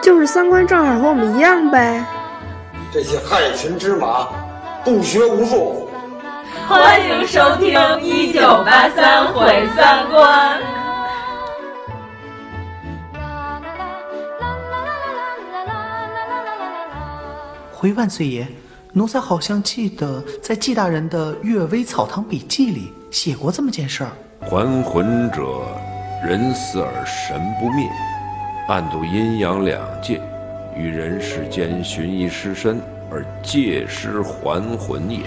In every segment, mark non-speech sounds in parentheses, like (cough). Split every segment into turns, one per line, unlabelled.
就是三观正好和我们一样呗。
这些害群之马，不学无术。
欢迎收听《一九八三毁三观》。
回万岁爷，奴才好像记得在纪大人的《阅微草堂笔记》里写过这么件事儿。
还魂者，人死而神不灭，暗度阴阳两界，于人世间寻一尸身，而借尸还魂也。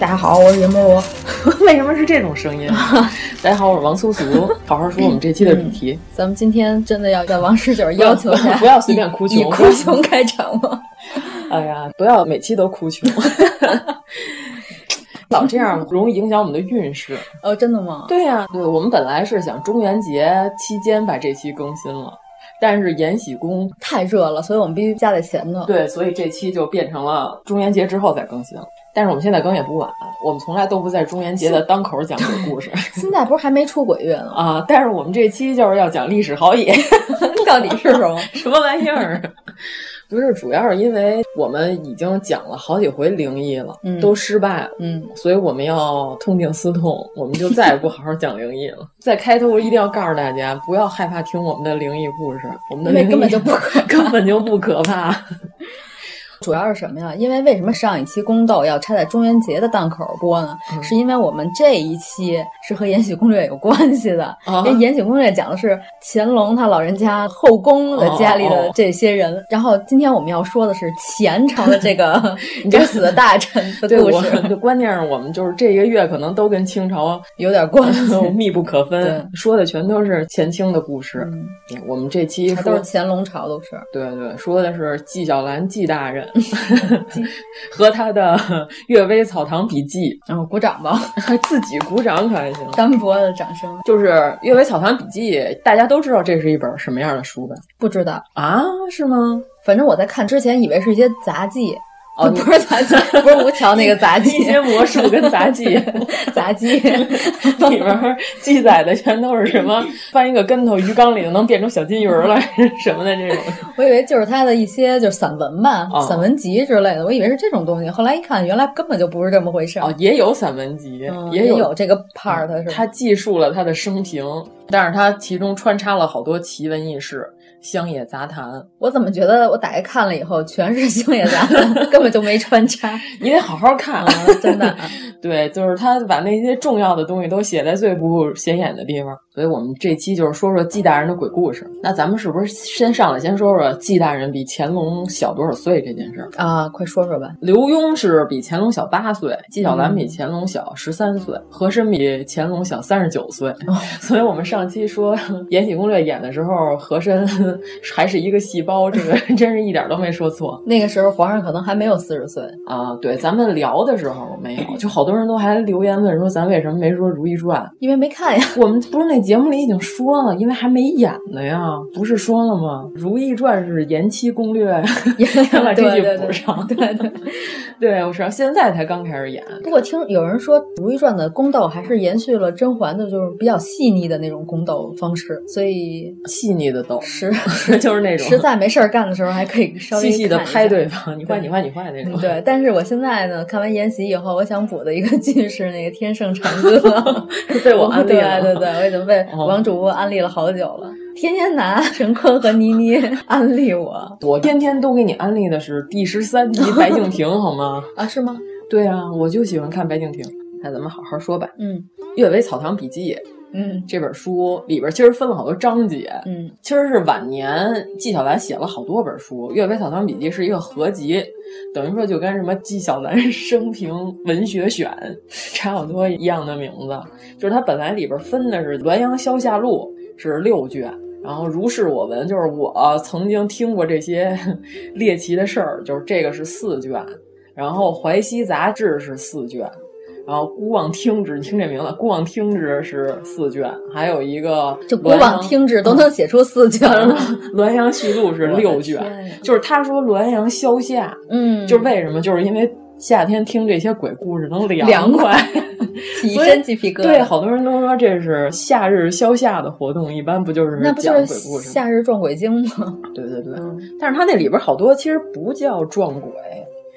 大家好，我是严波罗。为什么是这种声音？大家好，我是王苏苏。好好说我们这期的主题。
咱们今天真的要在王十九要求下，
(laughs) 不要随便哭穷，
以哭穷开场吗？ (laughs)
嗯
哎呀，不要每期都
(laughs)
哭穷，老这样容易影响我们的运势。
哦，真的吗？
对呀、啊，对，我们本来是想中元节期间把这期更新了。但是延禧宫
太热了，所以我们必须加在前头。
对，所以这期就变成了中元节之后再更新。但是我们现在更也不晚，我们从来都不在中元节的当口讲鬼故事。
现在不是还没出鬼月呢
啊！但是我们这期就是要讲历史好野， (laughs)
到底是什么
什么玩意儿？啊 (laughs) 不是，主要是因为我们已经讲了好几回灵异了，
嗯、
都失败了，
嗯，
所以我们要痛定思痛，我们就再也不好好讲灵异了。 (laughs) 在开头一定要告诉大家，不要害怕听我们的灵异故事。我们的
根本就不可怕，
(laughs) 根本就不可怕。
主要是什么呀？因为为什么上一期宫斗要插在中元节的档口播呢？
嗯、
是因为我们这一期是和《延禧攻略》有关系的，
啊、
因为《延禧攻略》讲的是乾隆他老人家后宫的家里的这些人。
哦哦
然后今天我们要说的是前朝的这
(laughs)
个这个死的大臣的故
事。对，我就关键是我们就是这个月可能都跟清朝
有点 (laughs) 关系，
密不可分，说的全都是前清的故事。哎
嗯、
我们这期
都是乾隆朝，都是
对对，说的是纪晓岚纪
(laughs)
大人。和他的 (laughs) 《阅微草堂笔记》
哦，然后鼓掌吧，
还 (laughs) 自己鼓掌
(laughs)
可还行？
单薄的掌声。
就是《阅微草堂笔记》，大家都知道这是一本什么样的书吧？
不知道
啊？是吗？
反正我在看之前以为是一些杂技。
哦，
(laughs) 不是杂
(laughs)
技，不是吴桥那个杂 (laughs) 技，
一些魔术跟杂 (laughs) 技，
杂技
(laughs) 里边记载的全都是什么翻一个跟头，鱼缸里头能变成小金鱼了 (laughs) 什么的这种。
(laughs) 我以为就是他的一些就是散文吧，
哦、
散文集之类的，我以为是这种东西。后来一看，原来根本就不是这么回事。
哦，也有散文集，
嗯、
也
有这个 part 是。
他记述了他的生平，但是他其中穿插了好多奇闻异事。乡野杂谈，
我怎么觉得我打开看了以后全是乡野杂谈， (laughs) 根本就没穿
(laughs)
插。
你得好好看
啊，真的。
对，就是他把那些重要的东西都写在最不显眼的地方。所以我们这期就是说说纪大人的鬼故事。那咱们是不是先上来先说说纪大人比乾隆小多少岁这件事儿
啊？快说说吧。
刘墉是比乾隆小八岁，纪晓岚比乾隆小十三岁，和珅比乾隆小三十九岁。
哦、
所以我们上期说《延禧攻略》演的时候，和珅。还是一个细胞，这个真是一点都没说错。
那个时候皇上可能还没有四十岁
啊。对，咱们聊的时候没有，就好多人都还留言问说咱为什么没说《如懿传》，
因为没看呀。
我们不是那节目里已经说了，因为还没演呢呀，不是说了吗？《如懿传》是延期攻
(laughs)
略，先 (laughs) 把这句补上。
对对,对对，
对我知道现在才刚开始演。
不过听有人说，《如懿传》的宫斗还是延续了甄嬛的，就是比较细腻的那种宫斗方式，所以
细腻的斗
是。
(laughs) 就是那种
实在没事儿干的时候，还可以稍微
细细的拍对方，你坏你坏你坏那种。
对，但是我现在呢，看完延禧以后，我想补的一个 (laughs) 剧是那个《天盛长歌》，
(laughs) 被我安利哦
了。对对对，我已经被王主播安利了好久了。天天拿 (laughs) 陈坤和倪妮 (laughs) 安利我，
我天天都给你安利的是第十三集白敬亭，
(laughs)
好吗？
啊，是吗？
对啊，我就喜欢看白敬亭。那咱们好好说吧。
嗯，
《阅微草堂笔记》
嗯
这本书里边其实分了好多章节，
嗯，
其实是晚年纪晓岚写了好多本书，《岳飞草堂笔记》是一个合集，等于说就跟什么纪晓岚生平文学选 (laughs) 差不多一样的名字。就是它本来里边分的是《滦阳消夏录》是六卷，然后《如是我闻》就是我曾经听过这些 (laughs) 猎奇的事儿，就是这个是四卷，然后《淮西杂志》是四卷，然后《孤望听之》，你听这名字，《孤望听之》是四卷，还有一个
就古往听之都能写出四卷
《
了。
(laughs) 滦阳序录》是六
我的天
卷
呀，
就是他说滦阳消夏，
嗯，
就是为什么？就是因为夏天听这些鬼故事能
凉
快
快。起一
所以
身鸡皮疙瘩。
(laughs) 对，好多人都说这是夏日消夏的活动，一般不就是
那不
讲
就是
鬼故事吗？
夏嗯日撞鬼经吗？
对对对，但是他那里边好多其实不叫撞鬼，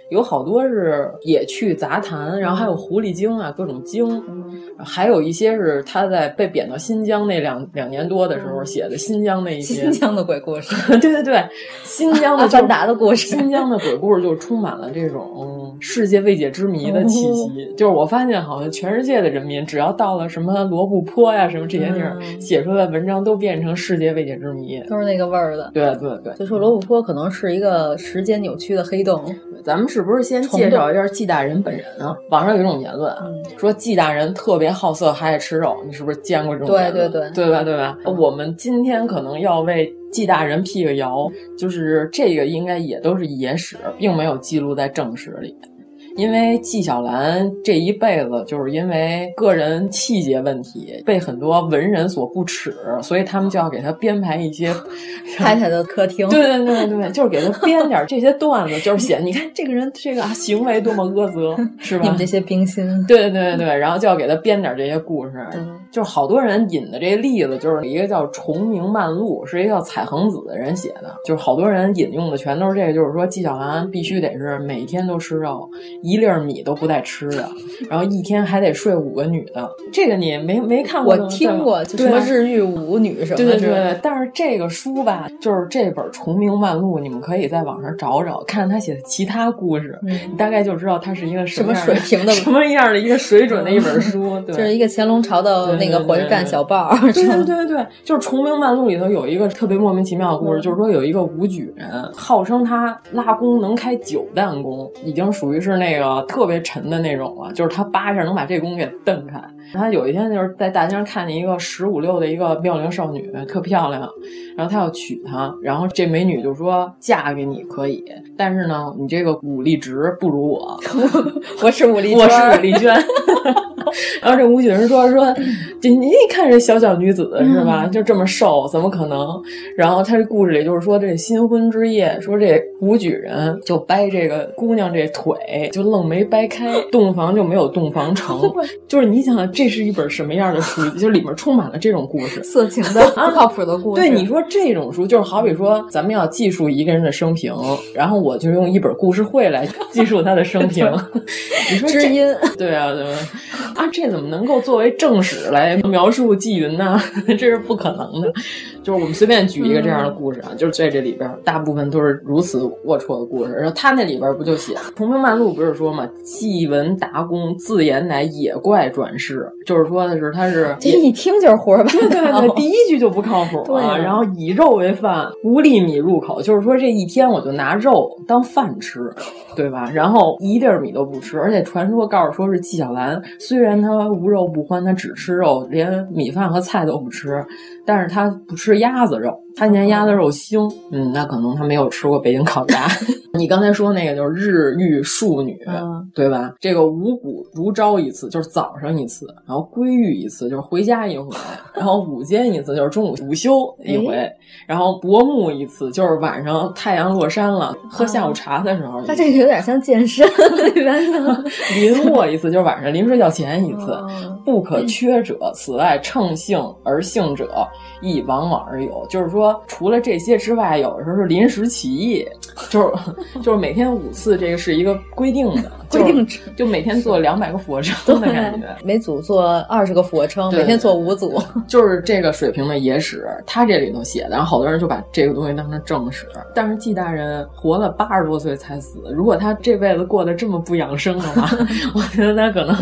有好多是野趣杂谈，然后还有狐狸精啊，各种精，
嗯
还有一些是他在被贬到新疆那两两年多的时候写的新疆那一
嗯
些
新。疆的鬼故事，
(laughs) 对对对，新疆 (laughs) 的
阿
就
凡达的故事
新疆的鬼故事就充满了这种嗯世界未解之谜的气息。就是我发现，好像全世界的人民，只要到了什么罗布泊呀、什么这些地儿，
嗯
写出来的文章都变成世界未解之谜。
都是那个味儿的。
对对对，
就说罗布泊可能是一个时间扭曲的黑洞，
咱们是不是先介绍一下纪大人本人啊？网上有一种言论啊，
嗯
说纪大人特别好色，还爱吃肉，你是不是见过这种
对
言论？
对对
对吧？对吧？我们今天可能要为纪大人辟个谣，就是这个应该也都是野史，并没有记录在正史里。因为纪晓岚这一辈子就是因为个人气节问题被很多文人所不齿，所以他们就要给他编排一
(laughs)
些
太太的客厅。
对对对对，就是给他编点儿这些段子，就是写你看这个人这个行为多么恶
(laughs)
泽，是吧？
你们这些冰心，
(laughs) 对对对对，然后就要给他编点儿这些故事。
嗯
就是好多人引的这例子，就是一个叫崇明漫录，是一个叫彩恒子的人写的，就是好多人引用的全都是这个，就是说纪晓岚必须得是每天都吃肉，一粒儿米都不带吃的，然后一天还得睡五个女的。这个你没没看过
我
呢？对
听
吧
过，就
对
什
啊
么日浴舞女什么
对对
之类的
对，但是这个书吧，就是这本《崇明漫录》，你们可以在网上找找，看他写的其他故事，
嗯
你大概就知道他是一个
什
么
么
样的
水平的
什么样的一个水准的一本书。对，
就是一个乾隆朝的那个火车站小报儿，
对
是吗
对对对，就是《崇明漫录》里头有一个特别莫名其妙的故事，
嗯
就是说有一个武举人，号称他拉弓能开九弹弓，已经属于是那个特别沉的那种了，就是他扒一下能把这弓给蹬开。他有一天就是在大街上看见一个十五六的一个妙龄少女，特漂亮，然后他要娶她，然后这美女就说嫁给你可以，但是呢，你这个武力值不如我。
我是武力
我
娟儿
是武丽 (laughs) 娟。然后这吴雪人说说，这你一看这小小女子是吧，就这么瘦，怎么可能？然后他这故事里就是说，这新婚之夜，说这武举人就掰这个姑娘这腿，就愣没掰开，洞房就没有洞房成。就是你想，这是一本什么样的书？就里面充满了这种故事。
色情的不靠谱的故事。
对你说这种书，就是好比说，咱们要记述一个人的生平，然后我就用一本故事会来记述他的生平。 (laughs) 你说这
知音，
(laughs) 对啊，对啊，啊，这怎么能够作为正史来描述纪云呢？ (laughs) 这是不可能的。就是我们随便举一个这样的故事啊，就是在这里边儿大部分都是如此龌龊的故事。然后他那里边儿不就写《崇明漫录》不是说嘛，纪文达公自言乃野怪转世，就是说的是他是
这一听就是胡说八
对
(laughs)
对对，
道。
第一句就不靠谱
哦对啊
然后以肉为饭，无粒米入口，就是说这一天我就拿肉当饭
(laughs)
吃，对吧？然后一粒儿米都不吃，而且传说告诉说是纪晓岚，虽然他无肉不欢，他只吃肉，连米饭和菜都不吃，但是他不吃鸭子肉，他嫌鸭子肉腥。嗯，那可能他没有吃过北京烤鸭。 (laughs) 你刚才说那个就是日遇庶女，
嗯
对吧？这个五谷如朝一次，就是早上一次，然后归寓一次，就是回家一回， (laughs) 然后午间一次，就是中午午休一回，然后薄暮一次，就是晚上太阳落山了，喝下午茶的时候一次。
他啊这个有点像健身 (laughs) 里边的，
临卧一次，就是晚上临睡觉前一
(laughs)
次
哦，
不可缺者。此外，乘兴而兴者，亦往往而有。就是说，除了这些之外，有的时候是临时起意，就是就是每天五次，这个是一个规定的，就
规定值，
就每天做两百个俯卧撑的
(laughs)
感觉。
每组做二十个俯卧撑，
对
每天做五组。
就是这个水平的野史，他这里头写的，然后好多人就把这个东西当成正史。但是纪大人活了八十多岁才死，如果他这辈子过得这么不养生的话， (laughs) 我觉得他可能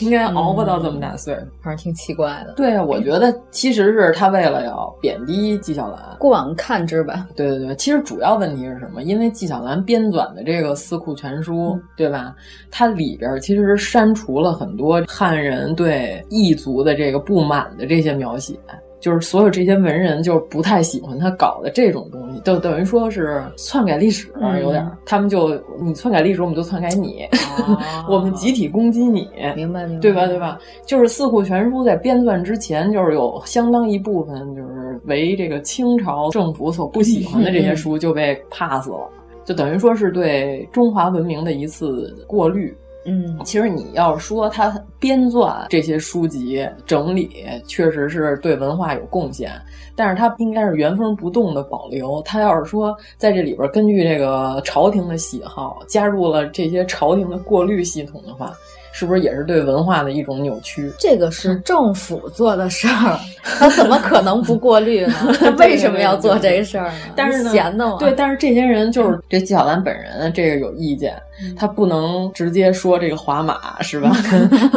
应该熬不到这么大岁数。
反正挺奇怪的。
对啊，我觉得其实是他为了要贬低纪晓岚。
过往看之吧，
对对对，其实主要问题是什么？因为纪晓岚编纂的这个《四库全书》
嗯
对吧？它里边其实删除了很多汉人对异族的这个不满的这些描写。就是所有这些文人就是不太喜欢他搞的这种东西，就等于说是篡改历史，啊
嗯
有点儿。他们就你篡改历史，我们就篡改你，
啊
(laughs) 我们集体攻击你，
明白明白，
对吧？对？吧？就是《四库全书》在编纂之前，就是有相当一部分就是为这个清朝政府所不喜欢的这些书就被 pass 了，就等于说是对中华文明的一次过滤。
嗯，
其实你要说他编纂这些书籍整理，确实是对文化有贡献，但是他应该是原封不动的保留。他要是说在这里边根据这个朝廷的喜好，加入了这些朝廷的过滤系统的话，是不是也是对文化的一种扭曲？
这个
嗯
是政府做的事儿，他怎么可能不过滤
(laughs)
呢？他为什么要做这事儿呢？
但是呢
你闲的嘛，
对，，但是这些人就是对纪晓岚本人这个有意见，他不能直接说这个华马是吧？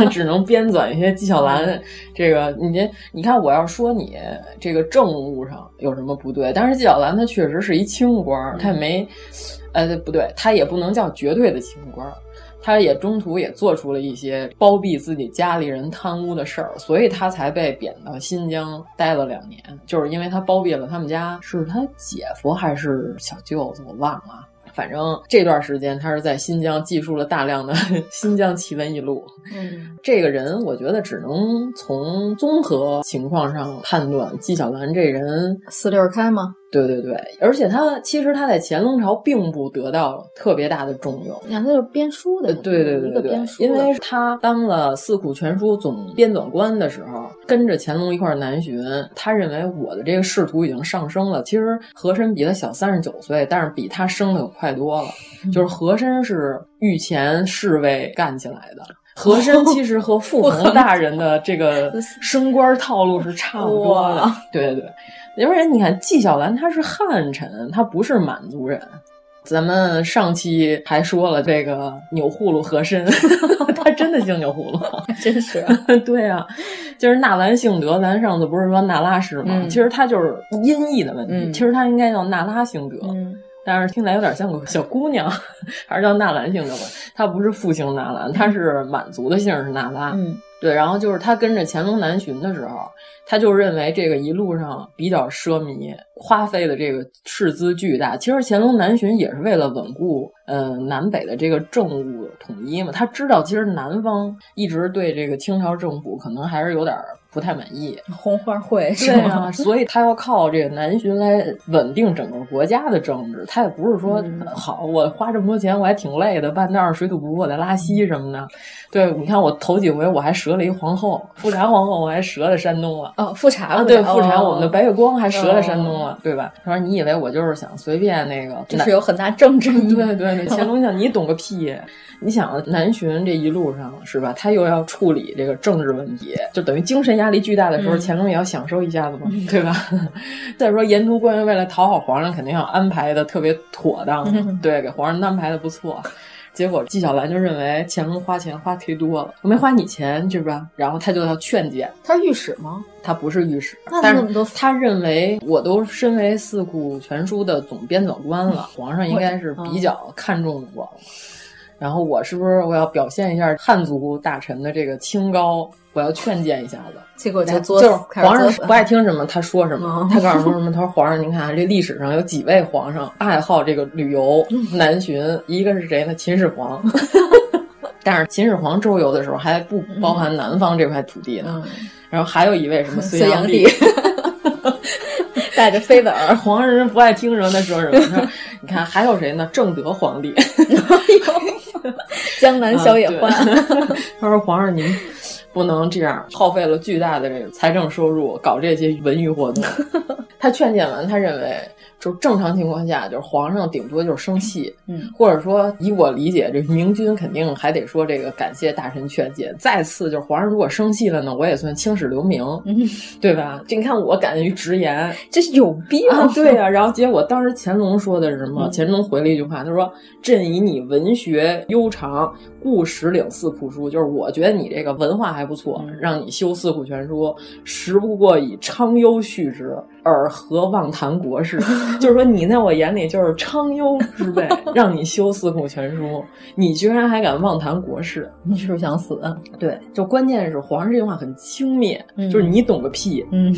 只能编纂一些纪晓岚这个你这你看，我要说你这个政务上有什么不对，但是纪晓岚他确实是一清官儿，他也没呃不对，他也不能叫绝对的清官儿。他也中途也做出了一些包庇自己家里人贪污的事儿，所以他才被贬到新疆待了两年，就是因为他包庇了他们家是他姐夫还是小舅子，我忘了啊。反正这段时间，他是在新疆记述了大量的 (laughs) 新疆奇闻异录。
嗯，
这个人，我觉得只能从综合情况上判断纪晓岚这人
四六开吗？
对对对，而且他其实他在乾隆朝并不得到特别大的重用。
你看他就是编书的
呃，
嘛，
对对对
一个
对对
编，书的，
因为他当了《四库全书》总编纂官的时候，跟着乾隆一块儿南巡，他认为我的这个仕途已经上升了。其实和珅比他小三十九岁，但是比他升的可快多了。就是和珅是御前侍卫干起来的。和珅其实
(laughs)
和傅恒大人的这个升官套路是差不多的
哇，
对对对。而且你看，纪晓岚他是汉臣，他不是满族人，咱们上期还说了这个钮祜禄和珅， (laughs) 他真的姓钮祜禄。 (laughs)
真是
对啊，就是纳兰性德，咱上次不是说纳拉氏吗？
嗯
其实他就是音译的问题，
嗯
其实他应该叫纳拉性德，
嗯
但是听起来有点像个小姑娘，还是叫纳兰性德吧。他不是复姓纳兰，他是满族的姓是纳拉。
嗯
对，然后就是他跟着乾隆南巡的时候，他就认为这个一路上比较奢靡，花费的这个斥资巨大。其实乾隆南巡也是为了稳固呃南北的这个政务统一嘛。他知道其实南方一直对这个清朝政府可能还是有点儿不太满意，
嗯红花会是
对
吗
啊，？所以他要靠这个南巡来稳定整个国家的政治。他也不是说、呃
嗯
好，我花这么多钱我还挺累的，半道上水土不服我再拉稀什么的。对，你看我头几回我还折了一皇后，富察皇后我还折在山东了。
哦，复查
啊，
了
对，哦
哦
富察我们的白月光还折在山东了，对吧？他说：“你以为我就是想随便那个？
这是有很大政 (laughs) 治意义。
(laughs) 对对对，乾隆想你懂个屁！你想南巡这一路上是吧？他又要处理这个政治问题，就等于精神压力巨大的时候，
嗯
乾隆也要享受一下子嘛，对吧？ (laughs) 再说沿途官员为了讨好皇上，肯定要安排的特别妥当，
嗯
对，给皇上安排的不错。结果纪晓岚就认为乾隆花钱花忒多了，我没花你钱，是吧？然后他就要劝谏，
他是御史吗？
他不是御史，
那
但
那么多
是他认为我都身为《四库全书》的总编纂官了，皇上应该是
嗯
比较看重我了。然后我是不是我要表现一下汉族大臣的这个清高？我要劝谏一下子。
结果就
就
作
是
死开始
皇上
作死
不爱听什么，他说什么
嗯。
他告诉我说什么？他说皇上，您看啊这历史上有几位皇上爱好这个旅游
嗯
南巡，一个是谁呢？秦始
(laughs)
皇。但是秦始皇周游的时候还不包含南方这块土地呢。
(laughs) 嗯，
然后还有一位
(laughs)
什么
隋
炀
炀帝
(laughs)
带着妃子儿，
皇上人不爱听什么，他说什么？他说 (laughs) 你看还有谁呢？正德皇帝，
(laughs) 江南小野
哎啊
花，
(laughs) 对他说皇上您。不能这样耗费了巨大的这个财政收入搞这些文娱活动。他劝谏完，他认为就是正常情况下，就是皇上顶多就是生气，
嗯，
或者说以我理解，这明君肯定还得说这个感谢大臣劝谏。再次就是皇上如果生气了呢，我也算青史留名，对吧？这你看我敢于直言，
嗯这是有病 (laughs)
啊！对呀、然后结果当时乾隆说的是什
嗯
么？乾隆回了一句话，他说：“朕以你文学悠长，故时领四库书，就是我觉得你这个文化还不错，
嗯
让你修四库全书，实不过以昌幽续之，尔何妄谈国事？” (laughs) 就是说你在我眼里就是昌幽之辈，让你修四库全书，你居然还敢妄谈国事？
你是不是想死？啊
对，就关键是皇上这句话很轻蔑，
嗯
就是你懂个屁。 (laughs)
嗯，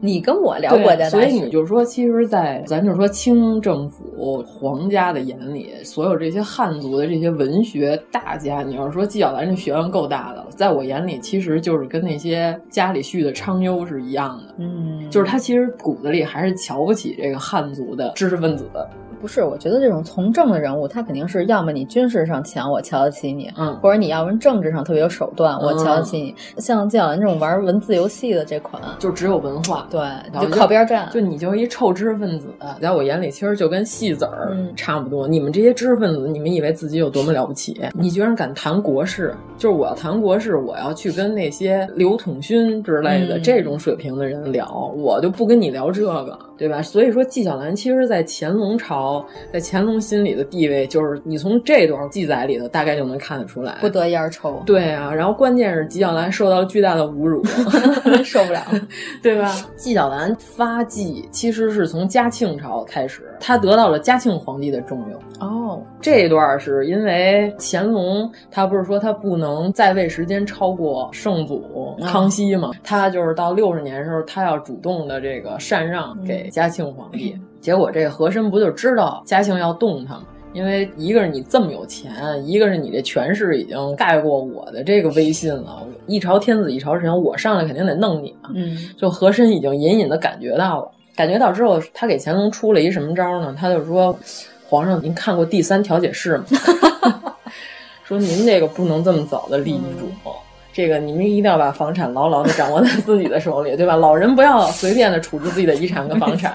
你跟我聊国家大事，
所以你就说，其实在，咱就说清政府皇家的眼里，所有这些汉族的这些文学大家，你要是说纪晓岚这学问够大的了，在我眼里，其实就是跟那些家里续的昌幽是一样的，
嗯，
就是他其实骨子里还是瞧不起这个汉族的知识分子的。
不是，我觉得这种从政的人物，他肯定是要么你军事上强，我瞧得起你，
嗯
或者你要不然政治上特别有手段，我瞧得起你。像纪晓岚这种玩文字游戏的这款，
就只有文化，
对，
然后
就靠边站。
就你就是一臭知识分子，在我眼里其实就跟戏子儿
嗯
差不多。你们这些知识分子，你们以为自己有多么了不起？你居然敢谈国事？就是我要谈国事，我要去跟那些刘统勋之类的、
嗯
这种水平的人聊，我就不跟你聊这个，对吧？所以说，纪晓岚其实，在乾隆朝，在乾隆心里的地位，就是你从这段记载里头大概就能看得出来。
不得烟抽， (laughs)
对啊，然后关键是纪晓岚受到了巨大的侮辱。
受
(laughs)
不了。
对吧？纪晓岚发迹其实是从嘉庆朝开始，他得到了嘉庆皇帝的重用。
哦，
这一段是因为乾隆他不是说他不能在位时间超过圣祖康熙嘛，他就是到六十年的时候，他要主动的这个禅让给嘉庆皇帝。结果这个和珅不就知道嘉庆要动他吗？因为一个是你这么有钱，一个是你这权势已经盖过我的这个威信了。一朝天子一朝臣，我上来肯定得弄你嘛。
嗯
就和珅已经隐隐的感觉到了，感觉到之后，他给乾隆出了一什么招呢？他就说：“皇上，您看过《第三调解室》吗？ (laughs) 说您这个不能这么早的立遗嘱。这个你们一定要把房产牢牢的掌握在自己的手里，对吧？老人不要随便的处置自己的遗产跟房 (laughs) 产。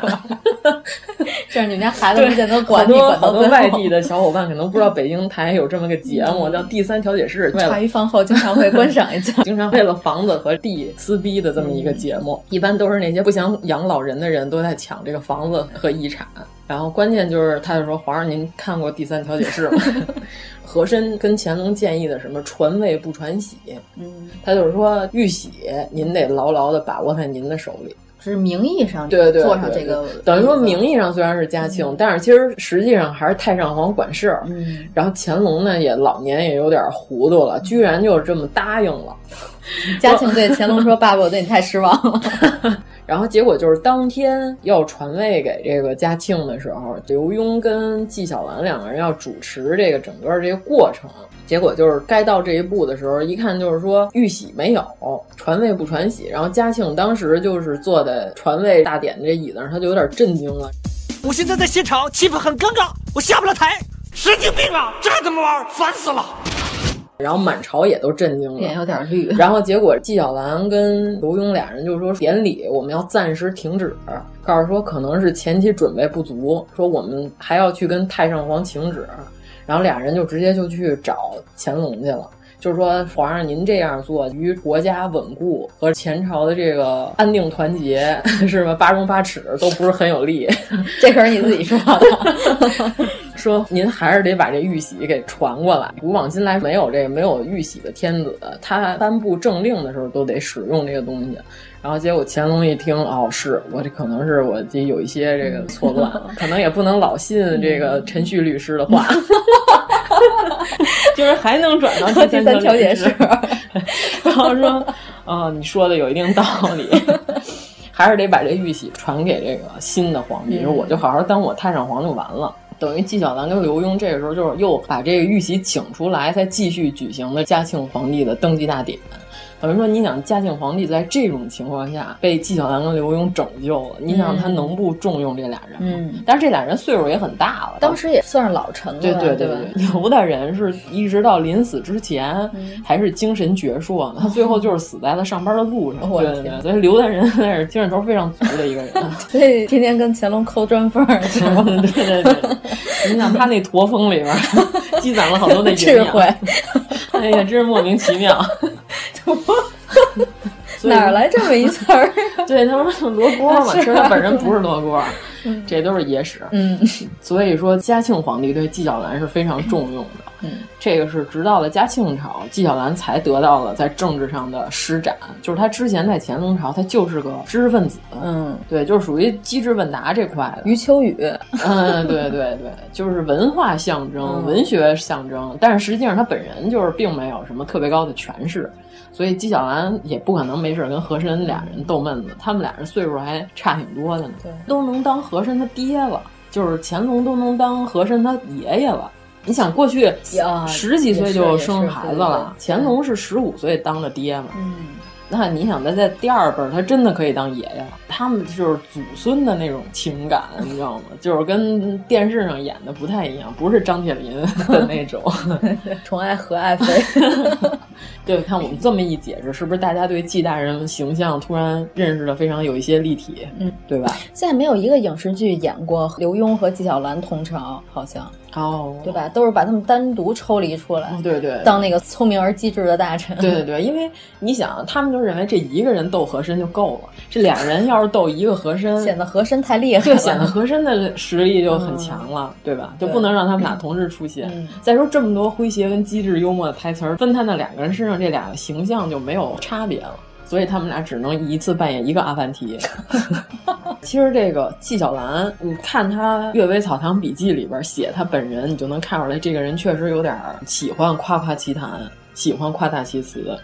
这样你们家孩子
对
不见得
好
管你
多
管
好
到
多
最
嗯
后
外地的小伙伴可能不知道北京台有这么个节目叫《第三调解室》，为了
茶余饭后经常会观赏一下 (laughs)
(laughs) 。经常为了房子和地撕逼的这么一个节目，一般都是那些不想养老人的人都在抢这个房子和遗产。然后关键就是，他就说：“皇上，您看过《第三调解室》 (laughs) 吗？”和珅跟乾隆建议的什么传位不传喜，
嗯，
他就是说玉玺您得牢牢的把握在您的手里。
只是名义上
对对对，
坐上
对嗯
这个，
等于说名义上虽然是嘉庆，但是其实实际上还是太上皇管事儿。
嗯，
然后乾隆呢，也老年也有点糊涂了，居然就这么答应了。
嘉庆对乾
(laughs)
隆说：“爸爸，我对你太失望了。
然后结果就是当天要传位给这个嘉庆的时候，刘墉跟纪晓岚两个人要主持这个整个这个过程。结果就是该到这一步的时候，一看就是说玉玺没有，传位不传玺。然后嘉庆当时就是坐在传位大典这椅子上，他就有点震惊了。
我现在在现场，气氛很尴尬，我下不了台。神经病啊！这还怎么玩？烦死了！
然后满朝也都震惊”了，
脸有点绿。 (laughs)
然后结果纪晓岚跟刘墉俩人就说典礼我们要暂时停止，告诉说可能是前期准备不足，说我们还要去跟太上皇请旨，然后俩人就直接就去找乾隆去了。就是说，皇上您这样做于国家稳固和前朝的这个安定团结， (laughs) 是吧？八荣八耻都不是很有利。
这可是你自己说的。
(laughs) 说您还是得把这玉玺给传过来。古往今来没有这个没有玉玺的天子，他颁布政令的时候都得使用这个东西。然后结果乾隆一听，哦，是我这可能是我这有一些这个错乱，可能也不能老信这个陈旭律师的话， (laughs) 就是还能转到 (laughs) 第
第三调解室
室。 (laughs) 然后说，啊、你说的有一定道
(laughs)
理。还是得把这玉玺传给这个新的皇帝，
嗯
我就好好当我太上皇就完了。等于纪晓岚跟刘墉这个时候就是又把这个玉玺请出来，再继续举行的嘉庆皇帝的登基大典。等于说，你想嘉庆皇帝在这种情况下被纪晓岚跟刘墉拯救了，你想他能不重用这俩人吗？
嗯，
但是这俩人岁数也很大了，
当时也算是老臣了，
对
对
对
吧？
刘大人是一直到临死之前
嗯
还是精神矍铄呢，他最后就是死在了上班的路上。
我
对
的
对对，
天
所以刘大人 (laughs) 那是精神头非常足的一
(laughs)
个人。
所以天天跟乾隆抠砖缝儿去，
对对对，你想他那驼峰里边儿积攒了好多的营
智
养
慧，
哎呀，真是莫名其妙。 (laughs) 所以
哪儿来这么一词儿？
对他们说罗锅
(laughs)
嘛，
是啊
其实他本人不是罗锅，这都是野史。
嗯，
所以说嘉庆皇帝对纪晓岚是非常重用的。
嗯，
这个是直到了嘉庆朝，纪晓岚才得到了在政治上的施展。就是他之前在乾隆朝，他就是个知识分子，
嗯，
对，就是属于机智问答这块的。
余秋雨，
嗯，对对对，就是文化象征、
嗯
文学象征，但是实际上他本人就是并没有什么特别高的权势，所以纪晓岚也不可能没事儿跟和珅俩人斗闷子，他们俩人岁数还差挺多的呢，
对，
都能当和珅他爹了，就是乾隆都能当和珅他爷爷了。你想过去
呀
十几岁就生孩子了，
啊也是也是对对对
乾隆是十五岁当了爹嘛，
嗯，
那你想，他在第二辈儿，他真的可以当爷爷了。他们就是祖孙的那种情感，你知道吗？ (laughs) 就是跟电视上演的不太一样，不是张铁林的那种。 (laughs)
宠爱和爱妃，
对，看我们这么一解释，是不是大家对纪大人形象突然认识的非常有一些立体，
嗯，
对吧？
现在没有一个影视剧演过刘墉和纪晓岚同朝，好像
哦，嗯
对吧？都是把他们单独抽离出来，
对对，
当那个聪明而机智的大 (laughs) 臣。
对对对，因为你想，他们就认为这一个人斗和珅就够了，这俩人要是斗一个和珅，
显得和珅太厉害了，
嗯 (laughs) 对，显得和珅的实力就很强了，对吧？就
对
不能让他们俩同时出现。
嗯
再说这么多诙谐跟机智幽默的台词儿，分摊到两个人身上，这俩形象就没有差别了。所以他们俩只能一次扮演一个阿凡
(laughs)
提。其实这个纪晓岚，你看他《阅微草堂笔记》里边写他本人，你就能看出来，这个人确实有点儿喜欢夸夸其谈，喜欢夸大其词。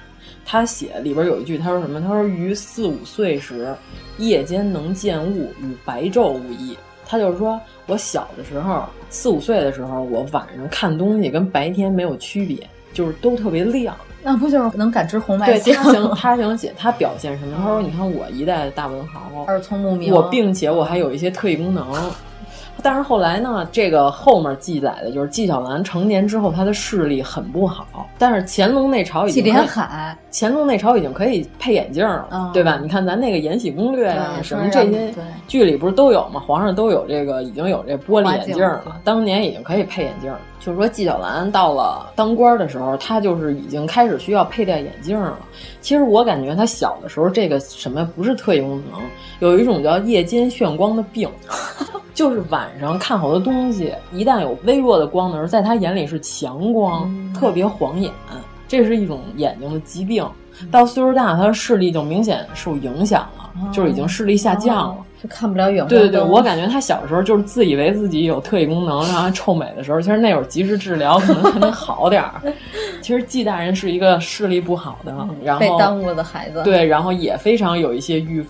他写里边有一句，他说什么？他说于四五岁时，夜间能见物，与白昼无异。他就是说我小的时候，四五岁的时候，我晚上看东西跟白天没有区别，就是都特别亮。
(laughs) 那不就是能感知红外
对
线
他想，他想写他表现什么？他说：“你看我一代的大文豪，
耳聪目明，
我并且我还有一些特异功能。但是后来呢，这个后面记载的就是纪晓岚成年之后，他的视力很不好。但是乾隆那朝已
纪
经
连海，
乾隆那朝已经可以配眼镜了，
嗯
对吧？你看咱那个《延禧攻略》啊，
对
什么
说
这
让
些
对
剧里不是都有吗？皇上都有这个，已经有这玻璃眼镜
花镜
了，当年已经可以配眼镜了。就是说，纪晓岚到了当官的时候，他就是已经开始需要佩戴眼镜了。其实我感觉他小的时候，这个什么不是特异功能，有一种叫夜间眩光的病。就是晚上看好多东西，一旦有微弱的光的时候，在他眼里是强光，
嗯
特别晃眼，这是一种眼睛的疾病。
嗯
到岁数大，他的视力就明显受影响了，就是已经视力下降了。
哦就看不了远光
对对对，
灯
我感觉他小时候就是自以为自己有特异功能，然后臭美的时候，其实那会儿及时治疗可能还能好点儿。其实纪大人是一个视力不好的，然
嗯
后
被耽误了的孩子，，
对，然后也非常有一些迂腐，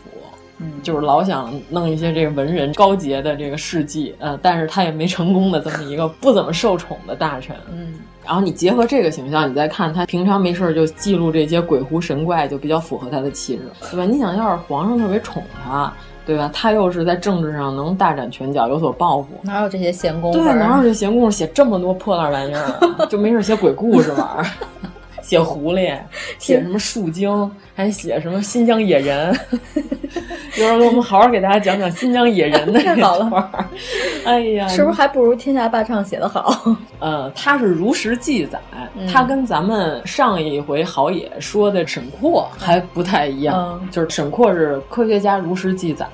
嗯
就是老想弄一些这个文人高洁的这个事迹，呃，但是他也没成功的这么一个不怎么受宠的大臣。
嗯，
然后你结合这个形象，你再看他平常没事儿就记录这些鬼狐神怪，就比较符合他的气质，对吧？你想要是皇上特别宠他，对吧？他又是在政治上能大展拳脚，有所抱负，
哪有这些闲工夫？啊
对，哪有这闲工夫写这么多破烂玩意儿
(laughs)
啊？就没事写鬼故事玩儿，写狐狸，写什么树精，还写什么新疆野人。 (laughs) 有人给我们好好给大家讲讲新疆野人的
(laughs) 太好了
这段儿。哎呀，
是不是还不如天下霸唱写的好？ (laughs)
呃，他是如实记载，
嗯
他跟咱们上一回好野说的沈括还不太一样，
嗯
就是沈括是科学家如实记载，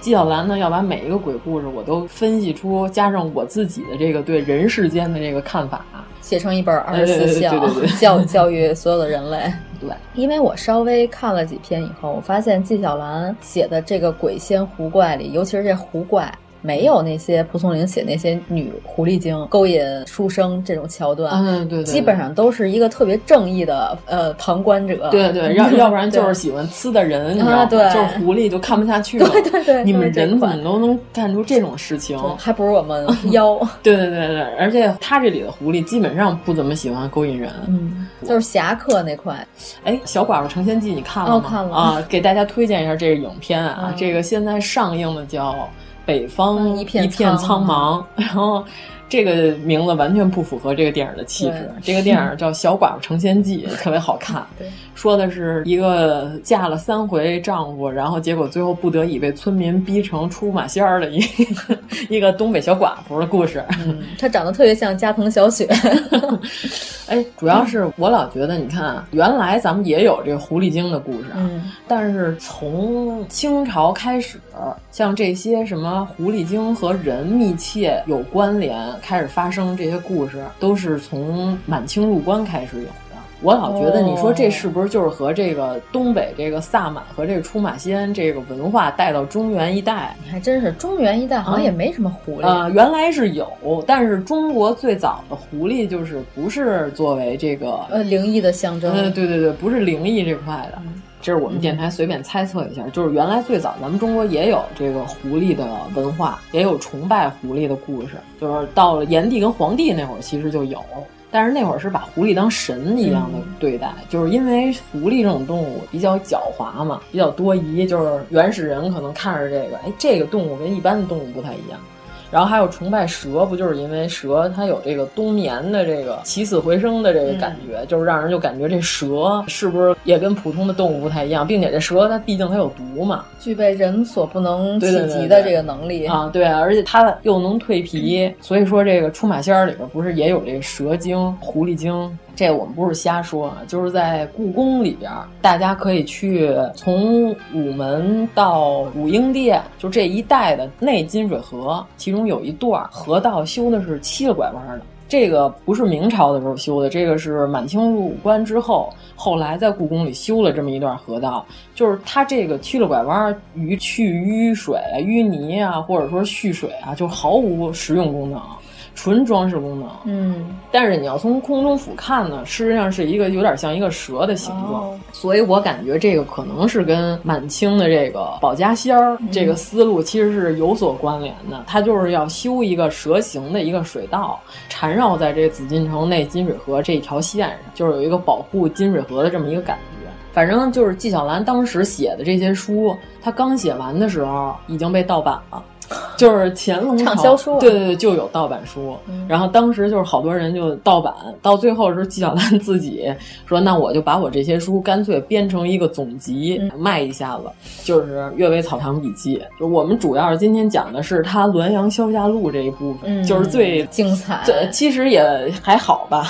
纪晓岚呢要把每一个鬼故事我都分析出，加上我自己的这个对人世间的这个看法，
写成一本二十四孝
哎对对对对，
(laughs) 教教育所有的人类。
对，
因为我稍微看了几篇以后，我发现纪晓岚写的这个鬼仙狐怪里，尤其是这狐怪，没有那些蒲松龄写那些女狐狸精勾引书生这种桥段，
嗯对
(laughs)
对对
基本上都是一个特别正义的呃旁观者，
对对，要要不然就是
对
喜欢呲的人，你知道
啊
吗？
嗯对
就是狐狸就看不下去了。
(laughs) 对对对
你们
就是这
人怎
款
么都能干出这种事情？
哦还不如我们
(laughs)
妖。
对对对对，而且他这里的狐狸基本上不怎么喜欢勾引人。
嗯，就是侠客那块，
哎，《小寡妇成仙记》你看了吗？
哦看了
啊，给大家推荐一下这个影片啊，
嗯
这个现在上映的叫《北方
嗯一片
苍
苍
茫》， (laughs) 然后这个名字完全不符合这个电影的气质。这
对
个电影叫《小寡妇成仙记》，
(laughs)
特别好看。
对，
说的是一个嫁了三回丈夫，然后结果最后不得已被村民逼成出马仙儿的一 (laughs) 个一个东北小寡妇的故事。
嗯他长得特别像加藤小
(laughs)
雪，
哎，主要是我老觉得，你看啊，原来咱们也有这个狐狸精的故事啊，
嗯
但是从清朝开始，像这些什么狐狸精和人密切有关联，开始发生这些故事，都是从满清入关开始有的。我老觉得，你说这是不是就是和这个东北这个萨满和这个出马仙这个文化带到中原一带？
还真是中原一带好
嗯
像也没什么狐狸，
呃，原来是有，但是中国最早的狐狸就是不是作为这个
呃，灵异的象征，
呃，对对对，不是灵异这块的，这是我们电台随便猜测一下。就是原来最早咱们中国也有这个狐狸的文化，也有崇拜狐狸的故事。就是到了炎帝跟黄帝那会儿，其实就有，但是那会儿是把狐狸当神一样的对待，就是因为狐狸这种动物比较狡猾嘛，比较多疑，就是原始人可能看着这个，哎，这个动物跟一般的动物不太一样。然后还有崇拜蛇，不就是因为蛇它有这个冬眠的这个起死回生的这个感觉，就是让人就感觉这蛇是不是也跟普通的动物不太一样，并且这蛇它毕竟它有毒嘛，
具备人所不能企
对对对
及
对
的这个能力
啊，对，而且它又能蜕皮，所以说这个出马仙儿里边不是也有这个蛇精、狐狸精？这我们不是瞎说啊，就是在故宫里边，大家可以去从午门到武英殿，就这一带的内金水河，其中有一段河道修的是七个拐弯的。这个不是明朝的时候修的，这个是满清入关之后，后来在故宫里修了这么一段河道。就是它这个曲了拐弯儿，于去淤水啊、淤泥啊，或者说蓄水啊，就毫无实用功能，纯装饰功能。
嗯，
但是你要从空中俯瞰呢，实际上是一个有点像一个蛇的
哦
形状，所以我感觉这个可能是跟满清的这个保家仙儿这个思路其实是有所关联的。它就是要修一个蛇形的一个水道，缠绕在这紫禁城内金水河这一条线上，就是有一个保护金水河的这么一个感觉。反正就是纪晓岚当时写的这些书，他刚写完的时候已经被盗版了。就是乾隆
畅
朝
销书啊
对对对，就有盗版书。
嗯
然后当时就是好多人就盗版，到最后的时候，纪晓岚自己说：“那我就把我这些书干脆编成一个总集、
嗯
卖一下子，就是《阅微草堂笔记》。”就我们主要是今天讲的是他《滦阳消夏录》这一部分，
嗯
就是最
精彩，
对，其实也还好
(laughs)
吧，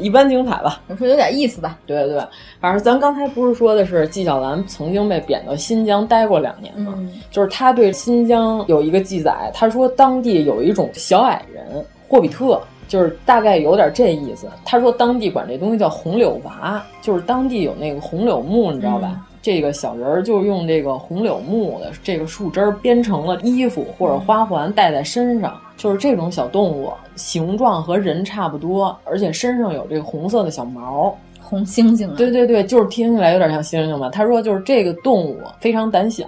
一般精彩吧。
你说有点意思吧？
对对，反正咱刚才不是说的是纪晓岚曾经被贬到新疆待过两年吗？
嗯
就是他对新疆有一个记载，他说当地有一种小矮人霍比特，就是大概有点这意思。他说当地管这东西叫红柳娃，就是当地有那个红柳木，你知道吧？这个小人儿就用这个红柳木的这个树枝儿编成了衣服或者花环戴在身上，就是这种小动物形状和人差不多，而且身上有这个红色的小毛。
红猩猩啊，
对对对，就是听起来有点像猩猩吧。他说就是这个动物非常胆小，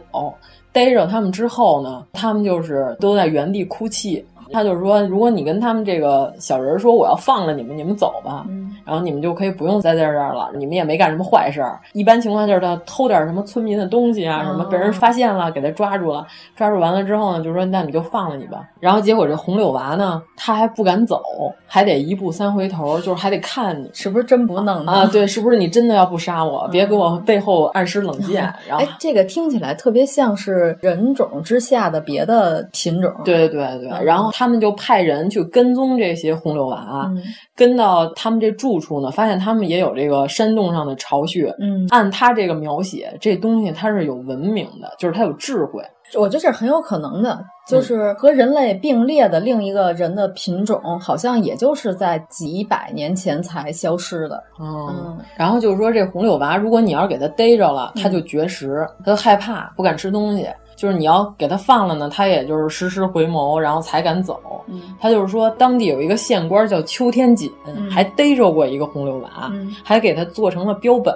逮着他们之后呢，他们就是都在原地哭泣。他就是说，如果你跟他们这个小人儿说我要放了你们，你们走吧，
嗯
然后你们就可以不用待在这儿了，你们也没干什么坏事儿。一般情况就是他偷点什么村民的东西啊，什么被人发现了，给他抓住了，抓住完了之后呢，就说那你就放了你吧。然后结果这红柳娃呢，他还不敢走，还得一步三回头，就是还得看你。
是不是真不 (laughs) 弄的
啊，？对，是不是你真的要不杀我，别给我背后暗施冷箭，然
嗯
后
哎。，这个听起来特别像是人种之下的别的品种，
对对对，
嗯
然后他们就派人去跟踪这些红柳娃，
嗯
跟到他们这住处呢，发现他们也有这个山洞上的巢穴。
嗯，
按他这个描写，这东西它是有文明的，就是它有智慧。
我觉得这是很有可能的，
嗯
就是和人类并列的另一个人的品种，好像也就是在几百年前才消失的。
嗯，
嗯
然后就是说这红柳娃，如果你要是给它逮着了，它就绝食，它就害怕，不敢吃东西。就是你要给他放了呢，他也就是实施回眸，然后才敢走。
嗯
他就是说，当地有一个县官叫邱天锦，
嗯
还逮着过一个红柳娃，
嗯哦
还给他做成了标本。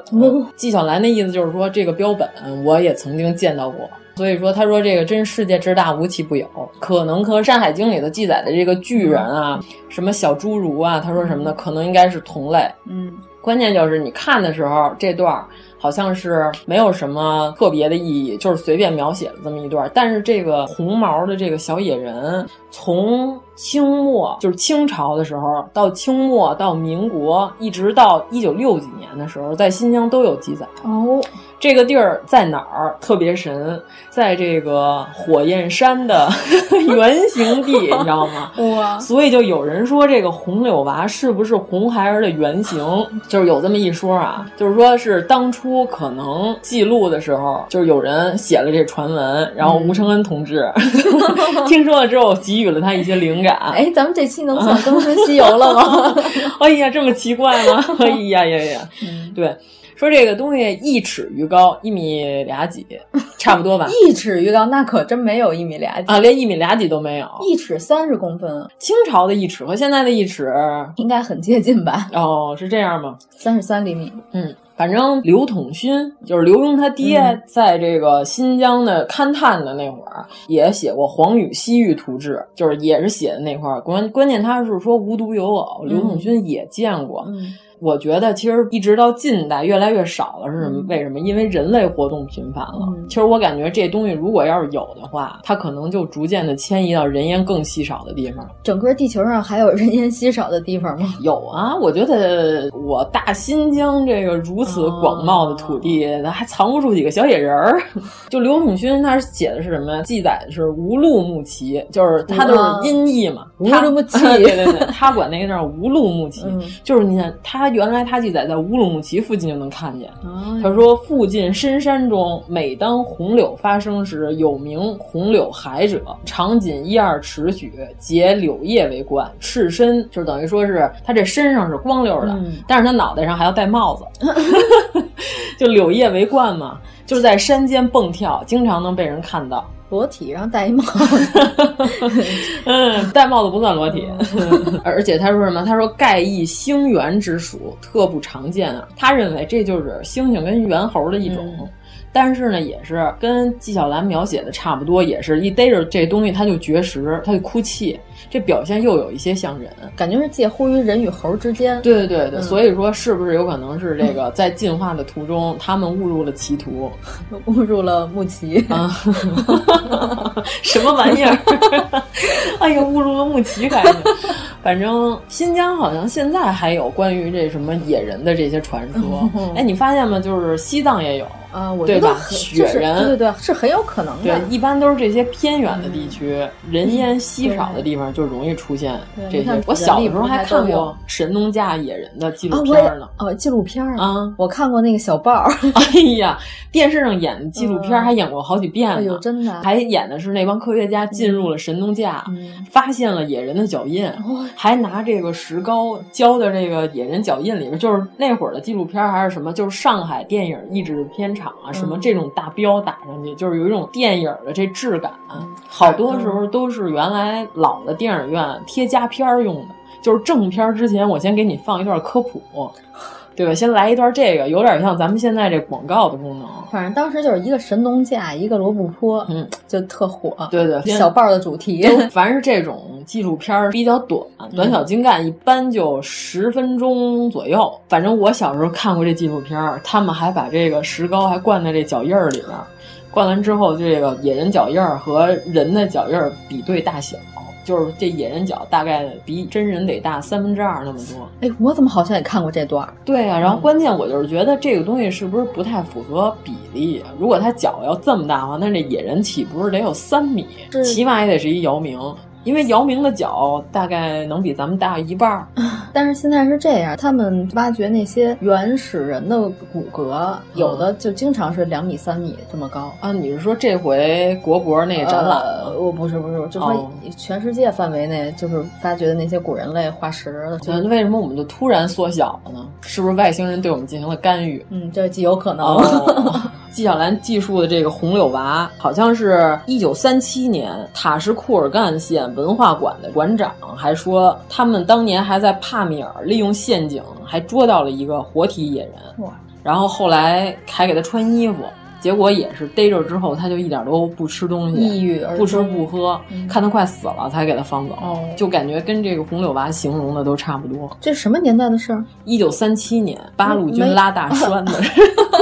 纪晓岚的意思就是说，这个标本我也曾经见到过。所以说，他说这个真世界之大，无奇不有，可能和《山海经》里头记载的这个巨人啊，
嗯
什么小侏儒啊，他说什么的，可能应该是同类。
嗯
关键就是你看的时候，这段儿好像是没有什么特别的意义，就是随便描写了这么一段儿。但是这个红毛的这个小野人，从清末就是清朝的时候到清末到民国，一直到一九六几年的时候，在新疆都有记载。
哦，
这个地儿在哪儿特别神？在这个火焰山的 (laughs) 原型地，你知道吗？
(laughs) 哇
所以就有人说这个红柳娃是不是红孩儿的原
(laughs)
型？就是有这么一说啊，就是说是当初可能记录的时候，就是有人写了这传闻，然后吴承恩同志、 (laughs) 听说了之后给予了他一些灵感。
嗯哎，咱们这期能算更新西游了
(laughs)
吗？？
哎呀，这么奇怪吗？ (laughs) 哎呀呀呀！对，说这个东西一尺余高，一米俩几，差不多吧
一尺余高，那可真没有一米俩几，
啊，连一米俩几都没有。
一尺三十公分，
清朝的一尺和现在的一尺，
应该很接近吧？
哦，是这样吗？
三十三厘米。
嗯，反正刘统勋就是刘墉他爹，
嗯
在这个新疆的勘探的那会儿，也写过《黄禹西域图志》，就是也是写的那块儿。关关键他是说无独有偶，刘统勋也见过。
嗯
我觉得其实一直到近代越来越少了，是什么？
嗯
为什么？因为人类活动频繁了。
嗯
其实我感觉这东西如果要是有的话，它可能就逐渐的迁移到人烟更稀少的地方。
整个地球上还有人烟稀少的地方吗？
有啊，我觉得我大新疆这个如此广袤的土地，还藏不住几个小野人儿。 (laughs) 就刘统勋他是写的是什么呀？记载的是无路木齐，就是他都是音译嘛，
无
哦他 (laughs)
路木齐
对对对，他管那个叫无路木齐，
嗯
就是你看他原来他记载在乌鲁木齐附近就能看见。
啊，
他说，附近深山中，每当红柳发生时，有名红柳海者，长仅一二尺许，结柳叶为冠，赤身就是等于说是他这身上是光溜的，
嗯
但是他脑袋上还要戴帽子， (laughs) 就柳叶为冠嘛，就是在山间蹦跳，经常能被人看到。
裸体，然后戴一帽子。
嗯，戴帽子不算裸体， (laughs) 而且他说什么？他说盖亦星猿之属，特不常见啊。他认为这就是猩猩跟猿猴的一种。
嗯
但是呢，也是跟纪晓岚描写的差不多，也是一逮着这东西他就绝食，他就哭泣，这表现又有一些像人。
感觉是介乎于人与猴之间。
对对对，
嗯
所以说是不是有可能是这个 (laughs) 在进化的途中，他们误入了歧途？
误入了木奇。
啊，什么玩意儿？ (laughs) 哎呀，误入了木齐感觉。反正新疆好像现在还有关于这什么野人的这些传
嗯
说。哎，你发现吗？就是西藏也有。
啊，我
对
觉得
吧
很
雪
就是
人
对对对，是很有可能
对
的。，
一般都是这些偏远的地区，人烟稀少的地方就容易出现
嗯对
这
你看
些。我小的时候还看
人力不太够
过
用
《神农架野人》的纪
啊，
录
我也
片呢。
哦，纪录片儿
啊，
我看过那个小报儿，
哎呀，电视上演的纪录片
嗯
还演过好几遍呢。
哎呦，真的啊，
还演的是那帮科学家进入了神农架，
嗯
发现了野人的脚印，
哦
还拿这个石膏浇在这个野人脚印里面。就是那会儿的纪录片还是什么，就是上海电影译制片厂啊，什么这种大标打上去，就是有一种电影的这质感。啊好多时候都是原来老的电影院贴佳片儿用的，就是正片儿之前我先给你放一段科普。对吧？先来一段这个，有点像咱们现在这广告的功能。
反正当时就是一个神农架，一个罗布泊，
嗯，
就特火。
对对，
小报儿的主题，
就凡是这种纪录片儿比较短，短小精干，一般就十分钟左右。反正我小时候看过这纪录片儿，他们还把这个石膏还灌在这脚印儿里边儿，灌完之后，这个野人脚印儿和人的脚印儿比对大小，就是这野人脚大概比真人得大三分之二那么多。
(laughs) 哎，我怎么好像也看过这段儿？
对啊，然
嗯
后关键我就是觉得这个东西是不是不太符合比例啊？如果他脚要这么大的话，那这野人岂不是得有三米？
是
起码也得是一姚明，因为姚明的脚大概能比咱们大一
(laughs)
半儿。
但是现在是这样，他们挖掘那些原始人的骨骼，有
嗯
的就经常是两米、三米这么高。
啊，你是说这回国博那个展览吗？
呃我不是不是，我就
哦
说全世界范围内就是发掘的那些古人类化石的，
觉得为什么我们就突然缩小了呢？是不是外星人对我们进行了干预？
嗯，这极有可能。
哦， (laughs) 纪晓岚记述的这个红柳娃，好像是一九三七年塔什库尔干县文化馆的馆长还说，他们当年还在帕米尔利用陷阱还捉到了一个活体野人，
哇！
然后后来还给他穿衣服。结果也是逮着之后，他就一点都不吃东西，
抑郁而
不吃不喝，
嗯
看他快死了才给他放走，
(laughs) 哦
就感觉跟这个红柳娃形容的都差不多。
这什么年代的事儿？
一九三七年，八
嗯
路军拉大栓
(laughs)
的， (laughs)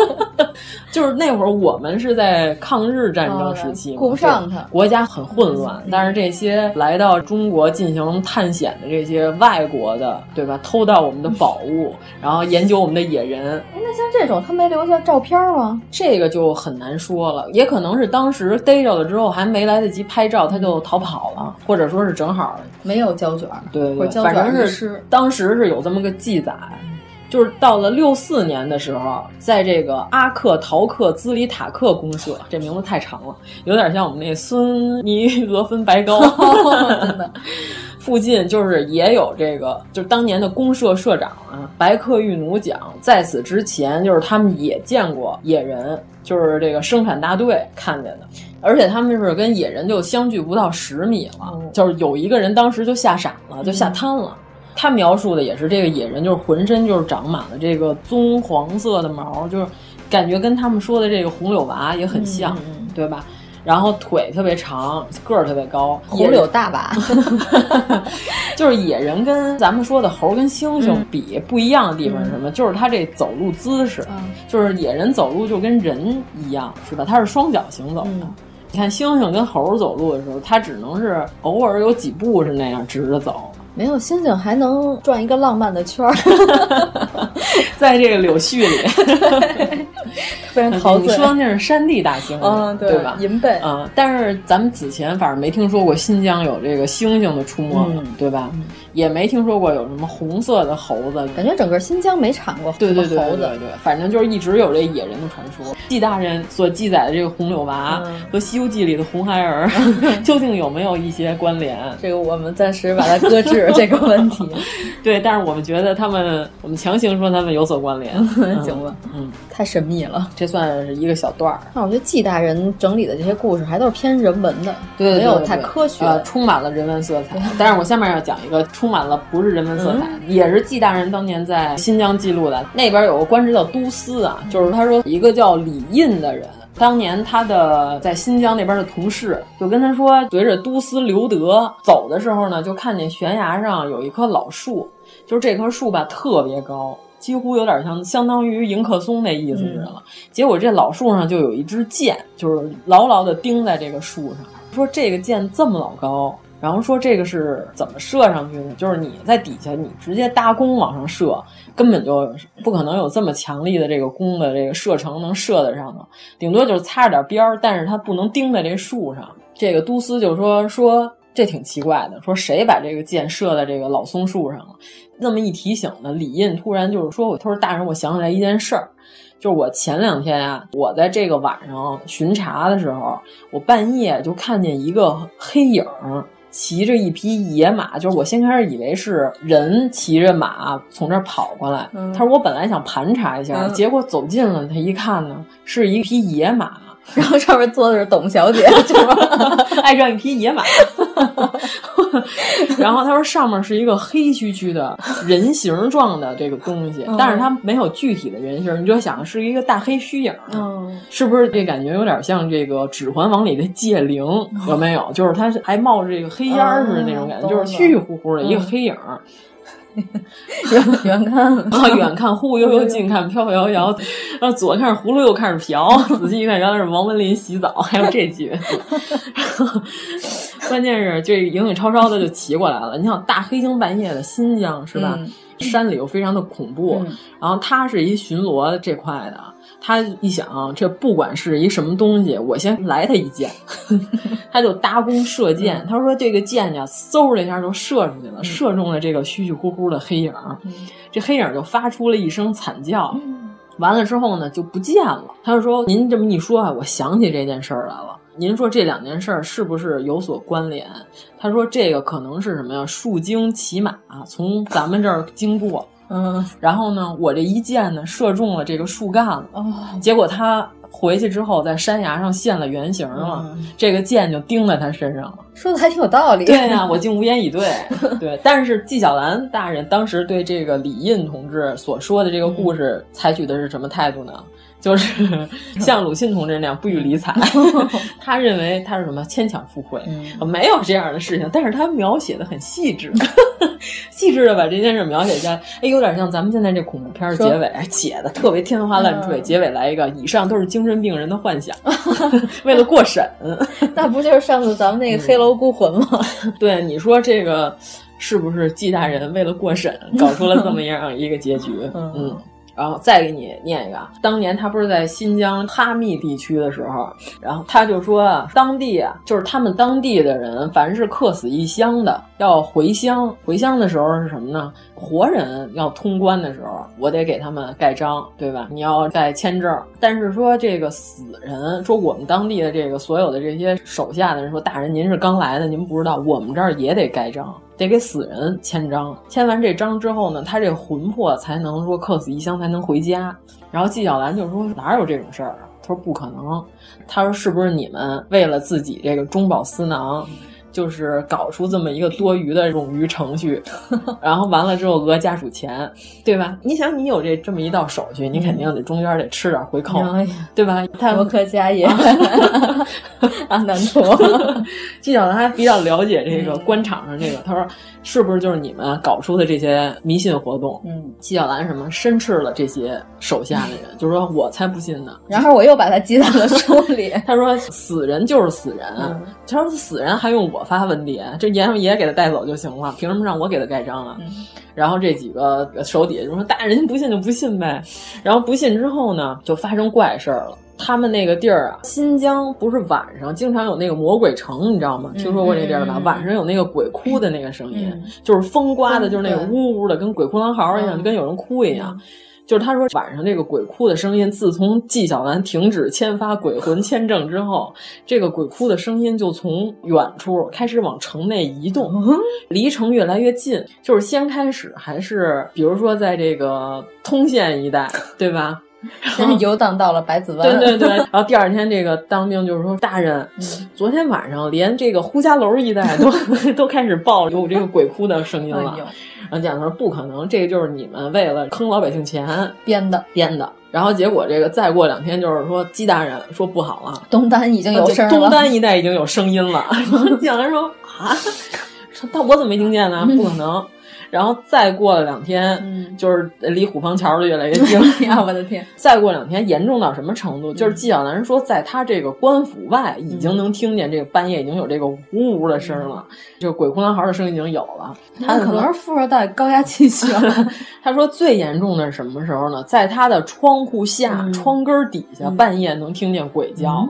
就是那会儿我们是在抗日战争时期嘛，
哦顾不上嗯它
对国家很混乱。但是这些来到中国进行探险的这些外国的，对吧？偷到我们的宝
(laughs)
物，然后研究我们的野人，
哎，那像这种他没留下照片吗？
这个就很难说了，也可能是当时逮着了之后还没来得及拍照，他就逃跑了，或者说是正好
没有胶卷儿，
对
或者
对
胶
对，
卷
反正
遗
是
失
当时是有这么个记载，就是到了六四年的时候，在这个阿克陶克兹里塔克公社，这名字太长了，有点像我们那孙 (laughs) 尼俄芬白高，
(laughs) 真的
附近就是也有这个，就是当年的公社社长啊，白克玉奴讲，在此之前就是他们也见过野人，就是这个生产大队看见的，而且他们是跟野人就相距不到十米了，
嗯
就是有一个人当时就吓傻了，就吓瘫了。他描述的也是这个野人，就是浑身就是长满了这个棕黄色的毛，就是感觉跟他们说的这个红柳娃也
嗯
很像，对吧？然后腿特别长，个儿特别高，
红柳大
(laughs)
娃，
就是野人跟咱们说的猴跟猩
嗯
猩比不一样的地方是什么？就是他这走路姿势，
嗯
就是野人走路就跟人一样，是吧？他是双脚行
嗯
走的。你看猩猩跟猴走路的时候，它只能是偶尔有几步是那样直着走。
没有星星还能转一个浪漫的圈儿，
在这个柳絮 (laughs) 里，
被
(laughs)
人陶
你
醉。
说那是山地大猩猩，
嗯，
对吧？
银背，
啊、但是咱们此前反正没听说过新疆有这个猩猩的出没，
嗯
对吧？也没听说过有什么红色的猴子，
感觉整个新疆没产过
对对
什
对
么猴
对
子。
对对，反正就是一直有这野人的传说。纪大人所记载的这个红柳娃
嗯
和《西游记》里的红孩儿， (laughs) 究竟有没有一些关联？
这个我们暂时把它搁
(laughs)
置这个问题，
对，但是我们觉得他们，我们强行说他们有所关联， (laughs)
(laughs) 行吧？
嗯，
太神秘了。
这算是一个小段儿。
但我觉得纪大人整理的这些故事还都是偏人文的，
对，
没有太科学
呃，
的。
充满了人文色彩。但是我下面要讲一个充满了不是人文色彩，也是纪大人当年在新疆记录的。那边有个官职叫都司啊，就是他说一个叫李印的人。当年他的在新疆那边的同事就跟他说，随着都司刘德走的时候呢，就看见悬崖上有一棵老树，就是这棵树吧特别高，几乎有点像相当于迎客松那意思似的了。结果这老树上就有一支箭，就是牢牢的钉在这个树上。说这个箭这么老高，然后说这个是怎么射上去的？就是你在底下，你直接搭弓往上射，根本就不可能有这么强力的这个弓的这个射程能射得上的，顶多就是擦着点边儿，但是它不能钉在这树上。这个都司就说说。这挺奇怪的，说谁把这个箭射在这个老松树上了？那么一提醒呢，李印突然就是说我，他说大人，我想起来一件事儿，就是我前两天啊，我在这个晚上巡查的时候，我半夜就看见一个黑影儿骑着一匹野马，就是我先开始以为是人骑着马从这儿跑过来。
嗯
他说我本来想盘查一下，
嗯
结果走近了，他一看呢，是一匹野马。
然后上面坐的是董小姐，就是
(laughs) 爱上一匹野马。 (laughs) 然后他说上面是一个黑黢黢的人形状的这个东西
嗯，
但是它没有具体的人形，你就想是一个大黑虚影。
嗯，
是不是这感觉有点像这个《指环王》里的戒灵？有没有？就是它是还冒着这个黑烟儿似的那种感觉，
哦
就是虚虚乎乎的
嗯
一个黑影儿，
远远看
(laughs) 然后远看忽忽悠悠，近看飘飘摇摇，然后左看是葫芦，右看是瓢，仔细一看，原来是王文林洗澡，还有这句。 (laughs) 关键是这影影绰绰的就骑过来了。你想大黑更半夜的新疆是吧？
嗯
山里又非常的恐怖，
嗯
然后他是一巡逻这块的，他一想这不管是一什么东西，我先来他一箭，他就搭弓射箭。他说这个箭呀，嗖的一下就射出去了，射中了这个虚虚乎乎的黑影儿，这黑影儿就发出了一声惨叫。
嗯
完了之后呢，就不见了。他就说：“您这么一说啊，我想起这件事儿来了。您说这两件事儿是不是有所关联？”他说：“这个可能是什么呀？树精骑马从咱们这儿经过，
嗯
然后呢，我这一箭呢射中了这个树干了，
哦，
结果它回去之后在山崖上现了原形了，这个剑就钉在他身上了。
说的还挺有道理。
对啊呀、我竟无言以对。对，但是纪晓岚大人当时对这个李印同志所说的这个
嗯
故事，采取的是什么态度呢？就是 (laughs) 像鲁迅同志那样不予理
(laughs)
睬，他认为他是什么牵强附会，
嗯
呃没有这样的事情。但是他描写的很细致， (laughs) 细致的把这件事描写下来，哎，有点像咱们现在这恐怖片儿结尾写的特别天花乱坠，
嗯
结尾来一个以上都是精神病人的
(laughs)
幻想，为了过审。
(laughs) 那不就是上次咱们
嗯
那个《黑楼孤魂》吗？
对，你说这个是不是纪大人为了过审搞出了这么样一个结局？嗯。然后再给你念一个啊，当年他不是在新疆哈密地区的时候，然后他就说啊，当地啊，就是他们当地的人，凡是客死异乡的，要回乡。回乡的时候是什么呢？活人要通关的时候，我得给他们盖章，对吧？你要盖签证。但是说这个死人，说我们当地的这个所有的这些手下的人说，大人您是刚来的，您不知道，我们这儿也得盖章。得给死人签章，签完这章之后呢，他这魂魄才能说客死异乡，才能回家。然后纪晓岚就说：“哪有这种事儿啊？”他说：“不可能。”他说：“是不是你们为了自己这个中饱私囊，就是搞出这么一个多余的冗余程序，然后完了之后讹家属钱，对吧？你想，你有这这么一道手续，你肯定得中间得吃点回扣，
哎呀
对吧？他哦
我可家也 (laughs) 啊，难说。
(laughs) 纪晓岚还比较了解这个官场上这个，他说是不是就是你们搞出的这些迷信活动？
嗯，
纪晓岚什么申斥了这些手下的人，就是说我才不信呢。
然后我又把它记到了书里。
他说死人就是死人，他说死人还用我发文牒？这阎王爷给他带走就行了，凭什么让我给他盖章啊？然后这几个手底下就说：“大人不信就不信呗。”然后不信之后呢，就发生怪事儿了。他们那个地儿啊，新疆不是晚上经常有那个魔鬼城，你知道吗？听说过这地儿吧？晚上有那个鬼哭的那个声音，就是风刮的，就是那个呜呜的，跟鬼哭狼嚎一
嗯
样，就跟有人哭一样。就是他说晚上这个鬼哭的声音，自从纪晓岚停止签发鬼魂签证之
(laughs)
后，这个鬼哭的声音就从远处开始往城内移动，
嗯
离城越来越近。就是先开始还是比如说在这个通
(laughs)
县一带，对吧？
真是游荡到了百子湾。
对对对，然后第二天这个当兵就是说，大人，
嗯
昨天晚上连这个呼家楼一带都都 (laughs) 开始爆有这个鬼哭的声音了
哎呦。
然后蒋头说不可能，这个就是你们为了坑老百姓钱
编的
编的。然后结果这个再过两天就是说，姬大人说不好了，
东单已经有事儿了。
哦东单一带已经有声音了。然后蒋人说啊，说但我怎么没听见呢？不可能。然后再过了两天，就是离虎坊桥就越来越
(laughs)
近了。
嗯哎呀，我的天！
再过两天严重到什么程度？就是纪晓岚说，在他这个官府外已
嗯
经能听见这个半夜已经有这个呜呜的声了，就鬼哭狼嚎的声已经有了。他
他可能是富二代高压气血。
(laughs) 他说最严重的是什么时候呢？在他的窗户下、窗根儿底下，半夜能听见鬼叫。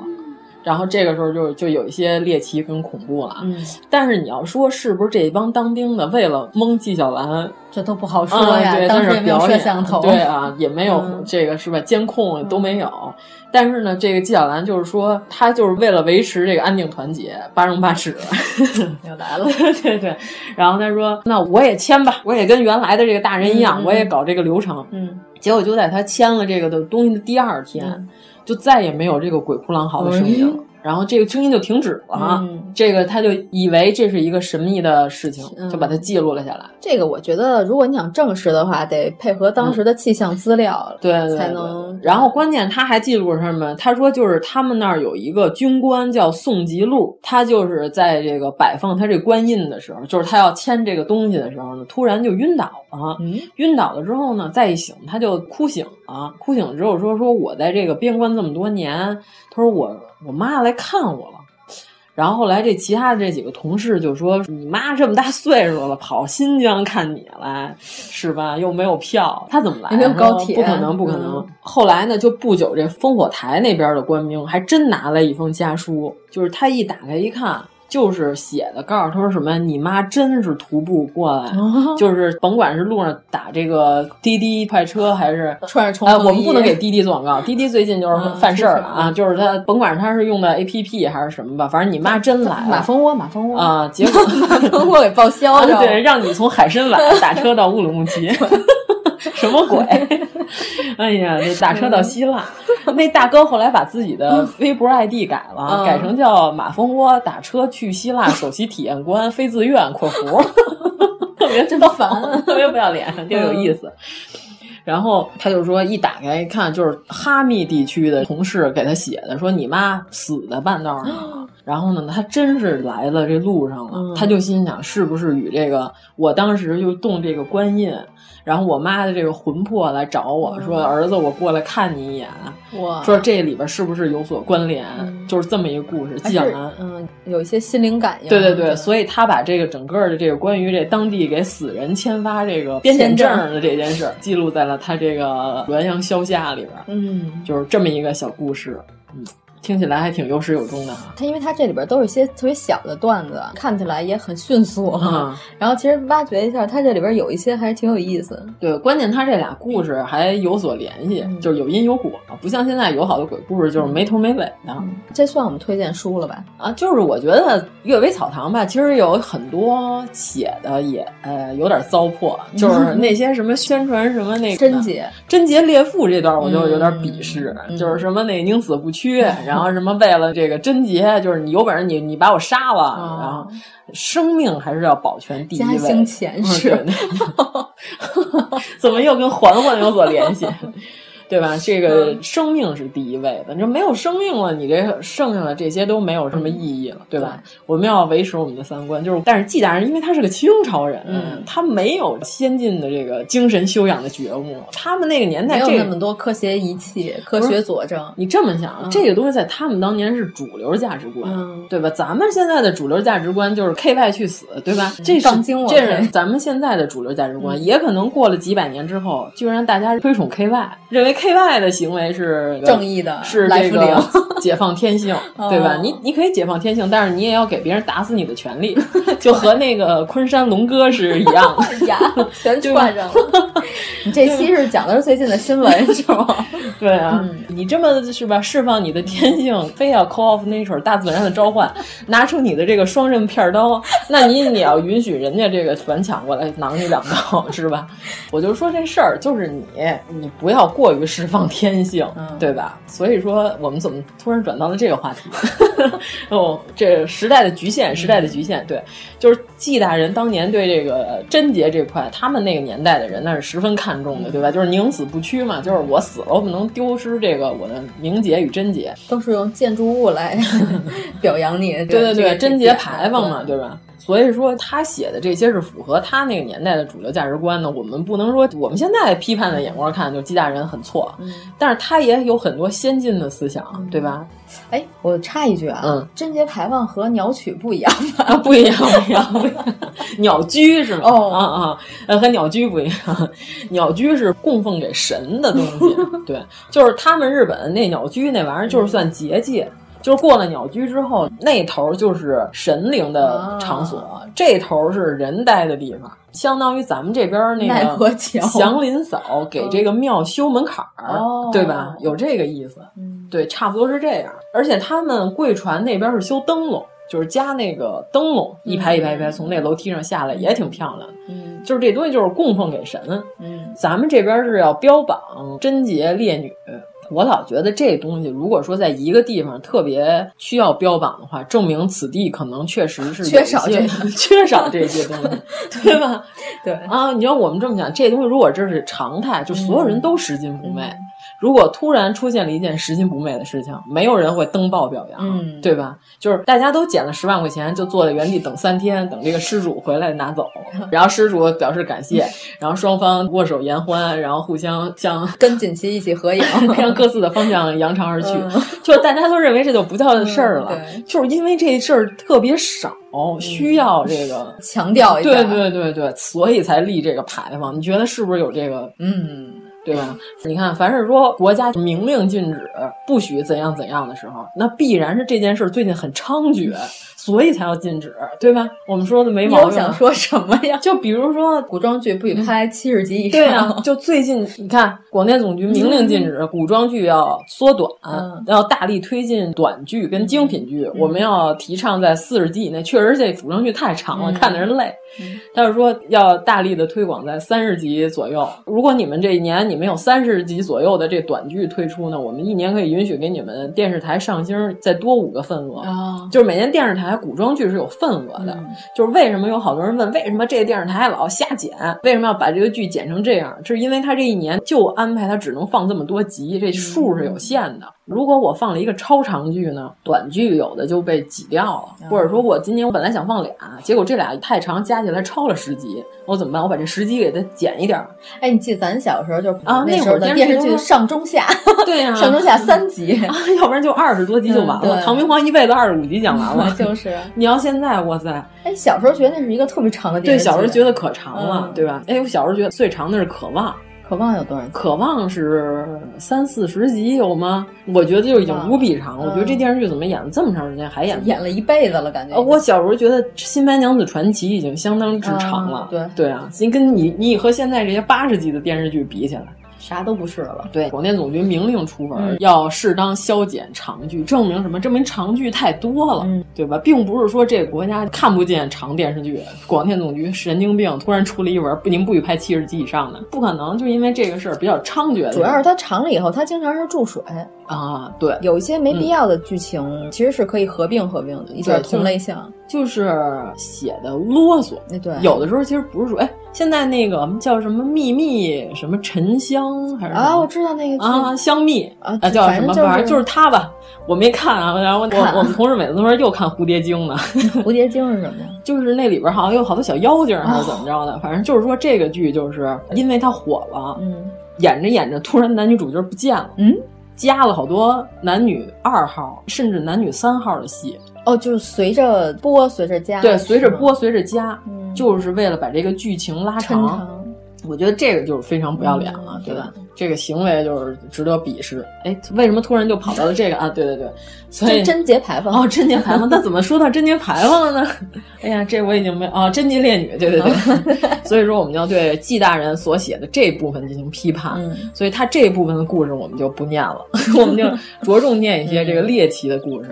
然后这个时候就就有一些猎奇跟恐怖了，
嗯，
但是你要说是不是这帮当兵的为了蒙纪晓岚
这都不好说
啊
呀，
对，
当时
但
也
是
没有
表
摄
演
像头。
对啊，也没有
嗯
这个是吧？监控都没有。但是呢，这个纪晓岚就是说，他就是为了维持这个安定团结，八荣八耻。
(laughs) 又来了。
对 (laughs) 对对。然后他说：“那我也签吧，我也跟原来的这个大人一样，
嗯嗯
我也搞这个流程。”
嗯，
结果就在他签了这个的东西的第二天，就再也没有这个鬼哭狼嚎的声音了。然后这个声音就停止了，
哎
啊
嗯
这个他就以为这是一个神秘的事情，就把它记录了下来。
这个我觉得，如果你想证实的话，得配合当时的气象资料，
嗯对对对
才能。
然后关键他还记录什么？他说就是他们那儿有一个军官叫宋吉禄，他就是在这个摆放他这官印的时候，就是他要签这个东西的时候呢，突然就晕倒了。
嗯
晕倒了之后呢，再一醒他就哭醒了。哭醒之后说说我在这个边关这么多年，他说我我妈来看我了。然后后来这其他的这几个同事就说：“你妈这么大岁数了，跑新疆看你来，是吧？又没有票，她怎么来啊？
也没有高铁嗯
不可能，不可能。后来呢，就不久这烽火台那边的官兵还真拿来一封家书，就是他一打开一看。就是写的，告诉他说什么，你妈真是徒步过来，
哦
就是甭管是路上打这个滴滴快车，还是
穿着冲
哎，
锋衣嗯
我们不能给滴滴做广告，滴滴最近就是犯事儿了啊，就是他甭管他是用的 APP 还是什么吧，反正你妈真来了，
马蜂窝，马蜂窝
啊，结果 (laughs)
马蜂窝给报销
啊
了。 (laughs)
对，让你从海参崴打车到乌鲁木齐。什么鬼？ (laughs) 哎呀，那打车
嗯
到希腊，那大哥后来把自己的微博 ID 改了，
嗯
改成叫马蜂窝打车去希腊首席体验官，非自愿（括弧），特别真烦，特别不要脸， (laughs) 挺有意思。然后他就说，一打开一看，就是哈密地区的同事给他写的，说你妈死在半道上
(gasps)
了。然后呢，他真是来了这路上了，
嗯
他就心想，是不是与这个我当时就动这个观音，然后我妈的这个魂魄来找我说，儿子，我过来看你一眼，
嗯哇，
说这里边是不是有所关联？
嗯
哎就是这么一个故事，
还
纪晓
是
岚。
嗯，有一些心灵感应。
对对对，
嗯
所以他把这个整个的这个关于这当地给死人签发这个边检
签
证
证
的这件事儿，记录在了他这个《滦阳消夏》里边儿，
嗯，
就是这么一个小故事。嗯，听起来还挺有始有终的 (laughs) 啊。
它因为它这里边都是一些特别小的段子，啊看起来也很迅速。啊
嗯
然后其实挖掘一下，它这里边有一些还是挺有意思。
对，关键他这俩故事还有所联系，就是有因有果，不像现在有好多鬼故事就是没头没尾的。
这算我们推荐书了吧？
啊，就是我觉得《阅微草堂》吧，其实有很多写的也呃有点糟粕，就是那些什么宣传什么 (laughs) 那个
贞洁
贞洁烈妇这段，我就有点鄙视，就是什么那宁死不屈，然后什么为了这个贞洁，就是你有本事你你把我杀了，然后生命还是要保全第一
嘉
位。
兴前世
嗯，对 (laughs) 怎么又跟环环有所联系？对吧？这个
嗯
生命是第一位的，你说没有生命了，你这剩下的这些都没有什么意
嗯
义了，对吧？我们要维持我们的三观，就是，但是纪大人因为他是个清朝人，
嗯
他没有先进的这个精神修养的觉悟，他们那个年
(laughs)
代
没有
这
那
个
么多科学仪器、科学佐
(laughs)
证。
你这么想，
嗯
这个东西在他们当年是主流价值观，
嗯
对吧？咱们现在的主流价值观就是 K Y 去死，对吧？这是
杠精我嗯
这是
K
咱们现在的主流价值观，也可能过了几百年之后，居然大家推崇 K Y，认为 K Y 的行为是
正义的
是
来
这
福哦
个
灵
(laughs) 解放
(laughs)
天性，对吧？你你可以解放天性，但是你也要给别人打死你的权利， (laughs) 就和那个昆山龙哥是一样的。
呀，全串上了！ (laughs) 你这期是讲的是最近的新闻是吗？
(laughs) 对啊，你这么是吧？释放你的天性，非要 call off nature 大自然的召唤，拿出你的这个双刃片刀，那你也要允许人家这个反抢过来囊你两刀，是吧？我就说这事儿就是你，你不要过于释放天性，对吧？所以说我们怎么突然转到了这个话题？ (laughs) 哦，这时代的局限，时代的局限，对，就是纪大人当年对这个贞洁这块，他们那个年代的人那是十分看重的，对吧？就是宁死不屈嘛，就是我死了，我不能丢失这个我的名节与贞洁。
都是用建筑物来 (laughs) 表扬你。
对对对，贞
贞
洁
洁
牌坊嘛，对吧？所以说他写的这些是符合他那个年代的主流价值观的。我们不能说我们现在批判的眼光看，就纪大人很错，但是他也有很多先进的思想，对吧？
哎，我插一句啊，
嗯
贞洁牌坊和鸟曲不一样吧？
啊，不一样，不一样，不一样。 (laughs) 鸟居是吗？哦，啊啊，呃，和鸟居不一样。鸟居是供奉给神的东 (laughs) 西，对，就是他们日本那鸟居那玩意儿，就是算结界。就是过了鸟居之后，那头就是神灵的场所，这头是人待的地方，相当于咱们这边那
奈何
个
桥
祥林嫂给这个庙修门槛儿，
哦
对吧？有这个意思。
嗯
对，差不多是这样。而且他们贵船那边是修灯笼，就是加那个灯笼，一排一排一排从那楼梯上下来，也挺漂亮的。
嗯，
就是这东西就是供奉给神。
嗯，
咱们这边是要标榜贞洁烈女。我老觉得这东西，如果说在一个地方特别需要标榜的话，证明此地可能确实是有一
缺
些
少这
(laughs) 缺少这些东西。对吧？
对 (laughs)
啊，你要我们这么讲，这东西如果这是常态，就所有人都拾金不昧。
嗯
如果突然出现了一件拾金不昧的事情，没有人会登报表扬，
嗯
对吧？就是大家都捡了十万块钱，就坐在原地等三天，等这个失主回
(laughs)
来拿走，然后失主表示感谢，然后双方握手言欢，然后互相 (laughs) 向，
跟锦旗一起合 (laughs) 影
向各自的方向扬长而去，就是大家都认为这就不叫事儿了，
嗯
就是因为这事儿特别少，需要这个
强调一下。
对对对对，所以才立这个牌坊。你觉得是不是有这个
嗯，
对吧？你看，凡是说国家明令禁止不许怎样怎样的时候，那必然是这件事儿最近很猖獗，所以才要禁止，对吧？我们说的没
你
毛
又
病。
想说什么呀？嗯
就比如说
古装剧不许拍七十 (laughs) 集以上，
对啊， (laughs) 就最近你看，广电总局明令禁止古装剧要缩短，
嗯
要大力推进短剧跟精品剧。我们要提倡在四十集以内，确实这古装剧太长了，
嗯
看的人累。但是说要大力的推广在三十集左右。如果你们这一年你们有三十集左右的这短剧推出呢，我们一年可以允许给你们电视台上星儿再多五个份额。
啊，嗯
就是每年电视台古装剧是有份额的，就是为什么有好多人问为什么这个电视台老瞎剪，为什么要把这个剧剪成这样？是因为他这一年就安排他只能放这么多集，这数是有
嗯
限的。如果我放了一个超长剧呢，短剧有的就被挤掉了，
嗯
或者说我今年我本来想放俩，结果这俩太长，加起来超了十集，我怎么办？我把这十集给它减一点儿。
(laughs) 哎，你记得咱小时候就是
啊那
那
会儿
时候的
电
电
视
视
剧
剧啊嗯上中下，
对呀、
上中下三集，
啊， (laughs) 要不然就二十多集就完
嗯
了。
对
唐明皇一辈子二十五集讲
(laughs)
完了，
就是。
(laughs) 你要现在，哇塞！
哎，小时候觉得那是一个特别长的电
对，
视剧，
小时候觉得可长了，
嗯
对吧？哎，我小时候觉得最长的是《渴望》，《
渴望有多少集？
渴望》是三四十集有吗？我觉得就已经无比长了。
嗯
我觉得这电视剧怎么演了这么长时间还演？
演了一辈子了，感觉。
呃，我小时候觉得《新白娘子传奇》已经相当之长了，
嗯
对啊，你跟你你和现在这些八十集的电视剧比起来，
啥都不是了吧？
对，广电总局明令出文，
嗯
要适当削减长剧，证明什么？证明长剧太多了，
嗯
对吧？并不是说这个国家看不见长电视剧，广电总局神经病，突然出了一文，不，您不许拍七十集以上的，不可能，就因为这个事儿比较猖獗的。
主要是它长了以后，它经常是注水，
啊，对，
有一些没必要的剧情其实是可以合并合并的，一下
对
同类项。
就是写的啰嗦。
那对，
有的时候其实不是说，哎，现在那个叫什么秘密什么沉香还是什么
啊，我知道那个剧
啊，香蜜
啊
叫
反
什
正
么
就是
玩意儿？就是他吧，我没看啊。然后我
看啊
我我们同事每次都说又看蝴
(laughs)
蝶精呢，
蝴蝶精是什么呀？
就是那里边好像有好多小妖精还是
啊
怎么着的，反正就是说这个剧就是因为它火了，
嗯
演着演着突然男女主角不见了，
嗯，
加了好多男女二号甚至男女三号的戏，
哦，就是随着播，随着加，
对，随着
是吗
播随着加
嗯，
就是为了把这个剧情拉
抻
长。
长。
我觉得这个就是非常不要脸了，
嗯
对吧
对？
这个行为就是值得鄙视。哎，为什么突然就跑到了这个啊？对对对，所以
这贞节牌坊
哦，贞洁牌坊，那怎么说到贞洁牌坊
(laughs)
了呢？哎呀，这我已经没哦，贞洁烈女，对对
嗯
对。 (laughs) 所以说，我们要对纪大人所写的这部分进行批判。
嗯
所以他这部分的故事我们就不念了， (laughs) 我们就着重念一些
嗯
这个猎奇的故事。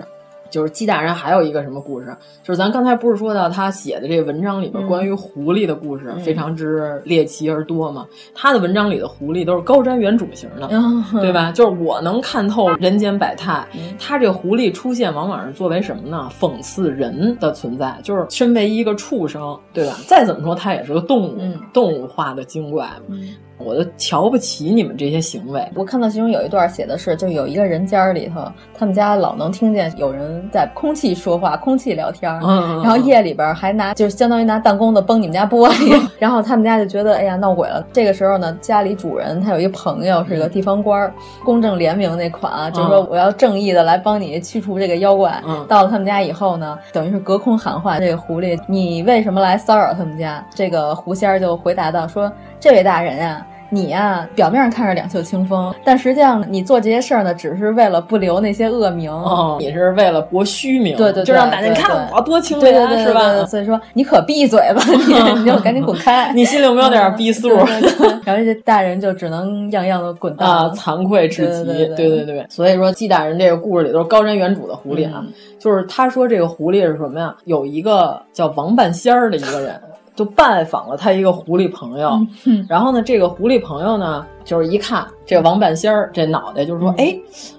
就是纪大人还有一个什么故事，就是咱刚才不是说到他写的这文章里边
嗯
关于狐狸的故事、
嗯
非常之猎奇而多嘛？他的文章里的狐狸都是高瞻远瞩型的，
嗯，
对吧？就是我能看透人间百态
嗯。
他这狐狸出现，往往是作为什么呢？讽刺人的存在，就是身为一个畜生，对吧？再怎么说，他也是个动物，
嗯
动物化的精怪。
嗯
我都瞧不起你们这些行为。
我看到其中有一段写的是，就有一个人家里头，他们家老能听见有人在空气说话、空气聊天儿，
嗯，
然后夜里边儿还拿就是相当于拿弹弓子崩你们家玻
(laughs)
璃，然后他们家就觉得哎呀闹鬼了。这个时候呢，家里主人他有一朋友是个地方官儿，公正廉明那款啊，就说
嗯
我要正义的来帮你驱除这个妖怪。
嗯
到了他们家以后呢，等于是隔空喊话这个狐狸，你为什么来骚扰他们家？这个狐仙儿就回答道说，这位大人呀、你呀、表面上看着两袖清风，但实际上你做这些事儿呢，只是为了不留那些恶名。
哦，你是为了博虚名，
对对对
就让大家
对对
看我多清
对对对
廉，
对
啊是
对
吧？
所以说你可闭嘴吧，你你就赶紧滚开。
(laughs)
嗯
你心里有没有点逼数？ (laughs)
对对对然后这大人就只能样样的滚蛋
啊，惭愧至极，
对对对
对对所以说纪大人这个故事里都是高瞻远瞩的狐狸啊，
嗯
就是他说这个狐狸是什么呀？有一个叫王半仙儿的一个人，就拜访了他一个狐狸朋友，
嗯
然后呢，这个狐狸朋友呢，就是一看这个王半仙儿这脑袋，就是说，
嗯
哎、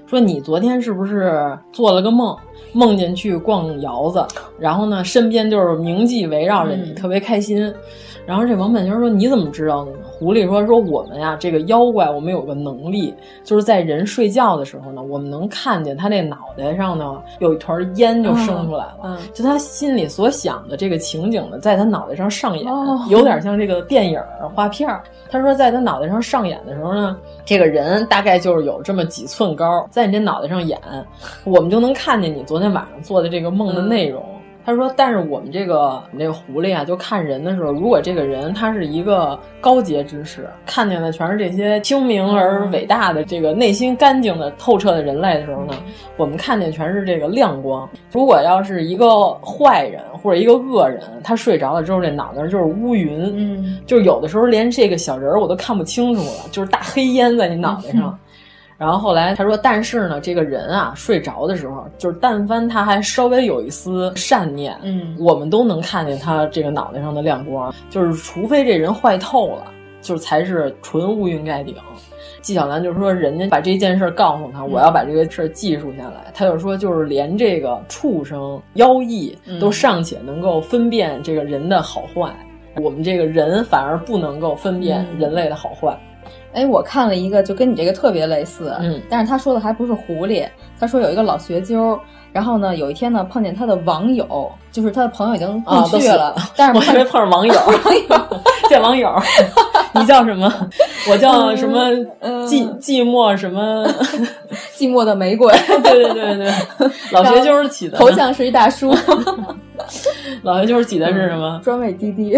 说你昨天是不是做了个梦？梦见去逛窑子，然后呢，身边就是名妓围绕着你，
嗯
特别开心。然后这王半仙说：“你怎么知道的呢？”狐狸说：“说我们呀，这个妖怪，我们有个能力，就是在人睡觉的时候呢，我们能看见他那脑袋上呢有一团烟就升出来了，
嗯嗯
就他心里所想的这个情景呢，在他脑袋上上演，
哦
有点像这个电影儿画片儿。”他说，在他脑袋上上演的时候呢，这个人大概就是有这么几寸高，在你这脑袋上演，我们就能看见你昨天晚上做的这个梦的内容。他说，但是我们这个我们这个狐狸啊，就看人的时候，如果这个人他是一个高洁之士，看见的全是这些精明而伟大的、这个内心干净的、透彻的人类的时候呢，我们看见全是这个亮光。如果要是一个坏人或者一个恶人，他睡着了之后，这脑袋就是乌云，
嗯，
就是有的时候连这个小人儿我都看不清楚了，就是大黑烟在你脑袋上。 (laughs) 然后后来他说，但是呢，这个人啊，睡着的时候，就是但凡他还稍微有一丝善念，
嗯，
我们都能看见他这个脑袋上的亮光，就是除非这人坏透了，就是才是纯乌云盖顶。纪晓岚就说，人家把这件事儿告诉他，我要把这个事儿记述下来。他就说，就是连这个畜生、妖异
嗯
都尚且能够分辨这个人的好坏，我们这个人反而不能够分辨
嗯
人类的好坏。
哎，我看了一个，就跟你这个特别类似，
嗯
但是他说的还不是狐狸，他说有一个老学究，然后呢，有一天呢碰见他的网友，就是他的朋友已经
啊，
故去了，但
我
是
还
碰
没碰上网友，网友见网友，你叫什么？我叫什么？
嗯
寂寂寞什么？
寂寞的玫瑰，
对对对对，老学究 (laughs) 起的
头像，是一大
(laughs)
叔，
老学究起的是什么？
嗯专为滴
(laughs)
滴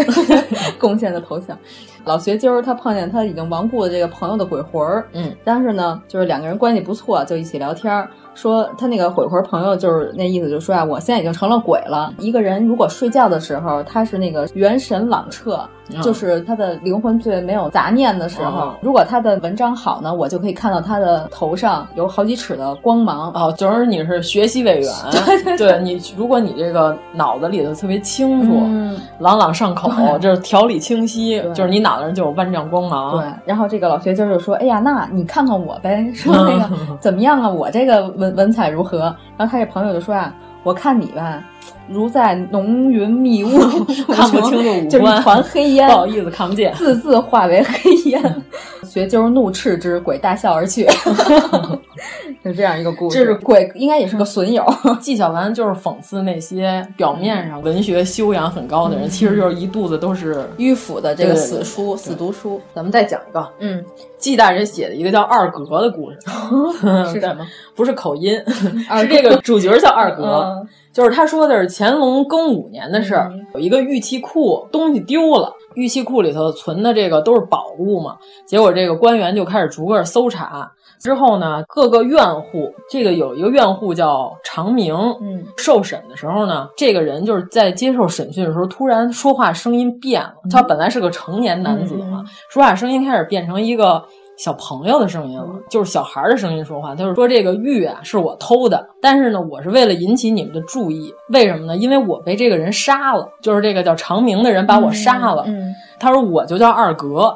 贡献的头像。老学究他碰见他已经亡故的这个朋友的鬼魂儿，
嗯，
但是呢，就是两个人关系不错，就一起聊天儿，说他那个鬼魂朋友就是那意思，就说啊，我现在已经成了鬼了。一个人如果睡觉的时候，他是那个元神朗彻，
嗯
就是他的灵魂最没有杂念的时候
哦。
如果他的文章好呢，我就可以看到他的头上有好几尺的光芒。
哦，就是你是学习委员， (laughs) 对你，如果你这个脑子里头特别清楚，
嗯，
朗朗上口，
对
就是条理清晰，
对
就是你脑袋上就有万丈光芒。，
对，然后这个老学究就说：“哎呀，那你看看我呗，说那个、怎么样啊？我这个文文采如何？”然后他这朋友就说：“啊，我看你吧，如在浓云密雾
(laughs) 看不清楚五官
就是一团黑烟，
不好意思，看不 (laughs) 见。
字字化为黑
(laughs)
烟。”学究怒斥之，鬼大笑而去。 (laughs) 是这样一个故事，
这是
鬼，应该也是个损
(laughs)
友。
纪晓岚就是讽刺那些表面上文学修养很高的人，其实就是一肚子都是
迂腐的这个
对对
死
对
书、死读书，
咱们再讲一个，
嗯，
纪大人写的一个叫二格的故事，
是什
(laughs)
么？
不 (laughs) 是口音，
二
是
格
这个主角叫二格，
嗯
就是他说的是乾隆庚午年的事儿
嗯，
有一个玉器库东西丢了，玉器库里头存的这个都是宝物嘛，结果这个官员就开始逐个搜查。之后呢，各个院户，这个有一个院户叫长明，
嗯，
受审的时候呢，这个人就是在接受审讯的时候，突然说话声音变
嗯
了。他本来是个成年男子嘛，说话声音开始变成一个小朋友的声音了，
嗯
就是小孩儿的声音说话。他就是说这个玉啊是我偷的，但是呢，我是为了引起你们的注意，为什么呢？因为我被这个人杀了，就是这个叫长明的人把我杀了。
嗯
他说我就叫二格，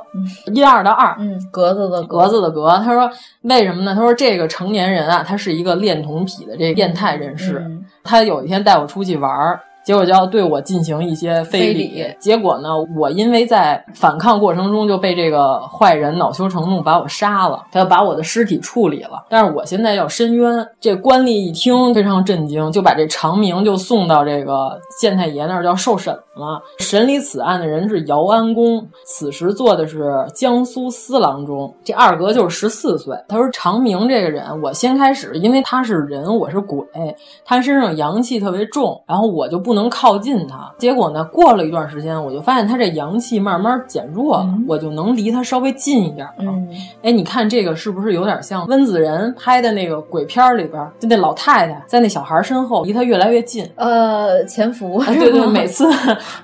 一二的二，
嗯，格子的
格子的格，他说为什么呢？他说这个成年人啊，他是一个恋童癖的这个变态人士，
嗯
他有一天带我出去玩儿。结果就要对我进行一些非礼，
非礼
结果呢，我因为在反抗过程中就被这个坏人恼羞成怒把我杀了，他就把我的尸体处理了。但是我现在要申冤，这官吏一听非常震惊，就把这长明就送到这个县太爷那儿就要受审了。审理此案的人是姚安公，此时做的是江苏司郎中。这二哥就是十四岁，他说长明这个人，我先开始因为他是人，我是鬼，他身上阳气特别重，然后我就不能靠近他。结果呢，过了一段时间，我就发现他这阳气慢慢减弱了，我就能离他稍微近一点了。
嗯
哎，你看这个是不是有点像温子仁拍的那个鬼片儿里边儿，就那老太太在那小孩身后，离他越来越近。
呃，潜伏，
啊，对 (laughs) 对，每次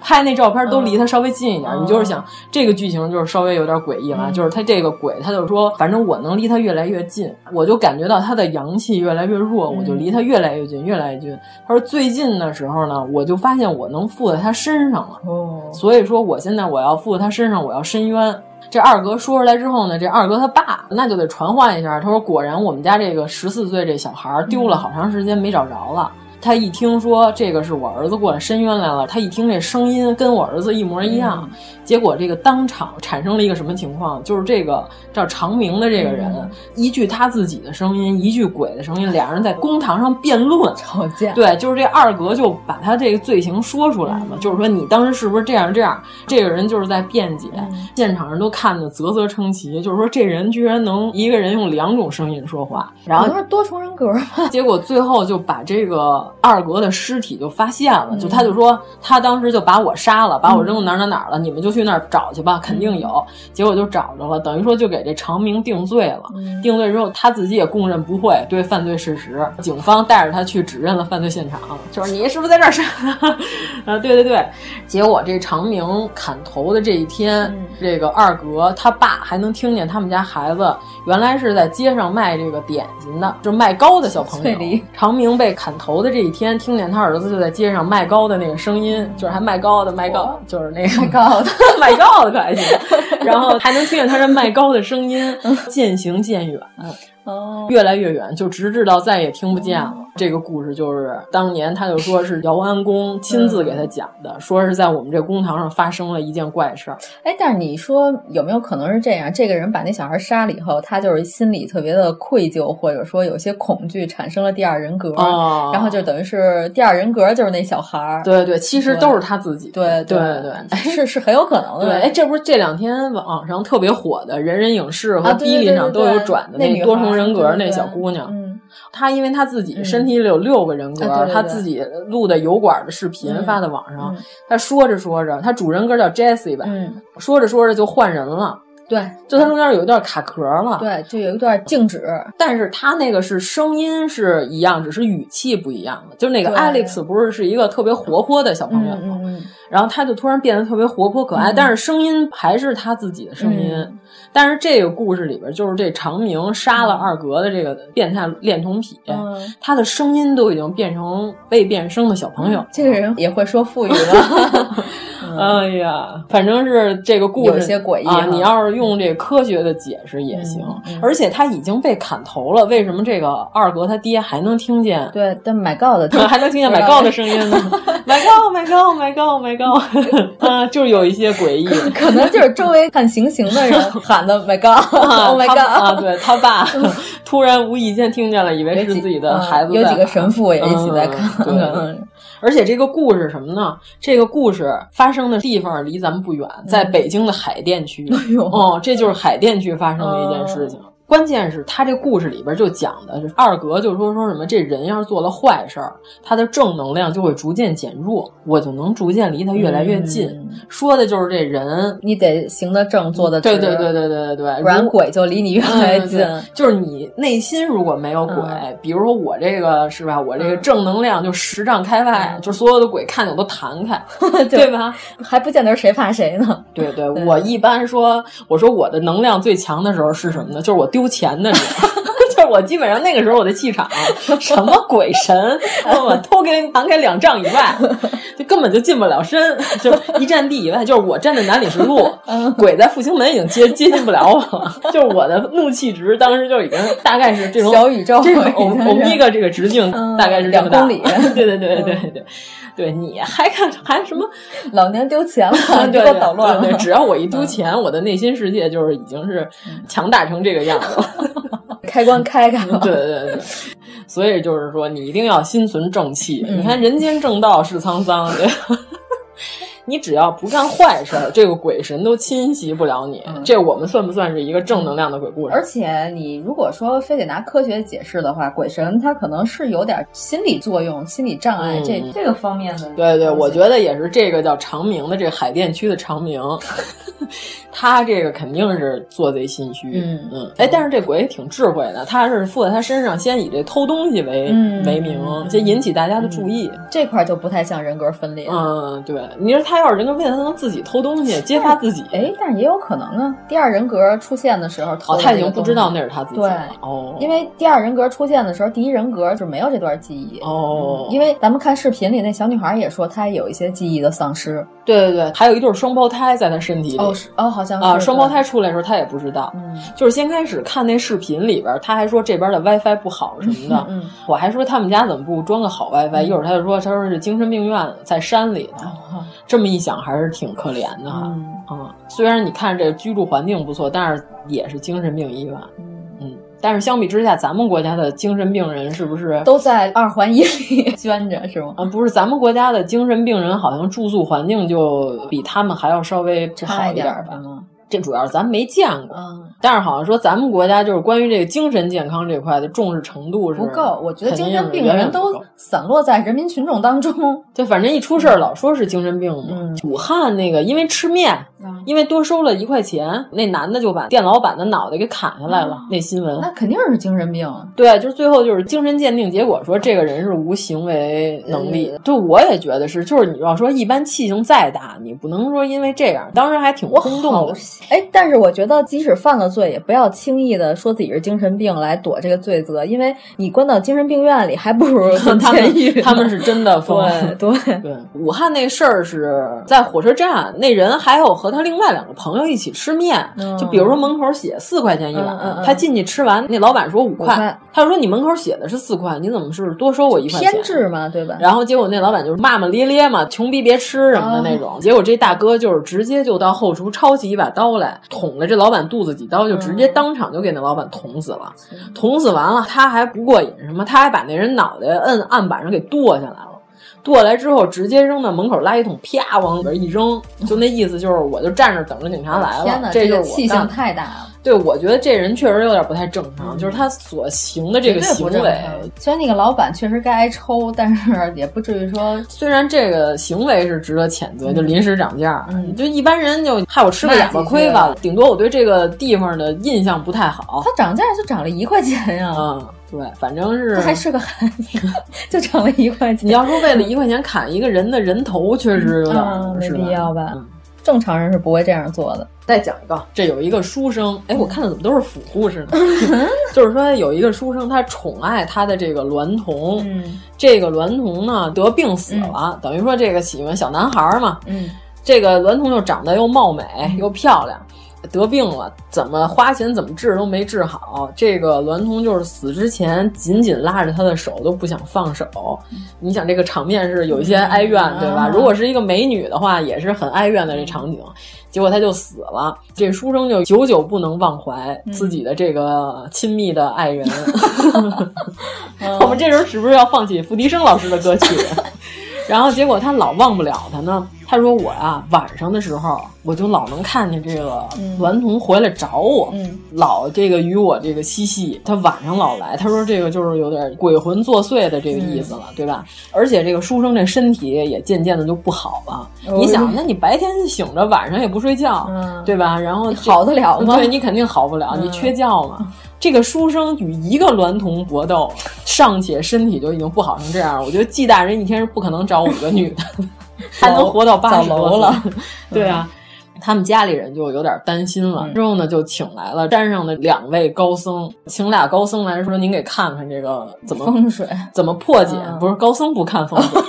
拍那照片都离他稍微近一点，
嗯
你就是想这个剧情就是稍微有点诡异了，啊
嗯
就是他这个鬼，他就说，反正我能离他越来越近，我就感觉到他的阳气越来越弱，
嗯
我就离他越来越近，越来越近。他说最近的时候呢，我就发现我能附在他身上了，
哦，
所以说我现在我要附在他身上，我要申冤。这二哥说出来之后呢，这二哥他爸那就得传唤一下。他说：“果然，我们家这个十四岁这小孩儿丢
嗯
了好长时间没找着了。他一听说这个是我儿子过来申冤来了，他一听这声音跟我儿子一模一样，
嗯
结果这个当场产生了一个什么情况？就是这个叫长明的这个人，
嗯
一句他自己的声音，一句鬼的声音，俩人在公堂上辩论。
吵架，
对，就是这二格就把他这个罪行说出来了，
嗯
就是说你当时是不是这样这样？这个人就是在辩解，现场人都看得啧啧称奇，就是说这人居然能一个人用两种声音说话，
(laughs)
然
然后
后
都是多重人格吧，
结果最后就把这个二哥的尸体就发现了，就他就说他当时就把我杀了，把我扔哪儿哪儿哪儿了，你们就去那儿找去吧，肯定有。结果就找着了，等于说就给这长明定罪了。
(laughs)
嗯定罪之后，他自己也供认不讳对犯罪事实，警方带着他去指认了犯罪现场，就是你是不是在这儿杀的？ (laughs) 啊，对对对。结果这长明砍头的这一天，这个二哥他爸还能听见他们家孩子原来是在街上卖这个点心的，就是卖糕的小朋
脆
友。长明被砍头的这一天，听见他儿子就在街上卖糕的那个声音，就是还卖糕的卖糕，就是那个
(laughs)
卖
糕的
(laughs) 卖糕的可还行。然后还能听见他这卖糕的声音，
嗯
渐行渐远。
哦，
越来越远，就直至到再也听不见了。这个故事就是当年他就说是姚安公亲自
嗯
给他讲的，说是在我们这公堂上发生了一件怪事儿。
哎，但是你说有没有可能是这样？这个人把那小孩杀了以后，他就是心里特别的愧疚，或者说有些恐惧，产生了第二人格，
哦
然后就等于是第二人格就是那小孩儿。
对对，其实都是他自己。
对
对
对哎
对，
是是很有可能的。
对，哎，这不是这两天网上特别火的人人影视和
啊对对
哔
对
哩上都
对
有
对
转的
那女孩
多重人格
对对嗯
那
对
小姑娘，她因为她自己身体里有六个人格，
嗯啊对对对
她自己录的油管的视频
嗯
发到网上，
嗯
她说着说着，她主人格叫 Jessie 吧，
嗯，
说着说着就换人了。
对，
就她中间有一段卡壳了，
对，就有一段静止，
但是他那个是声音是一样，只是语气不一样了。就是那个
对
Alex 不是是一个特别活泼的小朋友，
嗯嗯
然后他就突然变得特别活泼可爱，
嗯
但是声音还是他自己的声音。
嗯
但是这个故事里边，就是这长明杀了二格的这个变态恋童癖，
嗯
他的声音都已经变成未变声的小朋友。
嗯这个人也会说腹语了，
(laughs)
嗯
哎呀，反正是这个故事
有些诡异
啊！
哈
你要是用这科学的解释也行，
嗯
而且他已经被砍头了，为什么这个二哥他爹还能听见？
对，但买告的 (laughs)
(laughs) 还能听见买告的声音呢，买告买告买告买告， (laughs) 啊，就是有一些
(laughs)
诡异。
可能就是周围看行刑的
(laughs)
人喊的 “My (laughs) God”，“Oh Oh my
他
God”，嗯
啊，对他爸突然无意间听见了，以为是自己的孩子在
有
看、
几个神父也一起在
嗯
看， (laughs)
对而且这个故事什么呢？这个故事发生的地方离咱们不远，在北京的海淀区。
嗯 (laughs) 哎呦哦
哦，这就是海淀区发生的一件事情。关键是他这故事里边就讲的，就是二格就说说什么，这人要是做了坏事儿，他的正能量就会逐渐减弱，我就能逐渐离他越来越近。
嗯
说的就是这人，
你得行得正，坐得直，
对对对对对对对，
不然
如
鬼就离你越来越近。
嗯对嗯对就是你内心如果没有鬼，比如说我这个是吧，我这个正能量就十丈开外，就所有的鬼看见我都弹开，
(laughs)
对吧？
还不见得是谁怕谁呢。
对对，我一般说，我说我的能量最强的时候是什么呢？就是我丢钱的时候。 (laughs) 就是我基本上那个时候我的气场，什么鬼神，我都给你弹开两丈以外，就根本就近不了身，就一站地以外，就是我站在南礼士路，
嗯
鬼在复兴门已经接接近不了我了，就是我的怒气值当时就已经大概是这种
小宇宙
这种
已经是
欧米伽这个直径
嗯
大概是这么大
两公里
(laughs) 对对对对对对，你还看还什么？，
老娘丢钱了你
(laughs) 对
啊给我捣乱
对对
了。嗯
只要我一丢钱，我的内心世界就是已经是强大成这个样子了。
(laughs) 开关开开吧。
嗯对对对，所以就是说，你一定要心存正气。
嗯
你看，人间正道是沧桑，对吧。 (laughs) 你只要不干坏事儿，这个鬼神都侵袭不了你。这我们算不算是一个正能量的鬼故事？
嗯而且你如果说非得拿科学解释的话，鬼神它可能是有点心理作用、心理障碍、
嗯
这这个方面的。
对对，我觉得也是这个叫长明的这个海淀区的
(laughs)
长明，他这个肯定是做贼心虚。
嗯
嗯，哎，但是这鬼也挺智慧的，他是附在他身上，先以这偷东西为、
嗯
为名，先引起大家的注意。
这块儿就不太像人格分裂。
嗯对，你说他要是人格分裂，他能自己偷东西，揭发自己。
哎，但是也有可能啊，第二人格出现的时候，
哦，他已经不知道那是他自己
对
了。哦，
因为第二人格出现的时候，第一人格就没有这段记忆。嗯
哦，
因为咱们看视频里那小女孩也说，她有一些记忆的丧失。
对对对，还有一对双胞胎在他身体里。
哦，是哦，好像是
啊，双胞胎
对
出来的时候他也不知道，
嗯
就是先开始看那视频里边，他还说这边的 WiFi 不好什么的，
嗯
我还说他们家怎么不装个好 WiFi，、一会儿他就说他说是精神病院在山里头，这么一想还是挺可怜的哈，
哦嗯
虽然你看这居住环境不错，但是也是精神病医院，嗯，但是相比之下，咱们国家的精神病人是不是
都在二环以里 (laughs) 捐着是吗？
啊，不是，咱们国家的精神病人好像住宿环境就比他们还要稍微不好
差一
点
点
儿
儿
吧
吧？
这主要是咱没见过，
嗯，
但是好像说咱们国家就是关于这个精神健康这块的重视程度是
不够。我觉得
肯
精
定是
神病
远远
人
不
都
够
散落在人民群众当中。
对，反正一出事儿老说是精神病嘛。
嗯
武汉那个因为吃面，因为多收了一块钱，那男的就把店老板的脑袋给砍下来了。那新闻
(laughs) 嗯那肯定是精神病啊。
对，就是最后就是精神鉴定结果说这个人是无行为能力。就我也觉得是，就是你要说一般气性再大，你不能说因为这样。当时还挺轰动的，
哎，但是我觉得，即使犯了罪，也不要轻易的说自己是精神病来躲这个罪责，因为你关到精神病院里，还不
(laughs)
如进
他
监狱
们
呢。(laughs)
他们是真的疯。
对
(laughs)
对 (laughs)
对，武汉那事儿是在火车站，那人还有和他另外两个朋友一起吃面，
嗯
就比如说门口写四块钱一碗，
嗯嗯嗯
他进去吃完，那老板说五块，
五块
他就说你门口写的是四块，你怎么是多收我一块钱？
偏执嘛，对吧？
然后结果那老板就是骂骂咧咧嘛，穷逼别吃什么
啊
的那种。结果这大哥就是直接就到后厨抄起一把刀来，捅了这老板肚子几刀，就直
嗯
接当场就给那老板捅死了。捅死完了，他还不过瘾，什么他还把那人脑袋摁案板上给剁下来了。剁下来之后，直接扔到门口垃圾桶，啪往里边一扔，就那意思就是，我就站着等着警察来了。
天哪，
这
这
就是
个
我
气
干
性
的
太大了。
对，我觉得这人确实有点不太正常，就是他所行的这个
嗯绝对
行
不正
为，
常啊虽然那个老板确实该挨抽，但是也不至于说
虽然这个行为是值得谴责，就临时涨价，啊
嗯
就一般人就害我吃个哑巴亏吧，顶多我对这个地方的印象不太好
他。涨价就涨了一块钱呀、
嗯，对，反正是
他还是个孩子， (laughs) 就涨了一块钱。
你要说为了一块钱砍一个人的人头，确实有点儿、
嗯，没
是吧
必要吧？正常人是不会这样做的。
再讲一个，这有一个书生，哎，我看的怎么都是腐故事呢？
嗯
(laughs) 就是说有一个书生，他宠爱他的这个娈童，
嗯
这个娈童呢得病死了，等于说这个喜欢小男孩儿嘛，
嗯，
这个娈童又长得又貌美又漂亮，得病了，怎么花钱怎么治都没治好。这个娈童就是死之前紧紧拉着他的手都不想放手。你想这个场面是有一些哀怨，对吧？如果是一个美女的话，也是很哀怨的这场景。结果他就死了，这书生就久久不能忘怀自己的这个亲密的爱人。 (laughs) 我们这时候是不是要放起付笛生老师的歌曲？然后结果他老忘不了他呢。他说我啊，晚上的时候我就老能看见这个娈童回来找我，
嗯
老这个与我这个嬉戏。他晚上老来，他说这个就是有点鬼魂作祟的这个意思了，对吧？而且这个书生这身体也渐渐的就不好了。
哦
你想，那你白天醒着，晚上也不睡觉，
嗯
对吧？然后这
好得了吗嗯
对你肯定好不了，你缺觉嘛。这个书生与一个娈童搏斗，尚且身体就已经不好成这样，我觉得纪大人一天是不可能找五个女
(laughs)
的，还能活到八十
早
多
楼了 (laughs)
岁。对啊。他们家里人就有点担心了，
嗯
之后呢，就请来了山上的两位高僧，请俩高僧来说：“您给看看这个怎么
嗯风水。嗯
怎么破解？不是高僧不看
(laughs)
风水，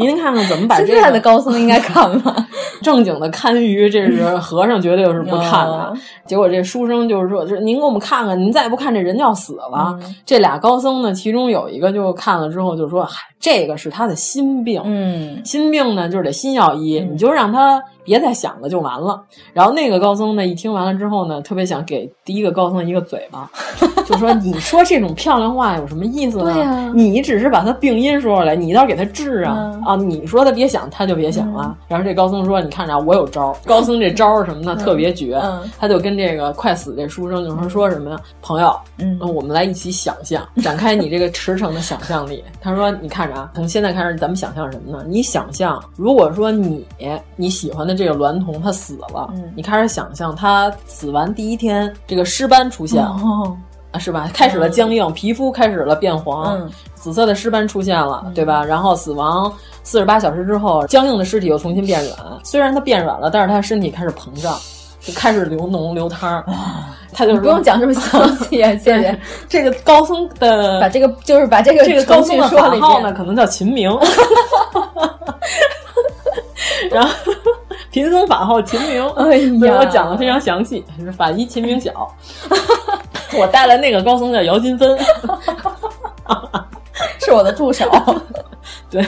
您看看怎么把这
现
个
在的高僧应该看
(laughs)
吧？
正经的堪舆，这是和尚绝对是不看的。
嗯
结果这书生就是说，就是您给我们看看，您再不看这人就要死了。
嗯
这俩高僧呢，其中有一个就看了之后就说，嗨，这个是他的心病。
嗯，
心病呢，就是得心药医，你就让他别再想了就完了。然后那个高僧呢，一听完了之后呢，特别想给第一个高僧一个嘴巴， (laughs) 就说：“你说这种漂亮话有什么意思呢？
对呀
你只是把他病因说出来，你倒是给他治啊、
嗯
啊！你说他别想，他就别想了。然后这高僧说：‘你看着啊，我有招儿。’ (laughs) 高僧这招儿什么呢？特别绝，
嗯
他就跟这个快死这书生就说说什么呀，朋友，
嗯
那我们来一起想象，展开你这个驰骋的想象力。他说：“你看着啊，从现在开始，咱们想象什么呢？你想象，如果说你你喜欢的这个娈童他死了，
嗯
你开始想象他死完第一天，这个尸斑出现了，
哦，
啊，是吧？开始了僵硬，皮肤开始了变黄，
嗯
紫色的尸斑出现了，对吧？然后死亡四十八小时之后，僵硬的尸体又重新变软。虽然它变软了，但是它身体开始膨胀，就开始流脓流汤儿。他就
你不用讲这么详细，谢
(laughs)
谢。
这个高僧的
把这个就是把这个
这个高僧的
程序说
法
了一
号呢，
遍，
可能叫
(laughs)
秦明。然后， (laughs) 贫僧法号秦明，
哎呀
所以我讲的非常详细，是法医秦明
(laughs)
晓。我带来那个高僧叫姚金芬，
是我的助手。
(laughs) 对，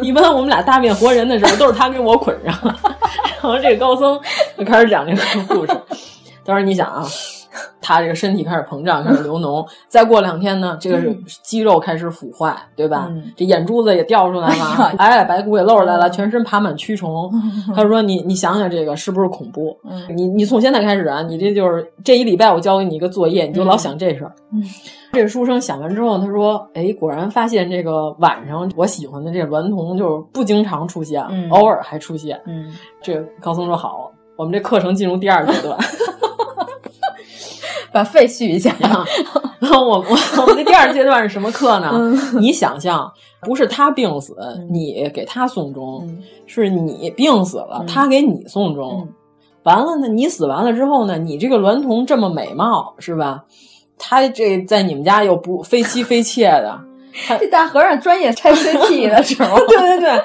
一般我们俩大变活人的时候，都是他给我捆上，然后这个高僧就开始讲这个故事。当时你想啊，他这个身体开始膨胀，开始流脓。再过两天呢，这个
嗯
肌肉开始腐坏，对吧？
嗯
这眼珠子也掉出来了，
哎呀嗯
矮矮白骨也露出来了，全身爬满蛆虫。他说：“你你想想这个是不是恐怖？
嗯
你你从现在开始啊，你这就是这一礼拜我交给你一个作业，你就老想这事儿。
嗯
这个书生想完之后，他说：“哎，果然发现这个晚上我喜欢的这娈童就是不经常出现，
嗯
偶尔还出现。”
嗯，
这个高僧说：“好，我们这课程进入第二阶
(laughs)
段。”
(laughs) 把肺续一下。
然后我 (laughs) 我我们的第二阶段是什么课呢？
嗯
你想象，不是他病死，你给他送终，
嗯
是你病死了，他给你送终。完了呢，你死完了之后呢，你这个娈童这么美貌是吧？他这在你们家又不非妻非妾的，嗯
这大和尚专业拆 CT 的时
(laughs)
候，
对对对，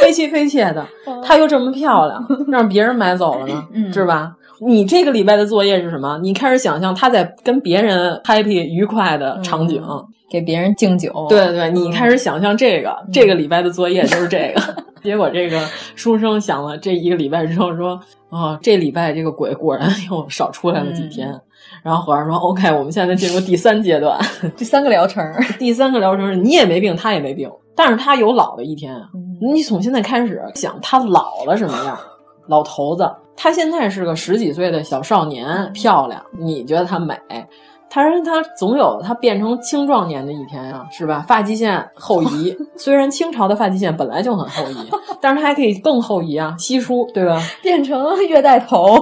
非妻非妾的，她又这么漂亮，让别人买走了呢，
嗯
是吧？你这个礼拜的作业是什么？你开始想象她在跟别人 happy 愉快的场景，
给别人敬酒。
对对，你开始想象这个，这个礼拜的作业就是这个。结果这个书生想了这一个礼拜之后说，哦，这礼拜这个鬼果然又少出来了几天。然后和尚说：“OK，我们现在进入第三阶段， (laughs)
这三个疗程，
第三个疗程是你也没病，他也没病，但是他有老的一天啊。你从现在开始想他老了什么样，老头子，他现在是个十几岁的小少年，漂亮，你觉得她美？他说他总有他变成青壮年的一天啊，是吧？发际线后移，虽然清朝的发际线本来就很后移，但是他还可以更后移啊，稀疏，对吧？
(laughs)
(laughs)
变成月带头。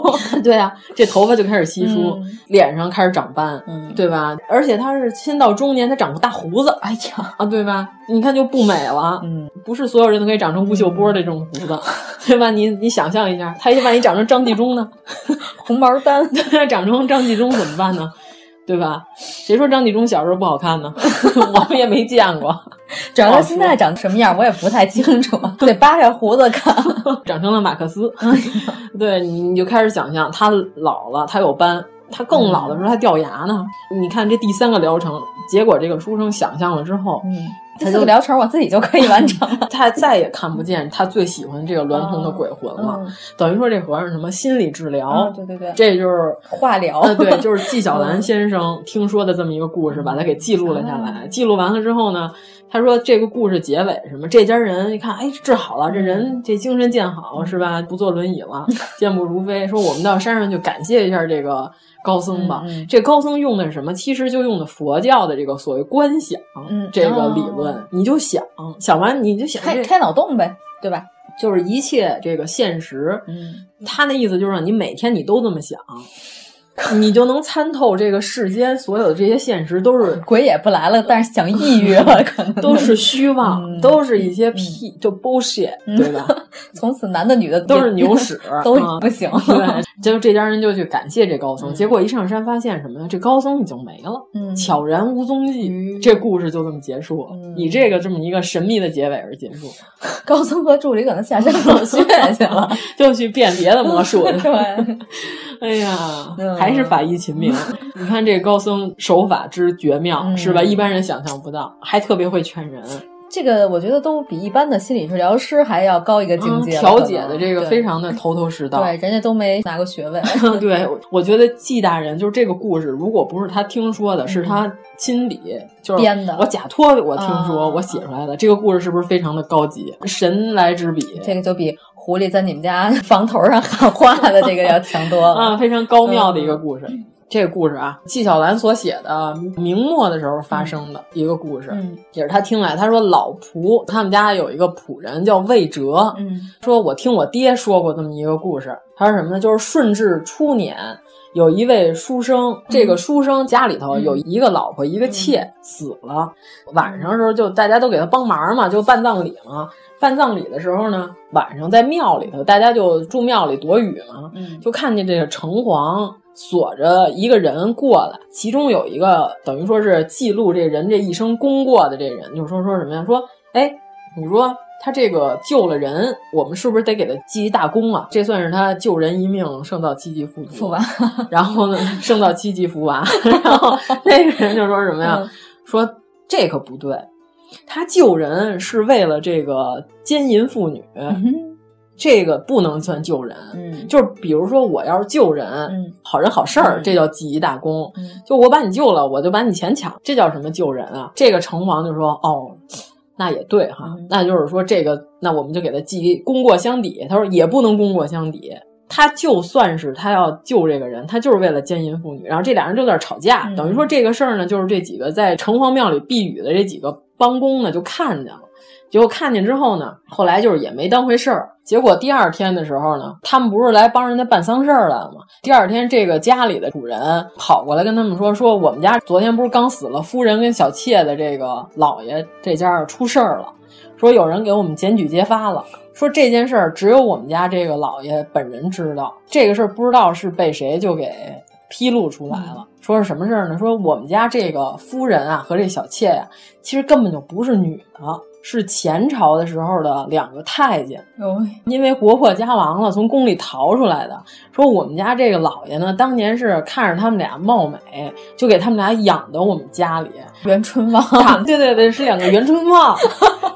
对啊，这头发就开始稀疏，脸上开始长斑，
嗯
对吧？而且他是先到中年，他长个大胡子，
哎呀，
啊，对吧？你看就不美了，
嗯，
不是所有人都可以长成吴秀波这种胡
(laughs)
子，对吧？你你想象一下，他万一长成张纪中
(laughs)
呢？
红毛丹。
长成张纪中怎么办呢？对吧？谁说张纪中小时候不好看
(laughs)
呢？我们也没见过，
主要他现在 (laughs) 长什么样，我也不太清
(laughs)
楚，得扒下胡子看。
长成了马克思。
哎
对，你你就开始想象他老了，他有斑，他更老的
嗯
时候他掉牙呢。你看这第三个疗程，结果这个书生想象了之后，
(laughs) 嗯，
他
这
就
四个疗程我自己就可以完
(laughs)
成 (laughs) 了。
他再也看不见他最喜欢这个娈童的鬼魂了。
嗯
等于说这和尚什么心理治疗，
啊对对嗯对
这就是
化疗
呃对，就是纪晓岚先生听说的这么一个故事，把它给记录了下
嗯
来。记录完了之后呢，他说这个故事结尾什么，这家人一看，哎，治好了，这
嗯
人这精神健好是吧？不坐轮椅了，
(laughs)
健步如飞。说我们到山上去感谢一下这个高僧吧。
嗯嗯
这高僧用的是什么？其实就用的佛教的这个所谓观想、
嗯
这个理论，
哦
你就想想完你就想
开
这
开脑洞呗，对吧？
就是一切这个现实，
嗯，
他那意思就是让你每天你都这么想，你就能参透这个世间所有的这些现实
(laughs)
都是
鬼也不来了，但是想抑郁了，可能
都是虚妄，
嗯
都是一些屁，就 bullshit，对吧？
从此男的女的，
都是牛屎
(laughs) 都
啊
不行。 (laughs)
对，结果这家人就去感谢这高僧，
嗯
结果一上山发现什么呢？这高僧已经没了，
嗯
悄然无踪迹。这故事就这么结束了，
嗯
以这个这么一个神秘的结尾而结束，
(laughs) 高僧和助理可能下山走穴
(laughs)
去了，
就去变别的魔术去。
(laughs) 对，
哎呀
嗯，
还是法医秦明。你看这高僧手法之绝妙，
嗯
是吧？一般人想象不到，还特别会劝人。
这个我觉得都比一般的心理治疗师还要高一个境界
嗯
了、
调
可能
解的这个
对
非常的头头是道。
对，人家都没拿过学
(laughs)
位。
对，我我觉得纪大人就是这个故事，如果不是他听说的，是他亲笔就是
嗯编的
我假托我听说、
啊
我写出来的。这个故事是不是非常的高级？神来之笔，
这个就比狐狸在你们家 (laughs) 房头上喊话的这个要强多了。
啊，非常高妙的一
嗯
个故事。这个故事啊，纪晓岚所写的明末的时候发生的一个故事，
嗯
也是他听来。他说老仆他们家有一个仆人叫魏哲，
嗯
说我听我爹说过这么一个故事。他说什么呢？就是顺治初年。有一位书生，这个书生家里头有一个老婆，一个妾死了。晚上的时候就大家都给他帮忙嘛，就办葬礼嘛。办葬礼的时候呢，晚上在庙里头，大家就住庙里躲雨嘛。
嗯
就看见这个城隍锁着一个人过来，其中有一个等于说是记录这人这一生功过的这人，就说说什么呀？说，哎，你说他这个救了人，我们是不是得给他记一大功啊？这算是他救人一命，胜造七级浮屠。
父吧，
然后呢，胜造七级福娃。然后那个人就说什么呀？
嗯
说这可不对，他救人是为了这个奸淫妇女，这个不能算救人。
嗯，
嗯就是比如说我要是救人，
嗯、
好人好事儿，
嗯
这叫记一大功。
嗯
就我把你救了，我就把你钱抢，这叫什么救人啊？这个成王就说哦。那也对哈，
嗯
那就是说这个，那我们就给他记一功过相抵。他说也不能功过相抵，他就算是他要救这个人，他就是为了奸淫妇女。然后这俩人就在那儿吵架，嗯等于说这个事儿呢，就是这几个在城隍庙里避雨的这几个帮工呢就看见了。结果看见之后呢，后来就是也没当回事儿。结果第二天的时候呢，他们不是来帮人家办丧事儿来了吗？第二天，这个家里的主人跑过来跟他们说：“说我们家昨天不是刚死了夫人跟小妾的这个老爷这家出事儿了，说有人给我们检举揭发了。”说这件事儿只有我们家这个老爷本人知道，这个事儿不知道是被谁就给披露出来了。说是什么事儿呢？说我们家这个夫人啊和这小妾呀、其实根本就不是女的，是前朝的时候的两个太监，
哟，
因为国破家亡了，从宫里逃出来的。说我们家这个老爷呢，当年是看着他们俩貌美，就给他们俩养到我们家里，
袁春 (laughs) 望，
打对对对，是两个袁春
(laughs)
望，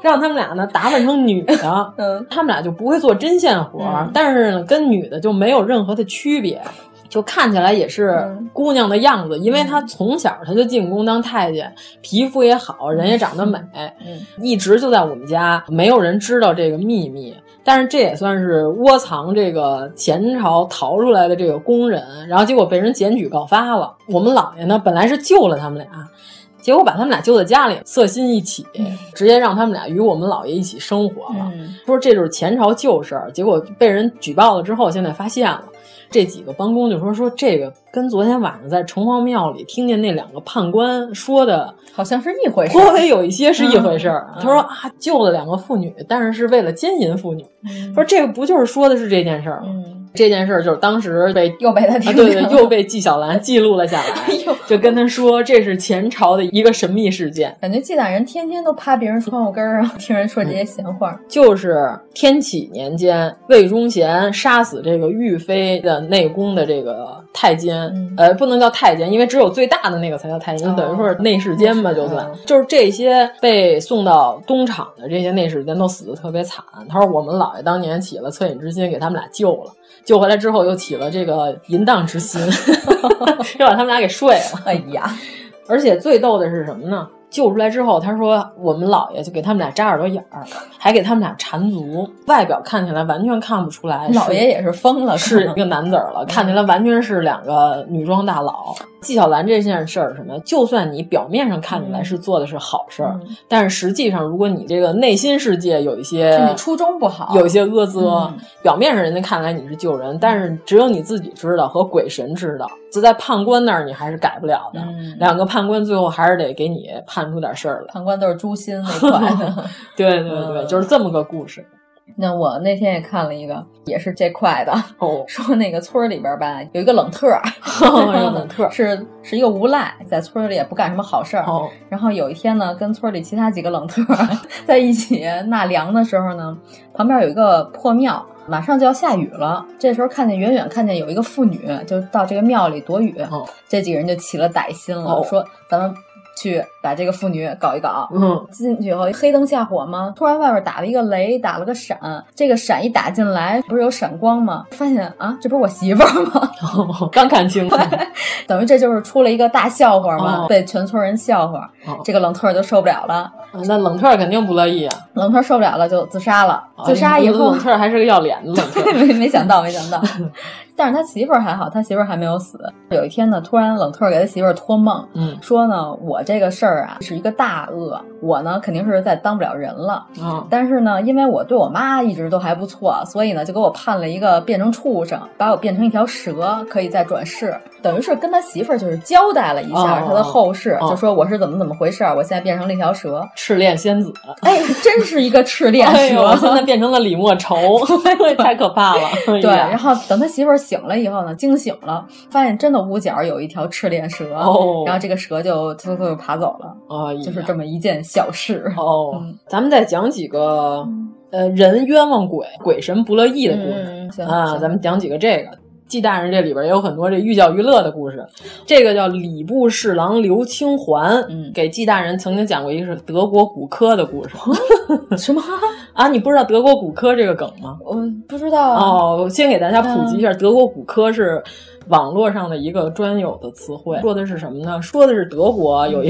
让他们俩呢打扮成女的，
嗯，
他们俩就不会做针线活儿，
嗯
但是呢跟女的就没有任何的区别。就看起来也是
嗯
姑娘的样子，因为她从小她就进宫当太监，皮肤也好，人也长得美，
嗯，
一直就在我们家，没有人知道这个秘密。但是这也算是窝藏这个前朝逃出来的这个工人，然后结果被人检举告发了。我们姥爷呢，本来是救了他们俩，结果把他们俩救在家里，色心一起，直接让他们俩与我们姥爷一起生活
(laughs)
了。
嗯
说这就是前朝旧事儿，结果被人举报了之后，现在发现了。这几个帮工就说说这个跟昨天晚上在城隍庙里听见那两个判官说的
好像是一回事儿。嗯
颇为有一些是一回事儿。他说啊，救了两个妇女，但是是为了奸淫妇女。
嗯
说这个不就是说的是这件事儿吗？这件事儿就是当时被
又嗯 (laughs) 被他
啊，
听
对
见
对
了，
又被纪晓岚记录了下
(laughs)
来，就跟他说这是前朝的一个神秘事件。
感觉纪大人天天都趴别人窗户根儿上听人说这些闲话。
嗯就是天启年间，魏忠贤杀死这个玉妃的内宫的这个太监，
嗯
呃，不能叫太监，因为只有最大的那个才叫太
哦
监，等于说是内侍监吧，就算。
嗯
就是这些被送到东厂的这些内侍监都死的特别惨。他说我们姥爷当年起了恻隐之心，给他们俩救了，救回来之后又起了这个淫荡
(laughs)
之心， (laughs) 又把他们俩给睡了。
哎呀，
而且最逗的是什么呢？救出来之后，他说我们姥爷就给他们俩扎耳朵眼儿，还给他们俩缠足，外表看起来完全看不出来。
老爷也是疯了，
是
可
一个男子儿了，看起来完全是两个女装大佬。纪晓岚这件事儿，什么？就算你表面上看
嗯
起来是做的是好事儿，但是实际上，如果你这个内心世界有一些
能就你初衷不好，
有一些恶作，
嗯
表面上人家看来你是救人，但是只有你自己知道和鬼神知道，就在判官那儿你还是改不了
嗯
的。两个判官最后还是得给你判出点事儿来。
旁观都是诛心那款的。
对对对，就是这么个故事。
(laughs) 那我那天也看了一个，也是这块的，
哦，
说那个村儿里边儿吧，有一个冷特儿，
(laughs) 有冷特儿
(laughs) 是是一个无赖，在村儿里也不干什么好事儿。
哦，
然后有一天呢，跟村儿里其他几个冷特
(laughs)
儿在一起纳凉的时候呢，旁边有一个破庙，马上就要下雨了。这时候看见远远看见有一个妇女，就到这个庙里躲雨。
哦
这几个人就起了歹心了，
哦
说咱们去把这个妇女搞一搞。
嗯
进去以后黑灯瞎火嘛，突然外边打了一个雷，打了个闪，这个闪一打进来，不是有闪光吗？发现啊，这不是我媳妇儿吗？ (laughs)
哦刚看清楚，
等于这就是出了一个大笑话嘛，
哦
被全村人笑话。
哦
这个冷特儿就受不了了，
那冷特儿肯定不乐意啊。
冷特儿受不了了就自杀了。
哎
自杀以
也
后
冷，特儿还是个要脸的冷特
(laughs)
儿。
没没想到，没想到。 (laughs) 但是他媳妇儿还好，他媳妇儿还没有死。有一天呢，突然冷特儿给他媳妇儿托梦，
嗯
说呢，我这个事儿啊是一个大恶，我呢肯定是再当不了人了。
嗯
但是呢，因为我对我妈一直都还不错，所以呢，就给我判了一个变成畜生，把我变成一条蛇，可以再转世，等于是跟他媳妇儿就是交代了一下
哦
他的后事，
哦
就说我是怎么怎么回事儿，我现在变成了一条
(laughs)
蛇。
赤练
(laughs)
仙子，
哎，真是一个赤练
哎呦，
蛇
我，现在变成了李莫
(laughs)
愁， (laughs) 太可怕了。哎
对，然后等他媳妇儿醒了以后呢，惊醒了，发现真的屋角有一条赤练蛇，
哦
然后这个蛇就偷偷就爬走了，
啊，
就是这么嗯一件小 (laughs) 事。
哦，咱们再讲几
嗯
个呃人冤枉鬼、鬼神不乐意的故事、
嗯行
啊，
行
咱们讲几个这个。季大人这里边也有很多这寓教于乐的故事。这个叫礼部侍郎刘清环，给季大人曾经讲过一个是德国骨科的故事。
什么
啊？你不知道德国骨科这个梗吗？
我不知道啊。
哦，先给大家普及一下，德国骨科是网络上的一个专有的词汇，说的是什么呢？说的是德国有一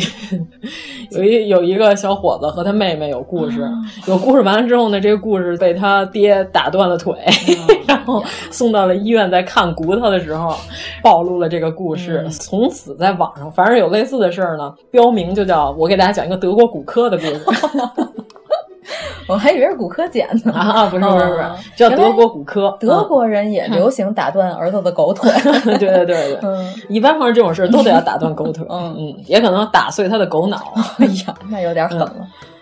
有一有一个小伙子和他妹妹有故事，有故事完了之后呢，这个故事被他爹打断了腿，
嗯
然后送到了医院，在看骨头的时候暴露了这个故事，从此在网上凡是有类似的事儿呢，标明就叫我给大家讲一个德国骨科的故事。 (laughs)
我还以为是骨科检呢
啊，不是不是不是，叫德国骨科。啊
德国人也流行打断儿子的狗腿，嗯
对对对 (laughs) 对，一般发生这种事都得要打断狗腿，嗯嗯，也可能打碎他的狗脑。啊
哎呀，那有点狠了。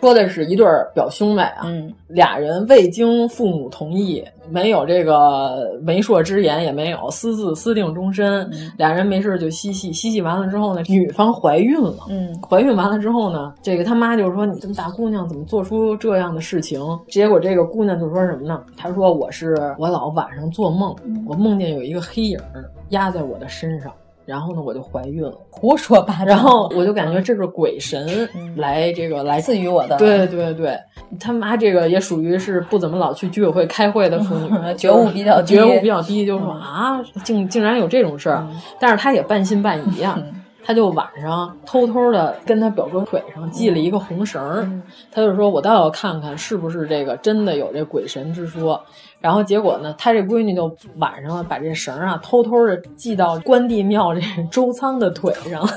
说的是一对儿表兄妹啊，俩人未经父母同意，没有这个媒妁之言，也没有私自私定终身，俩人没事就嬉戏，嬉戏完了之后呢，女方怀孕了，
嗯，
怀孕完了之后呢，这个他妈就说：“你这么大姑娘怎么做出这样的事情？”结果这个姑娘就说什么呢？她说：“我是我老晚上做梦，我梦见有一个黑影儿压在我的身上。”然后呢，我就怀孕了，
胡说八道。
然后嗯我就感觉这是鬼神来这个来
嗯赐予我的。
对对对，他妈这个也属于是不怎么老去居委会开会的妇女，
(laughs) 觉悟比较低，嗯
觉悟比较低，就说啊，竟竟然有这种事儿。但是她也半信半疑啊，
嗯
她就晚上偷偷的跟她表哥腿上系了一个红绳
嗯
儿，她就说我倒要看看是不是这个真的有这鬼神之说。然后结果呢，她这闺女就晚上把这绳啊偷偷的系到关帝庙这周仓的腿上， (laughs)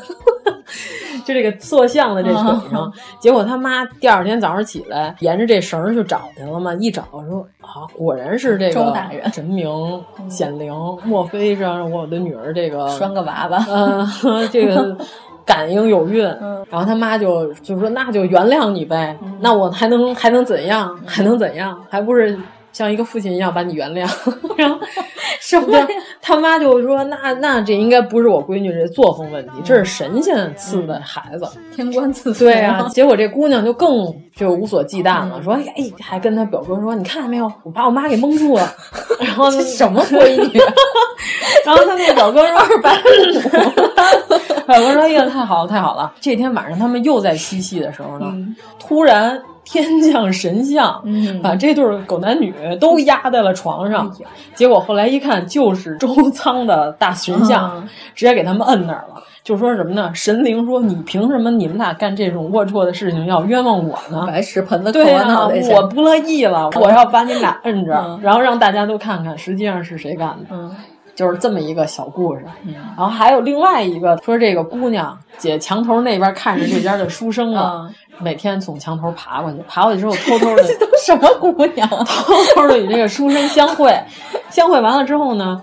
就这个塑像的这
嗯
腿上。结果他妈第二天早上起来，沿着这绳就找去了嘛，一找说啊，果然是这个
周大人嗯
神明显灵，莫非是让我的女儿这个
拴个娃娃？
嗯、这个。感应有孕，然后他妈就就说那就原谅你呗，那我还能还能怎样？还能怎样？还不是像一个父亲一样把你原谅， (laughs) 然后
什么呀？
他妈就说：“那那这应该不是我闺女这作风问题，这是神仙赐的孩子。
天官 (laughs) 赐福。
嗯对啊，结果这姑娘就
(laughs)
更就无所忌惮了，
嗯
说：“哎，还跟她表哥说，你看见没有，我把我妈给蒙
(laughs)
住了。”然后
这什么闺女？啊
(laughs) 然后他那个表哥说：“二百五。”表哥说：“哎呀，太好了，太好了！”这天晚上他们又在嬉戏的时候呢，
嗯
突然。天降神像，把这对狗男女都压在了床上。
哎
结果后来一看，就是周仓的大神像，
嗯
直接给他们摁那儿了。就说什么呢？神灵说：“你凭什么你们俩干这种龌龊的事情要冤枉我呢？”
白屎盆子扣
啊对
我
呀、
脑袋
我不乐意了，我要把你们俩摁着，
嗯
然后让大家都看看实际上是谁干的。
嗯
就是这么一个小故事。
嗯
然后还有另外一个说，这个姑娘姐墙头那边看着这边的书生啊，
嗯
每天从墙头爬过去，爬过去之后偷偷的
这都什么姑娘？
(laughs)
啊
偷偷的与这个书生相会，相会完了之后呢，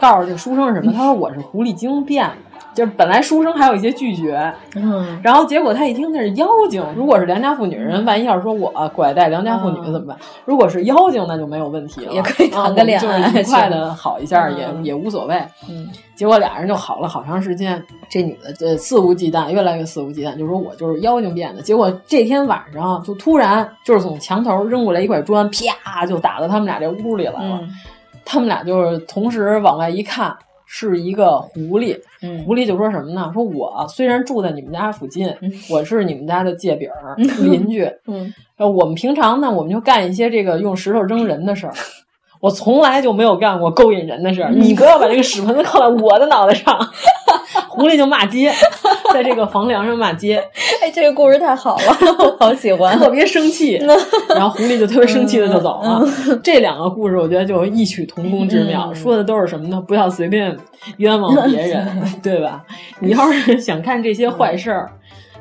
告诉这书生是什么？他说我是狐狸精变的。就是本来书生还有一些拒绝，
嗯，
然后结果他一听那是妖精，如果是良家妇女人，万一要是说我拐带良家妇女怎么办？如果是妖精，那就没有问题了，
也可以谈个恋爱
啊我们就是愉快的好一下，
是
也
嗯
也无所谓。
嗯，
结果俩人就好了好长时间，这女的这肆无忌惮，越来越肆无忌惮，就说我就是妖精变的。结果这天晚上就突然就是从墙头扔过来一块砖，啪就打到他们俩这屋里来了。
嗯
他们俩就是同时往外一看，是一个狐狸。
嗯
狐狸就说什么呢？说我虽然住在你们家附近，我是你们家的界饼儿、邻居。
嗯，
然后我们平常呢，我们就干一些这个用石头扔人的事儿。我从来就没有干过勾引人的事
嗯
儿，你不要把这个屎盆子扣在我的脑袋上。 (laughs) 狐狸就骂街，在这个房梁上骂街，
哎，这个故事太好了，嗯我好喜欢。
特别生气。然后狐狸就特别生气的就走了。这两个故事我觉得就异曲同工之妙，
嗯
说的都是什么呢？不要随便冤枉别人，
嗯
对吧？你要是想干这些坏事儿。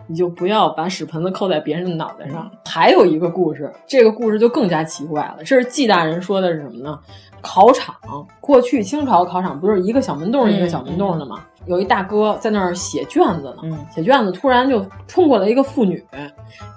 你就不要把屎盆子扣在别人的脑袋上。还有一个故事，这个故事就更加奇怪了。这是季大人说的是什么呢？考场，过去清朝考场不是一个小门洞儿
嗯
一个小门洞儿的吗？有一大哥在那儿写卷子呢，
嗯
写卷子突然就冲过来一个妇女，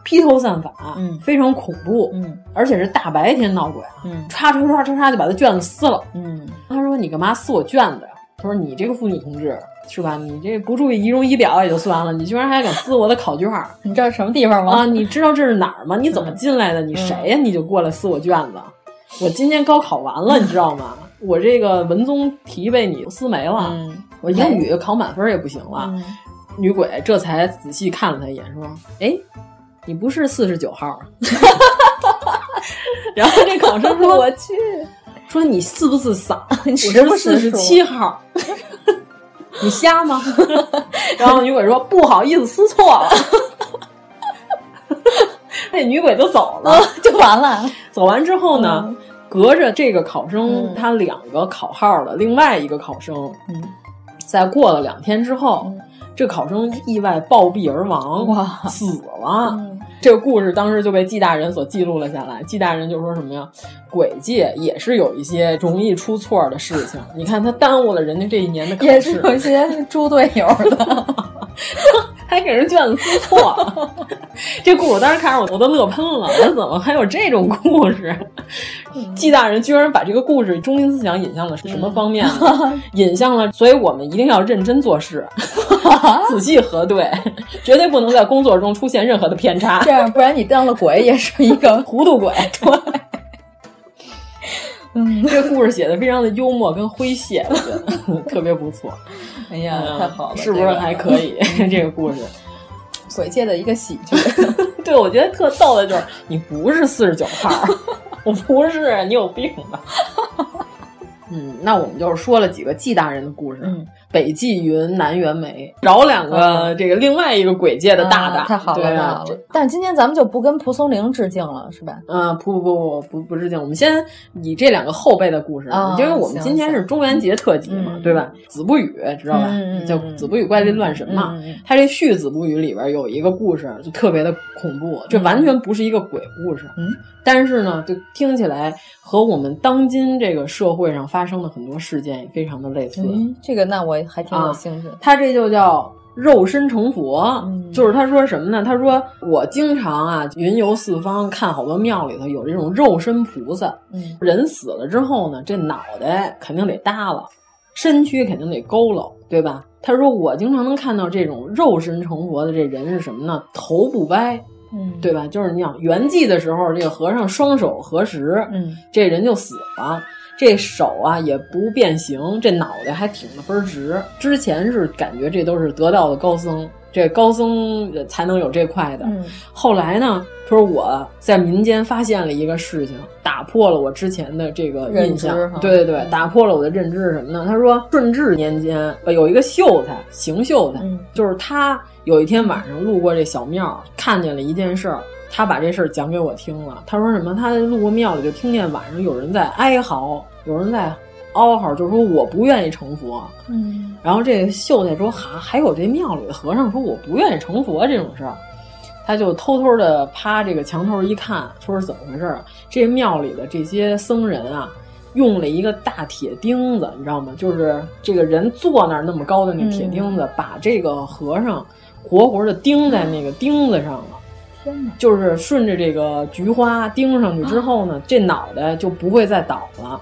披头散发，
嗯
非常恐怖，
嗯
而且是大白天闹鬼啊，
嗯
唰唰唰唰唰就把他卷子撕了。
嗯
他说：“你干嘛撕我卷子呀？”他说：“你这个妇女同志是吧？你这不注意仪容仪表也就算了，你居然还敢撕我的考
(laughs)
卷儿
你知道什么地方吗？
啊！你知道这是哪儿吗？
嗯
你怎么进来的？你谁呀？你就过来撕我卷子？我今年高考完了，你知道吗？我这个文综题被你撕没了，
嗯
我英语考满分也不行了。女鬼这才仔细看了他一眼，说：“哎，你不是四十九号啊？” (laughs) 然后这考生说：“
(laughs) 我去，
说你是不是傻？
你
我
是不
是四十
是
七号， (laughs) 你瞎吗？” (laughs) 然后女鬼说：“不好意思，撕错了。” (laughs) 那女鬼就走了，
就完了。
走完之后呢，
嗯
隔着这个考生他两个考号的另外一个考生，
嗯，
在过了两天之后，这考生意外暴毙而亡，
哇，嗯
死了。这个故事当时就被纪大人所记录了下来。纪大人就说什么呀？鬼界也是有一些容易出错的事情。你看他耽误了人家这一年的
(laughs)
考
也是
试，
有一
(laughs)
些猪队友的，
还给人卷子撕错。 (laughs) 这故事我当时看着我我都乐喷了，我说怎么还有这种故事？
嗯
纪大人居然把这个故事中心思想引向了什么方面呢？
嗯
引向了，所以我们一定要认真做
(laughs)
事，仔细核对，绝对不能在工作中出现任何的偏差
(laughs) 这。样不然你当了鬼也是一个
糊涂鬼， (laughs) 对。
嗯，
这故事写的非常的幽默跟诙谐，我觉得 (laughs) 特别不错。
哎呀，
嗯
太好了，嗯
是不是还可以？这个故事，
这个鬼界的一个喜
(laughs)
剧？
对我觉得特逗的就是，你不是四十九号，我不是，你有病吧？嗯，那我们就是说了几个纪大人的故事，
嗯
北纪云，南袁枚，饶两个这个另外一个鬼界的大大，
啊太好了，
对
太
啊
好，
这
了。但今天咱们就不跟蒲松龄致敬了，是吧？
嗯，不不不不不不致敬，我们先以这两个后辈的故事，
啊
因为我们
行
今天是中元节特辑嘛，
嗯
对吧？子不语知道吧？
嗯嗯嗯
叫《子不语怪力乱神》嘛。
嗯嗯嗯
他这续《子不语》里边有一个故事，就特别的恐怖，这完全不是一个鬼故事。
嗯，
但是呢，就听起来和我们当今这个社会上发生的很多事件也非常的类似。
嗯，这个那我还挺
啊
有兴趣的。
他这就叫肉身成佛，
嗯
就是他说什么呢？他说我经常啊云游四方，看好多庙里头有这种肉身菩萨，
嗯
人死了之后呢，这脑袋肯定得耷了，身躯肯定得佝偻，对吧？他说我经常能看到这种肉身成佛的这人是什么呢？头不歪，
嗯，
对吧？就是你想圆寂的时候，这个和尚双手合十，
嗯，
这人就死了。这手啊也不变形，这脑袋还挺得倍儿直。之前是感觉这都是得道的高僧，这高僧呃才能有这块的。
嗯
后来呢，他说我在民间发现了一个事情，打破了我之前的这个
认
印象
知哈。
对对对，打破了我的认知是什么呢？他说顺治年间呃有一个秀才，邢秀才，
嗯
就是他有一天晚上路过这小庙，看见了一件事儿，他把这事儿讲给我听了。他说什么？他路过庙里就听见晚上有人在哀嚎，有人在嗷嚎，就说我不愿意成佛。
嗯
然后这个秀才说：“哈，还有这庙里的和尚说我不愿意成佛这种事儿。”他就偷偷的趴这个墙头一看，说是怎么回事儿啊？这庙里的这些僧人啊，用了一个大铁钉子，你知道吗？就是这个人坐那儿那么高的那铁钉子，
嗯
把这个和尚活活的钉在那个钉子上了。
天哪！
就是顺着这个菊花钉上去之后
啊
呢，这脑袋就不会再倒了。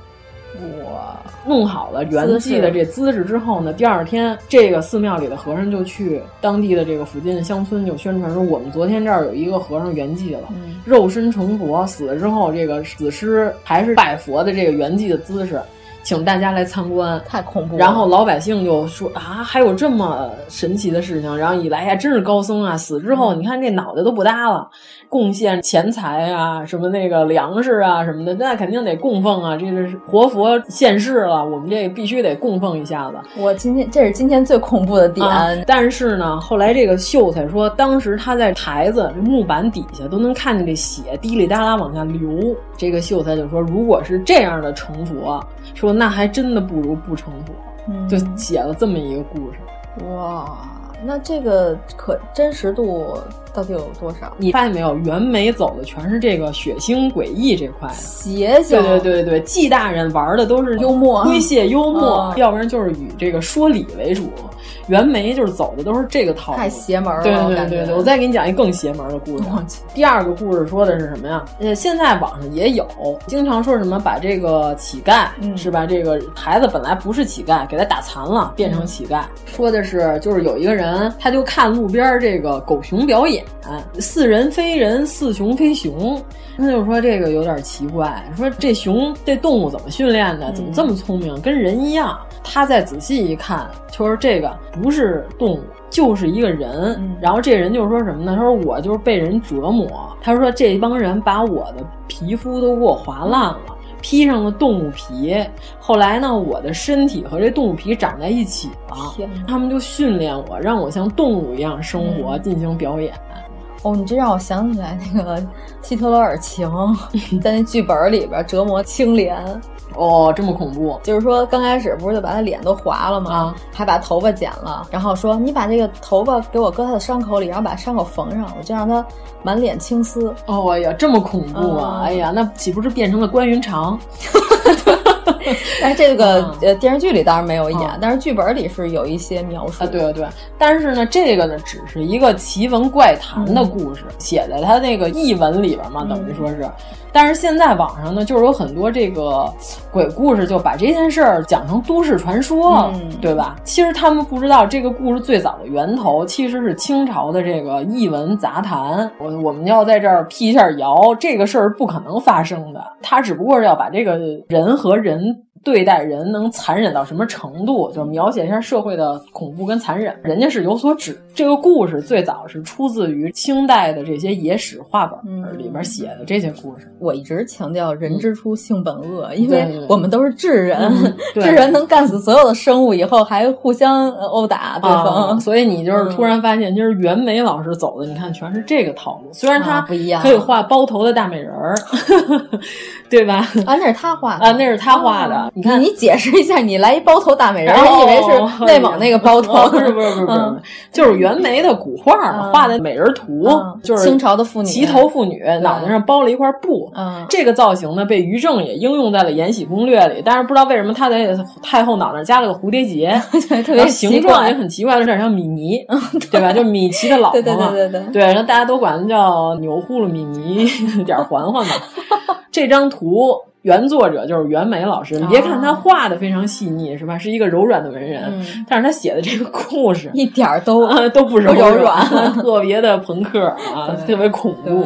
我
弄好了圆寂的这姿势之后呢，第二天这个寺庙里的和尚就去当地的这个附近的乡村就宣传说，我们昨天这儿有一个和尚圆寂了，
嗯
肉身成佛，死了之后这个死尸还是拜佛的这个圆寂的姿势，请大家来参观。
太恐怖了。
然后老百姓就说啊，还有这么神奇的事情！然后一来呀，真是高僧啊！死之后，你看这脑袋都不搭了，贡献钱财啊，什么那个粮食啊什么的，那肯定得供奉啊！这是活佛现世了，我们这必须得供奉一下子。
我今天这是今天最恐怖的点，
啊但是呢，后来这个秀才说，当时他在台子这木板底下都能看见这血滴里哒啦往下流。这个秀才就说，如果是这样的成佛，说那还真的不如不成佛。
嗯
就写了这么一个故事。
哇，那这个可真实度到底有多少？
你发现没有，袁枚走的全是这个血腥诡异这块的。
邪性，
对对对对，纪大人玩的都是
幽默
诙谐幽默，
嗯
要不然就是以这个说理为主，袁枚就是走的都是这个套路，
太邪门了。
对
我
对
感
对
觉
对，我再给你讲一更邪门的故事。啊
(laughs)
第二个故事说的是什么呀？呃，现在网上也有，经常说什么把这个乞丐、
嗯
是吧？这个孩子本来不是乞丐，给他打残了，
嗯
变成乞丐。说的是就是有一个人，他就看路边儿这个狗熊表演，似人非人，似熊非熊。他就说这个有点奇怪，说这熊这动物怎么训练的？怎么这么聪明，跟人一样？他再仔细一看，就说这个不是动物，就是一个人。然后这人就说什么呢？他说我就是被人折磨。他说这帮人把我的皮肤都给我划烂了。披上了动物皮，后来呢，我的身体和这动物皮长在一起了
天，
他们就训练我，让我像动物一样生活，进行表演。
哦，你这让我想起来那个希特勒尔
(laughs)
情，在那剧本里边折磨青莲。
哦，这么恐怖！啊
就是说，刚开始不是就把他脸都划了吗？还把头发剪了，然后说你把这个头发给我搁他的伤口里，然后把伤口缝上，我就让他满脸青丝。
哦，哎呀，这么恐怖
嗯
啊！哎呀，那岂不是变成了关云长？
但是这个、
嗯
呃电视剧里当然没有演，但是剧本里是有一些描述。
啊，对对。但是呢，这个呢，只是一个奇闻怪谈的故事，写在他那个译文里边嘛，等于说是。但是现在网上呢，就是有很多这个鬼故事，就把这件事儿讲成都市传说了，对吧？其实他们不知道，这个故事最早的源头其实是清朝的这个译文杂谈。我我们要在这儿辟一下谣，这个事儿不可能发生的。他只不过是要把这个人和人对待人能残忍到什么程度，就是描写一下社会的恐怖跟残忍。人家是有所指。这个故事最早是出自于清代的这些野史话本里边写的这些故事。
我一直强调“人之初，性本恶”，因
嗯对对
为
对
我们都是智人， (laughs)
嗯对
智人能干死所有的生物，以后还互相呃殴打对方，
啊所以你
嗯
就是突然发现，就是袁枚老师走的，你看全是这个套路。虽然他
啊不一样
可以画包头的大美人儿， (laughs) 对吧？
啊，那是他画的
啊，那是他画的。你看，
你解释一下，你来一包头大美人，人
哦
以为
(laughs)
是内蒙那个包头，
不是不是不是不是
嗯
就是袁枚的古画嘛，画的美人图，就
嗯
是
清朝的妇女嗯
齐头妇女，脑袋上包了一块布。这个造型呢，被于正也应用在了《延禧攻略》里，但是不知道为什么他在太后脑袋上加了个蝴蝶结，
(laughs) (laughs) 特别
然后
奇
啊形状
怪嗯
也很奇怪，有点像米妮，对吧？就米奇的老婆
对对
嘛。
对对对
啊对，然后大家都管它叫牛呼噜米妮
(laughs)
点儿环环嘛。 (laughs) 这张图原作者就是袁枚老师，你别看他画的非常细腻，是吧？是一个柔软的文人，
哦嗯
但是他写的这个故事
一点儿都
啊都不柔
不柔
软，
软
特别的朋克
(laughs)
啊，特别恐怖。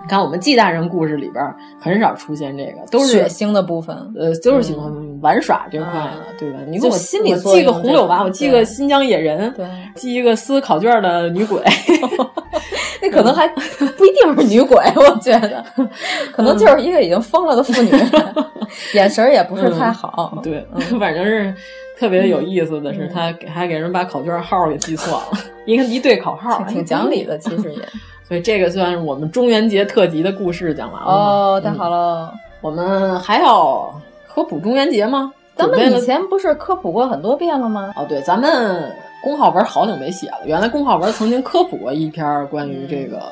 你看我们纪大人故事里边儿很少出现这个，都是
血腥的部分，
呃，就是喜欢玩耍这块的，对吧？你给我
嗯啊就心理
我
作
记
用
个红柳娃，
这
我
个
记个新疆野人，
对，
记一个撕考卷的女鬼，
那可能还嗯不一定是女
(laughs)
鬼，我觉得，可
嗯
能就是一个已经疯了的妇
(laughs)
女，眼神儿也不是太好。
嗯对， (laughs) 反正是特别有意思的
嗯
是，他给还给人把考卷号给记错了，一个哦一对考号，哎
挺讲理的，其实
(laughs)
也。
所以这个算是我们中元节特辑的故事讲完了。
哦，太
嗯
好了。
我们还要科普中元节吗？
咱
准备
们
了
以前不是科普过很多遍了吗？
哦，对，咱们龚浩文好久没写了。原来龚浩文曾经科普过一篇关于这个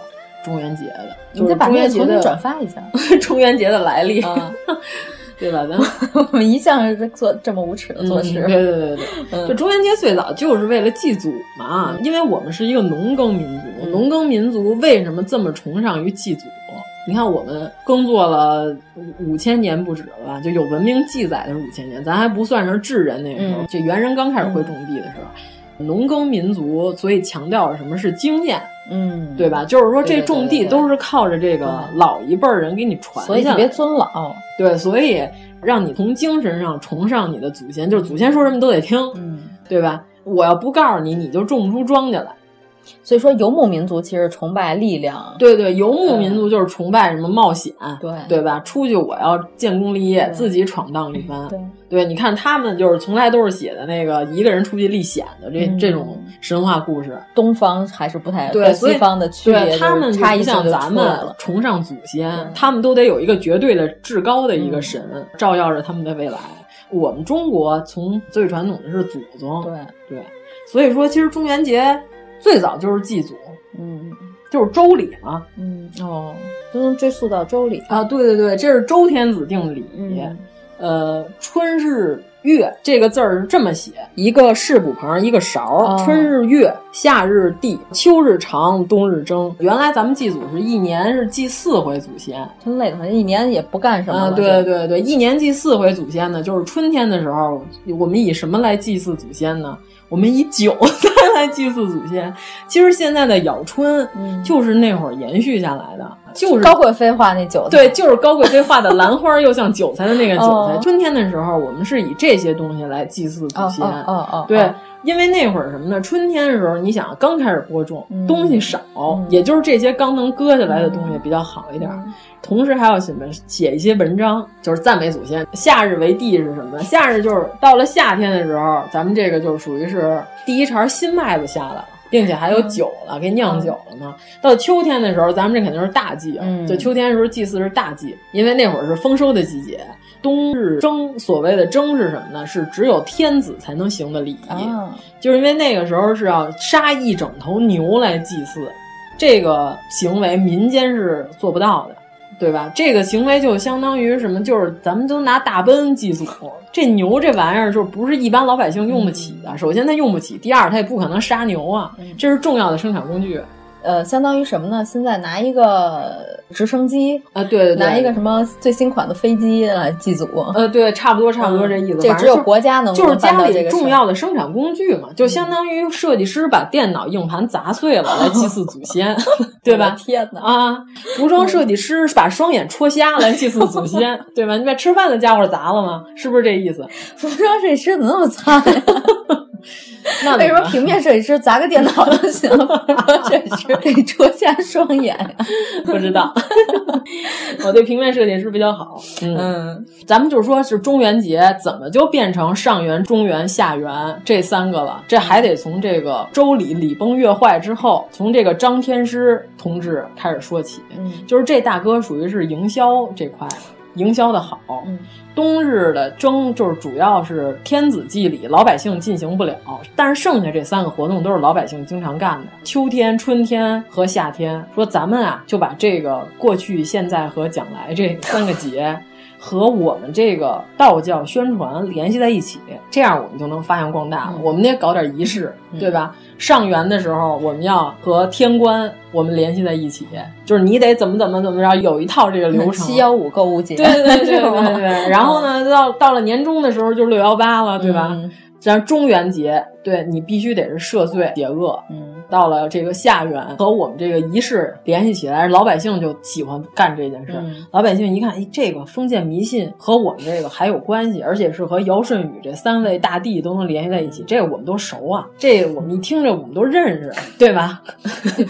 中元节的，
嗯你
就
再
是
把
中
那
元
个
节
重
的
新转发一下。
(laughs) 中元节的来历，
啊
(laughs) 对吧？咱们
我们一向是做这么无耻的做事
嗯。对对对对对，
(laughs) 嗯
就中元节最早就是为了祭祖嘛，因为我们是一个农耕民
嗯
族，农耕民族为什么这么崇尚于祭祖？你看，我们耕作了五五千年不止了吧？就有文明记载的是五千年，咱还不算是智人那个时候，
嗯
就猿人刚开始会种地的时候，农耕民族，所以强调什么是经验，
嗯，
对吧？就是说这
对对对
种地
对对嗯
都是靠着这个老一辈儿人给你传下
所
来
以
的，
你别尊老。
对，所以让你从精神上崇尚你的祖先，就是祖先说什么你都得听，
嗯，
对吧？我要不告诉你，你就种不出庄稼来。
所以说游牧民族其实崇拜力量。
对对，游牧民族就是崇拜什么冒险，
对
对吧？出去我要建功立业，自己闯荡一番。
对
对，你看他们就是从来都是写的那个一个人出去历险的这、
嗯
这种神话故事。
东方还是不太
对，
跟
所以
西方的区别，
对
就是
他们就
差
不
异性
像
就
咱
出
们
来了。
崇尚祖先，他们都得有一个绝对的至高的一
嗯
个神，照耀着他们的未来。我们中国从最传统的是祖宗，
对
对，所以说其实中元节最早就是祭祖，
嗯
就是周礼嘛。
嗯哦，都能追溯到周礼。
嗯啊，对对对，这是周天子定礼。
嗯
呃，春日月这个字儿是这么写：一个士补旁，一个勺。春日月，夏日地，秋日长，冬日蒸。原来咱们祭祖是一年是祭四回祖先，
真累的很，一年也不干什么
啊，
了。
对对对，一年祭祀回祖先呢，就是春天的时候，我们以什么来祭祀祖先呢？我们以酒 (laughs) 再来祭祀祖先。其实现在的咬春，就是那会儿延续下来的，就
嗯
是
高贵妃画那酒，
对，就是高贵妃画的兰花，又像韭菜的那个韭菜。
哦
春天的时候，我们是以这些东西来祭祀祖
哦
先。
哦哦哦，
对
哦，
啊因为那会儿什么呢？春天的时候，你想刚开始播种，东西少，也就是这些刚能割下来的东西比较好一点。同时还要写写一些文章，就是赞美祖先。夏日为地是什么？夏日就是到了夏天的时候，咱们这个就属于是第一茬新麦子下来了。并且还有酒了，给酿酒了呢。到秋天的时候，咱们这肯定是大忌啊。
嗯
就秋天的时候祭祀是大忌，因为那会儿是丰收的季节。冬日征，所谓的征是什么呢？是只有天子才能行的礼仪。
啊，
就是因为那个时候是要杀一整头牛来祭祀，这个行为民间是做不到的，对吧？这个行为就相当于什么？就是咱们都拿大奔祭祖，这牛这玩意儿就不是一般老百姓用得起的。首先它用不起，第二它也不可能杀牛啊，
嗯
这是重要的生产工具。
呃，相当于什么呢？现在拿一个直升机
啊，对对对，
拿一个什么最新款的飞机来祭祖，
呃，对，差不多差不多这意思。
这嗯
反正
只有
就是
国家能
就是
能办
家
到这
里
个事
重
儿
要的生产工具嘛，就相当于设计师把电脑硬盘砸碎了来祭祀祖先， (laughs) 对
我
吧
的？哎天哪！
啊，服装设计师把双眼戳瞎来祭祀祖先，对吧？你把吃饭的家伙砸了吗？是不是这意思？
服装设计师怎么那么
(laughs)
惨呀？
那
为
怎
什
么
么平面设计师砸个电脑就行了？服装设计师得戳瞎双眼呀？
不知道， (laughs) 我对平面设计师比较好。 (laughs) 嗯，
嗯，
咱们就说是中元节怎么就变成上元、中元、下元这三个了？这还得从这个周礼礼崩乐坏之后，从这个张天师同志开始说起。
嗯
就是这大哥属于是营销这块，营销的好。
嗯
冬日的征就是主要是天子祭礼，老百姓进行不了，但是剩下这三个活动都是老百姓经常干的。秋天、春天和夏天，说咱们啊就把这个过去、现在和将来这三个节。和我们这个道教宣传联系在一起，这样我们就能发扬光大了。
嗯
我们也搞点仪式，
嗯
对吧？上元的时候，我们要和天官我们联系在一起，就是你得怎么怎么怎么着，有一套这个流程。
七幺五购物 (laughs) 节，嗯
对对对对
是
对
吗
对对。然后呢，到到了年终的时候就是六幺八了，对吧？
嗯
像中元节，对你必须得是赦罪解厄。
嗯，
到了这个下元和我们这个仪式联系起来，老百姓就喜欢干这件事。
嗯
老百姓一看，哎，这个封建迷信和我们这个还有关系，而且是和尧舜禹这三位大帝都能联系在一起，这我们都熟啊，这我们一听着我们都认识，对吧？
嗯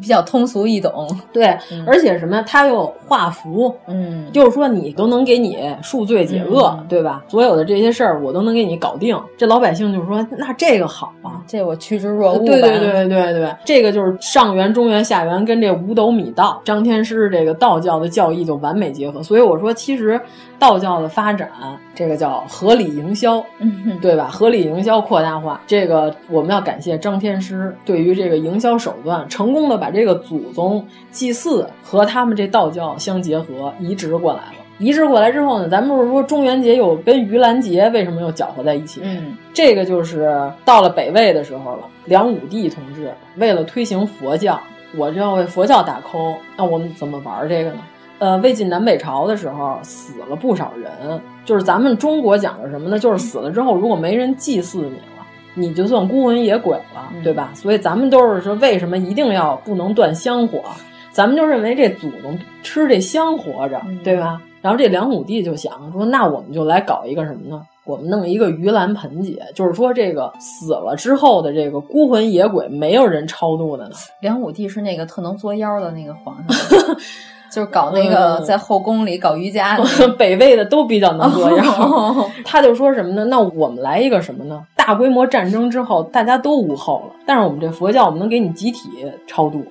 比较通俗易懂。
对，
嗯
而且什么，他又画符，
嗯，
就是说你都能给你恕罪解厄，
嗯
对吧？所有的这些事儿我都能给你搞定。这老百姓就说，那这个好啊。
这我趋之若鹜吧。
对对对对对，这个就是上元、中元、下元跟这五斗米道、张天师这个道教的教义就完美结合。所以我说，其实道教的发展，这个叫合理营销，
嗯哼，
对吧？合理营销扩大化，这个我们要感谢张天师对于这个营销手段，成功的把这个祖宗祭祀和他们这道教相结合，移植过来了。移植过来之后呢，咱们不是说中元节有跟盂兰节为什么又搅和在一起？
嗯
这个就是到了北魏的时候了，梁武帝同志为了推行佛教，我就要为佛教打 call，那我们怎么玩这个呢？呃，魏晋南北朝的时候死了不少人，就是咱们中国讲的什么呢？就是死了之后，如果没人祭祀你了，你就算孤魂野鬼了，
嗯
对吧？所以咱们都是说，为什么一定要不能断香火？咱们就认为这祖宗吃这香活着
嗯，
对吧？然后这梁武帝就想说，那我们就来搞一个什么呢？我们弄一个盂兰盆节，就是说这个死了之后的这个孤魂野鬼，没有人超度的呢。
(laughs) 梁武帝是那个特能作妖的那个皇
(laughs)
上，就是搞那个
嗯
在后宫里搞瑜伽的那
(laughs)
个。
北魏的都比较能
(laughs)
(laughs) 作妖，
哦
他就说什么呢？那我们来一个什么呢？大规模战争之后，大家都无后了，但是我们这佛教，我们能给你集体超度。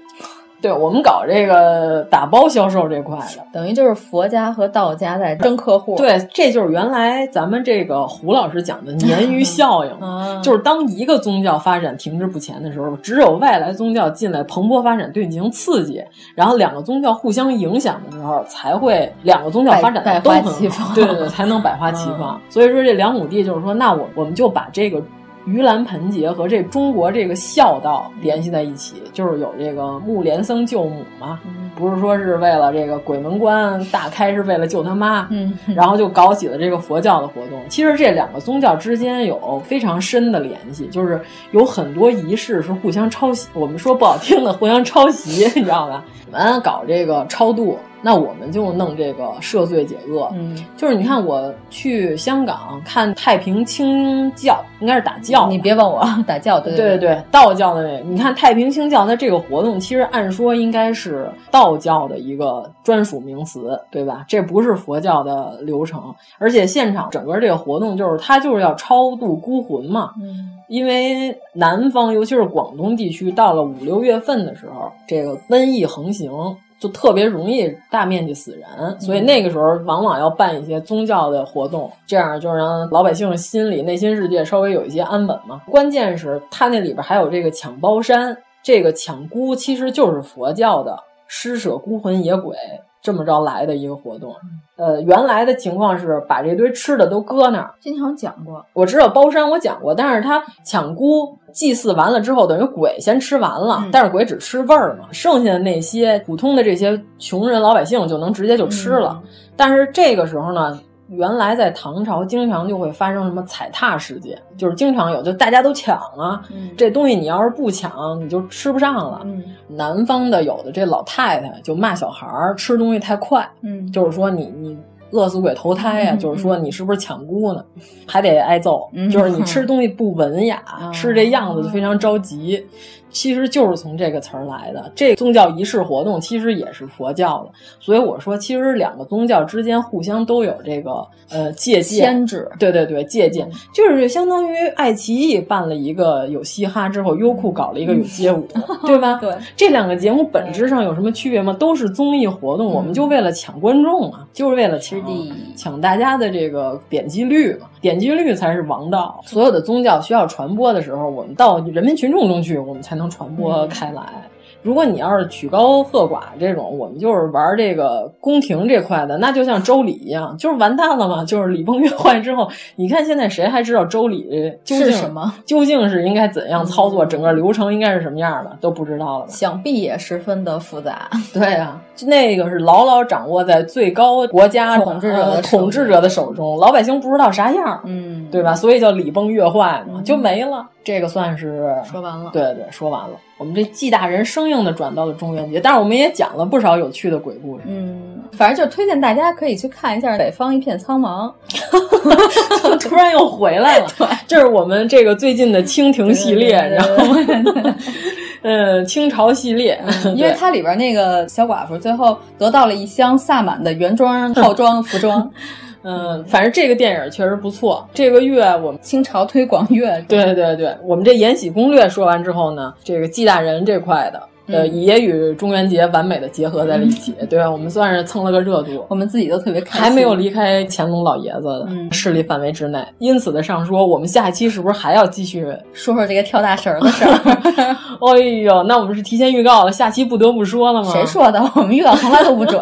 对我们搞这个打包销售这块的，
等于就是佛家和道家在争客户。
对，这就是原来咱们这个胡老
(laughs)
师讲的鲶鱼效应，
啊
就是当一个宗教发展停滞不前的时候，只有外来宗教进来蓬勃发展，对你进行刺激，然后两个宗教互相影响的时候，才会两个宗教发展
百
的都
百
很
花齐
好
放嗯
对对对，才能百花齐放。所以说这梁武帝就是说，那我我们就把这个盂兰盆节和这中国这个孝道联系在一起，就是有这个木莲僧救母嘛，
嗯
不是说是为了这个鬼门关大开是为了救他妈，
嗯，
然后就搞起了这个佛教的活动。其实这两个宗教之间有非常深的联系，就是有很多仪式是互相抄袭，我们说不好听的互相抄袭， (laughs) 你知道吧？我们搞这个超度，那我们就弄这个赦罪解厄，
嗯，
就是你看我去香港看太平清教，应该是打教，
你别问我打教，对
对
对
对对，道教的那个，你看太平清教它这个活动，其实按说应该是道教的一个专属名词，对吧？这不是佛教的流程，而且现场整个这个活动就是它就是要超度孤魂嘛，
嗯
因为南方，尤其是广东地区，到了五六月份的时候，这个瘟疫横行，就特别容易大面积死人，所以那个时候往往要办一些宗教的活动，这样就让老百姓心里内心世界稍微有一些安稳嘛。关键是他那里边还有这个抢包山，这个抢孤其实就是佛教的施舍孤魂野鬼这么着来的一个活动。呃，原来的情况是把这堆吃的都搁那儿，
今天好像讲过，
我知道包山我讲过，但是他抢孤祭祀完了之后，等于鬼先吃完了，
嗯
但是鬼只吃味儿嘛，剩下的那些普通的这些穷人老百姓就能直接就吃了。
嗯
但是这个时候呢，原来在唐朝经常就会发生什么踩踏事件，就是经常有，就大家都抢啊，
嗯
这东西你要是不抢，你就吃不上了。
嗯
南方的有的这老太太就骂小孩儿吃东西太快，
嗯
就是说你你饿死鬼投胎呀、
嗯嗯
就是说你是不是抢姑呢，还得挨揍。
嗯
就是你吃东西不文
(laughs)
雅，
啊
吃这样子就非常着急。其实就是从这个词儿来的。这宗教仪式活动其实也是佛教的，所以我说，其实两个宗教之间互相都有这个呃借鉴。
牵制，
对对对，借
嗯
鉴就是相当于爱奇艺办了一个有嘻哈之后，优酷搞了一个有街舞，
(laughs)
对吧？
嗯对，
这两个节目本质上有什么区别吗？都是综艺活动，我们就为了抢观众嘛，就是为了抢
嗯是的
抢大家的这个点击率嘛，点击率才是王道。所有的宗教需要传播的时候，我们到人民群众中去，我们才能传播
嗯
开来。如果你要是曲高和寡这种，我们就是玩这个宫廷这块的，那就像周礼一样，就是完蛋了嘛。就是礼崩乐坏之后，你看现在谁还知道周礼究竟
是什么？
究竟是应该怎样操作，整个流程应该是什么样的都不知道了吧。
想必也十分的复杂。
对啊，就那个是牢牢掌握在最高国家
统治者的
呃
手中
统治者的手中，老百姓不知道啥样儿，
嗯，
对吧？所以叫礼崩乐坏嘛，
嗯
就没了。这个算是
说完了，
对对，说完了。我们这季大人生硬的转到了中元节，但是我们也讲了不少有趣的鬼故
(laughs)
事。
嗯，反正就推荐大家可以去看一下《北方一片苍
(laughs)
茫》，
突然又回来了，这是我们这个最近的清廷系列，
对
然后
对对 (laughs) 对对嗯
嗯，清朝系列，
因为
对
它里边那个小寡妇最后得到了一箱萨满的原装套装服
(laughs)
装，
嗯，反正这个电影确实不错。这个月我们。
清朝推广乐，
对对对，我们这《延禧攻略》说完之后呢，这个纪大人这块的，呃，
嗯
也与中元节完美的结合在了一起，对吧？我们算是蹭了个热度。
我们自己都特别开心，
还没有离开乾隆老爷子的
嗯
势力范围之内，因此的上说，我们下一期是不是还要继续？ (laughs)
说说这个跳大绳儿的 (laughs) 事儿，
哎呦，那我们是提前预告了，下期不得不说了吗？
谁？说的？我们预告从来都不
(laughs)
准。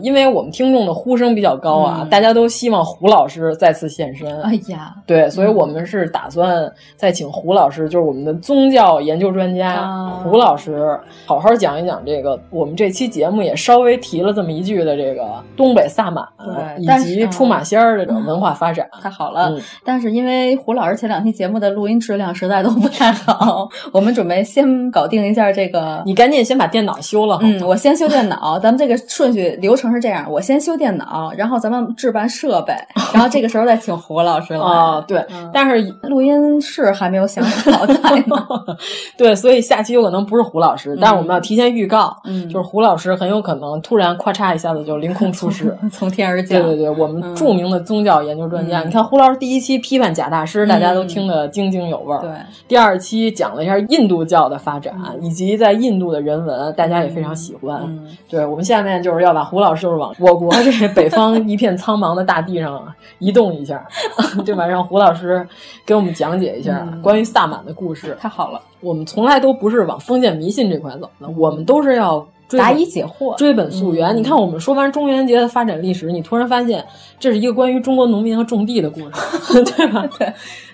因为我们听众的呼声比较高啊，
嗯
大家都希望胡老师再次现身。
哎呀，
对，所以我们是打算再请胡老师，就是我们的宗教研究专家、
啊
胡老师，好好讲一讲这个。我们这期节目也稍微提了这么一句的这个东北萨满
对
以
但是
及出马仙儿这种文化发展。
太好了！
嗯
但是因为胡老师前两期节目的录音质量实在都不太好， (laughs) 我们准备先搞定一下这个
你赶紧先把电脑修了哈。
嗯，我先修电脑， (laughs) 咱们这个顺序流程是这样：我先修电脑，然后咱们置办设备，然后这个时候再请胡老师来。
啊，对，
嗯
但是哎
录音室还没有想好在呢。
(laughs)
(laughs)
对，所以下期有可能不是胡老老师，但是我们要提前预告，
嗯
就是胡老师很有可能突然咔嚓一下子就凌空出世，
从天而
对
降。
对对，我们著名的宗教研究专家，
嗯
你看胡老师第一期批判假大师，
嗯
大家都听得津津有味儿。
对，嗯
第二期讲了一下印度教的发展、以及在印度的人文，大家也非常喜欢。对我们下面就是要把胡老师就是往我国这北方一片苍茫的大地上啊移动一下， (laughs) 对吧？让胡老师给我们讲解一下关于萨满的故事。
嗯太好了，
我们从来都不是往封建迷信这块走的，我们都是要追
答
本
疑解嗯惑，
追本溯源。你看，我们说完中元节的发展历史，你突然发现这是一个关于中国农民和种地的故事， (laughs) 对
(laughs)
吧？对，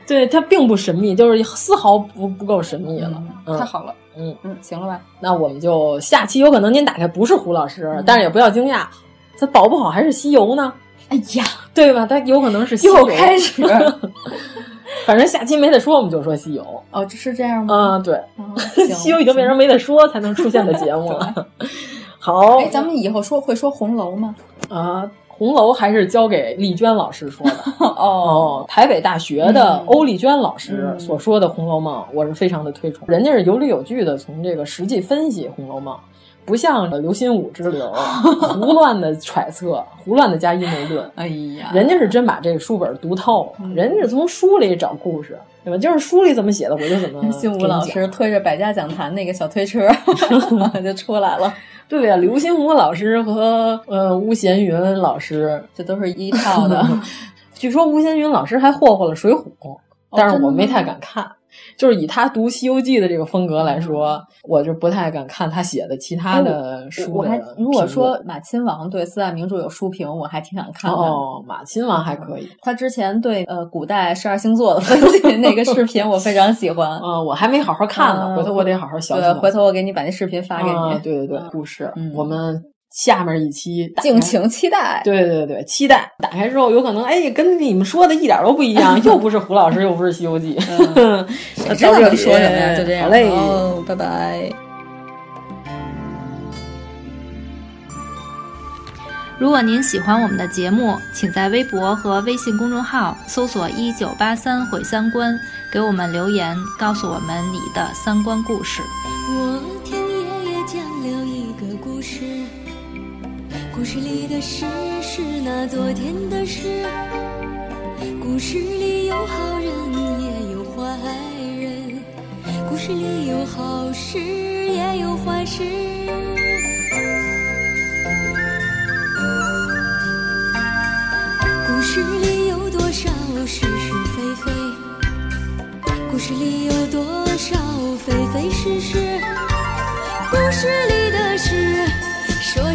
对，它并不神秘，就是丝毫不不够神秘了。嗯
太好了，
嗯
嗯，行了吧？
那我们就下期有可能您打开不是胡老
嗯
师，但是也不要惊讶，咱保不好还是西游呢，
哎呀， (laughs)
对吧？它有可能是西游
又开始
反正下期没得说，我们就说西游。
(laughs) 哦，这是这样吗？
嗯，对，
(laughs) 嗯，
(laughs)
行
西游已经变成没得说才能出现的节目
(laughs)
了。好，
哎，咱们以后说会说红楼吗？
啊，红楼还是交给丽娟老师说的。
(laughs) 哦，
哦，台北大学的欧丽娟老师
嗯
所说的《红楼梦》，我是非常的推崇，人家是有理有据的，从这个实际分析《红楼梦》。不像呃刘心武之
(laughs)
流，胡乱的揣测，胡乱的加阴谋论。
哎呀，。
人家是真把这个书本读透了，人家是从书里找故事，对吧？就是书里怎么写的，我就怎么
(laughs) 信武老，师推着百家讲坛那个小推 (laughs) 车就出来了，
对呀、刘心武老师和呃吴闲云老师
这都是 (laughs) 一套的。
(laughs)
哦
据说吴闲云老师还霍霍了《水浒》，但是
真的
我
吗
没太敢看。就是以他读《西游记》的这个风格来说，我就不太敢看他写的其他的书
哎我
的
还如
评
果
论
说马亲王对四大名著有书评，我还挺想看的。
哦，马亲王还可以，
他之前对呃古代十二星座的分析那个视频，我非常喜
(laughs)
欢。
嗯，我还没好好看呢，
嗯
回头我得好好小啊
对，
小
回头我给你把那视频发给
啊
你，
对对对，故事
嗯，
我们下面一期打开
敬。请期待。
对对对，期待打开之后，有可能哎，跟你们说的一点都不
(laughs)
一样，又不是胡老师，又不是《西游记》
嗯
那
知道
到这
能
里
说什么呀？就这样，
好嘞。
哦，拜拜。
如果您喜欢我们的节目，请在微博和微信公众号搜索“一九八三毁三观”，给我们留言，告诉我们你的三观故事。
我听爷爷讲了一个故事，故事里的事是那昨天的事，故事里有好人也有坏人，故事里有好事也有坏事。故事里有多少是是非非？故事里有多少非非是是？故事里的事，说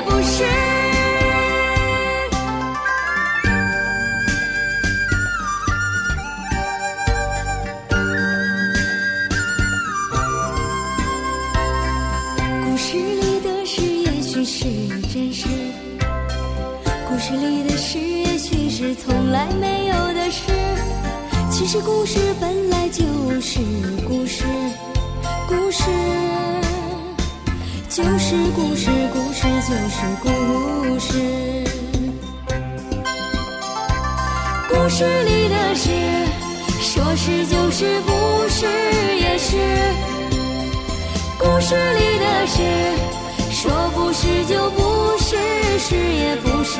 不是。故事里的事也许是真实，故事里的事也许是从来没有的事。其实故事本来就是故事，故事就是故事，故事就是故事。故事里的事，说是就是，不是也是。故事里的事，说不是就不是，是也不是。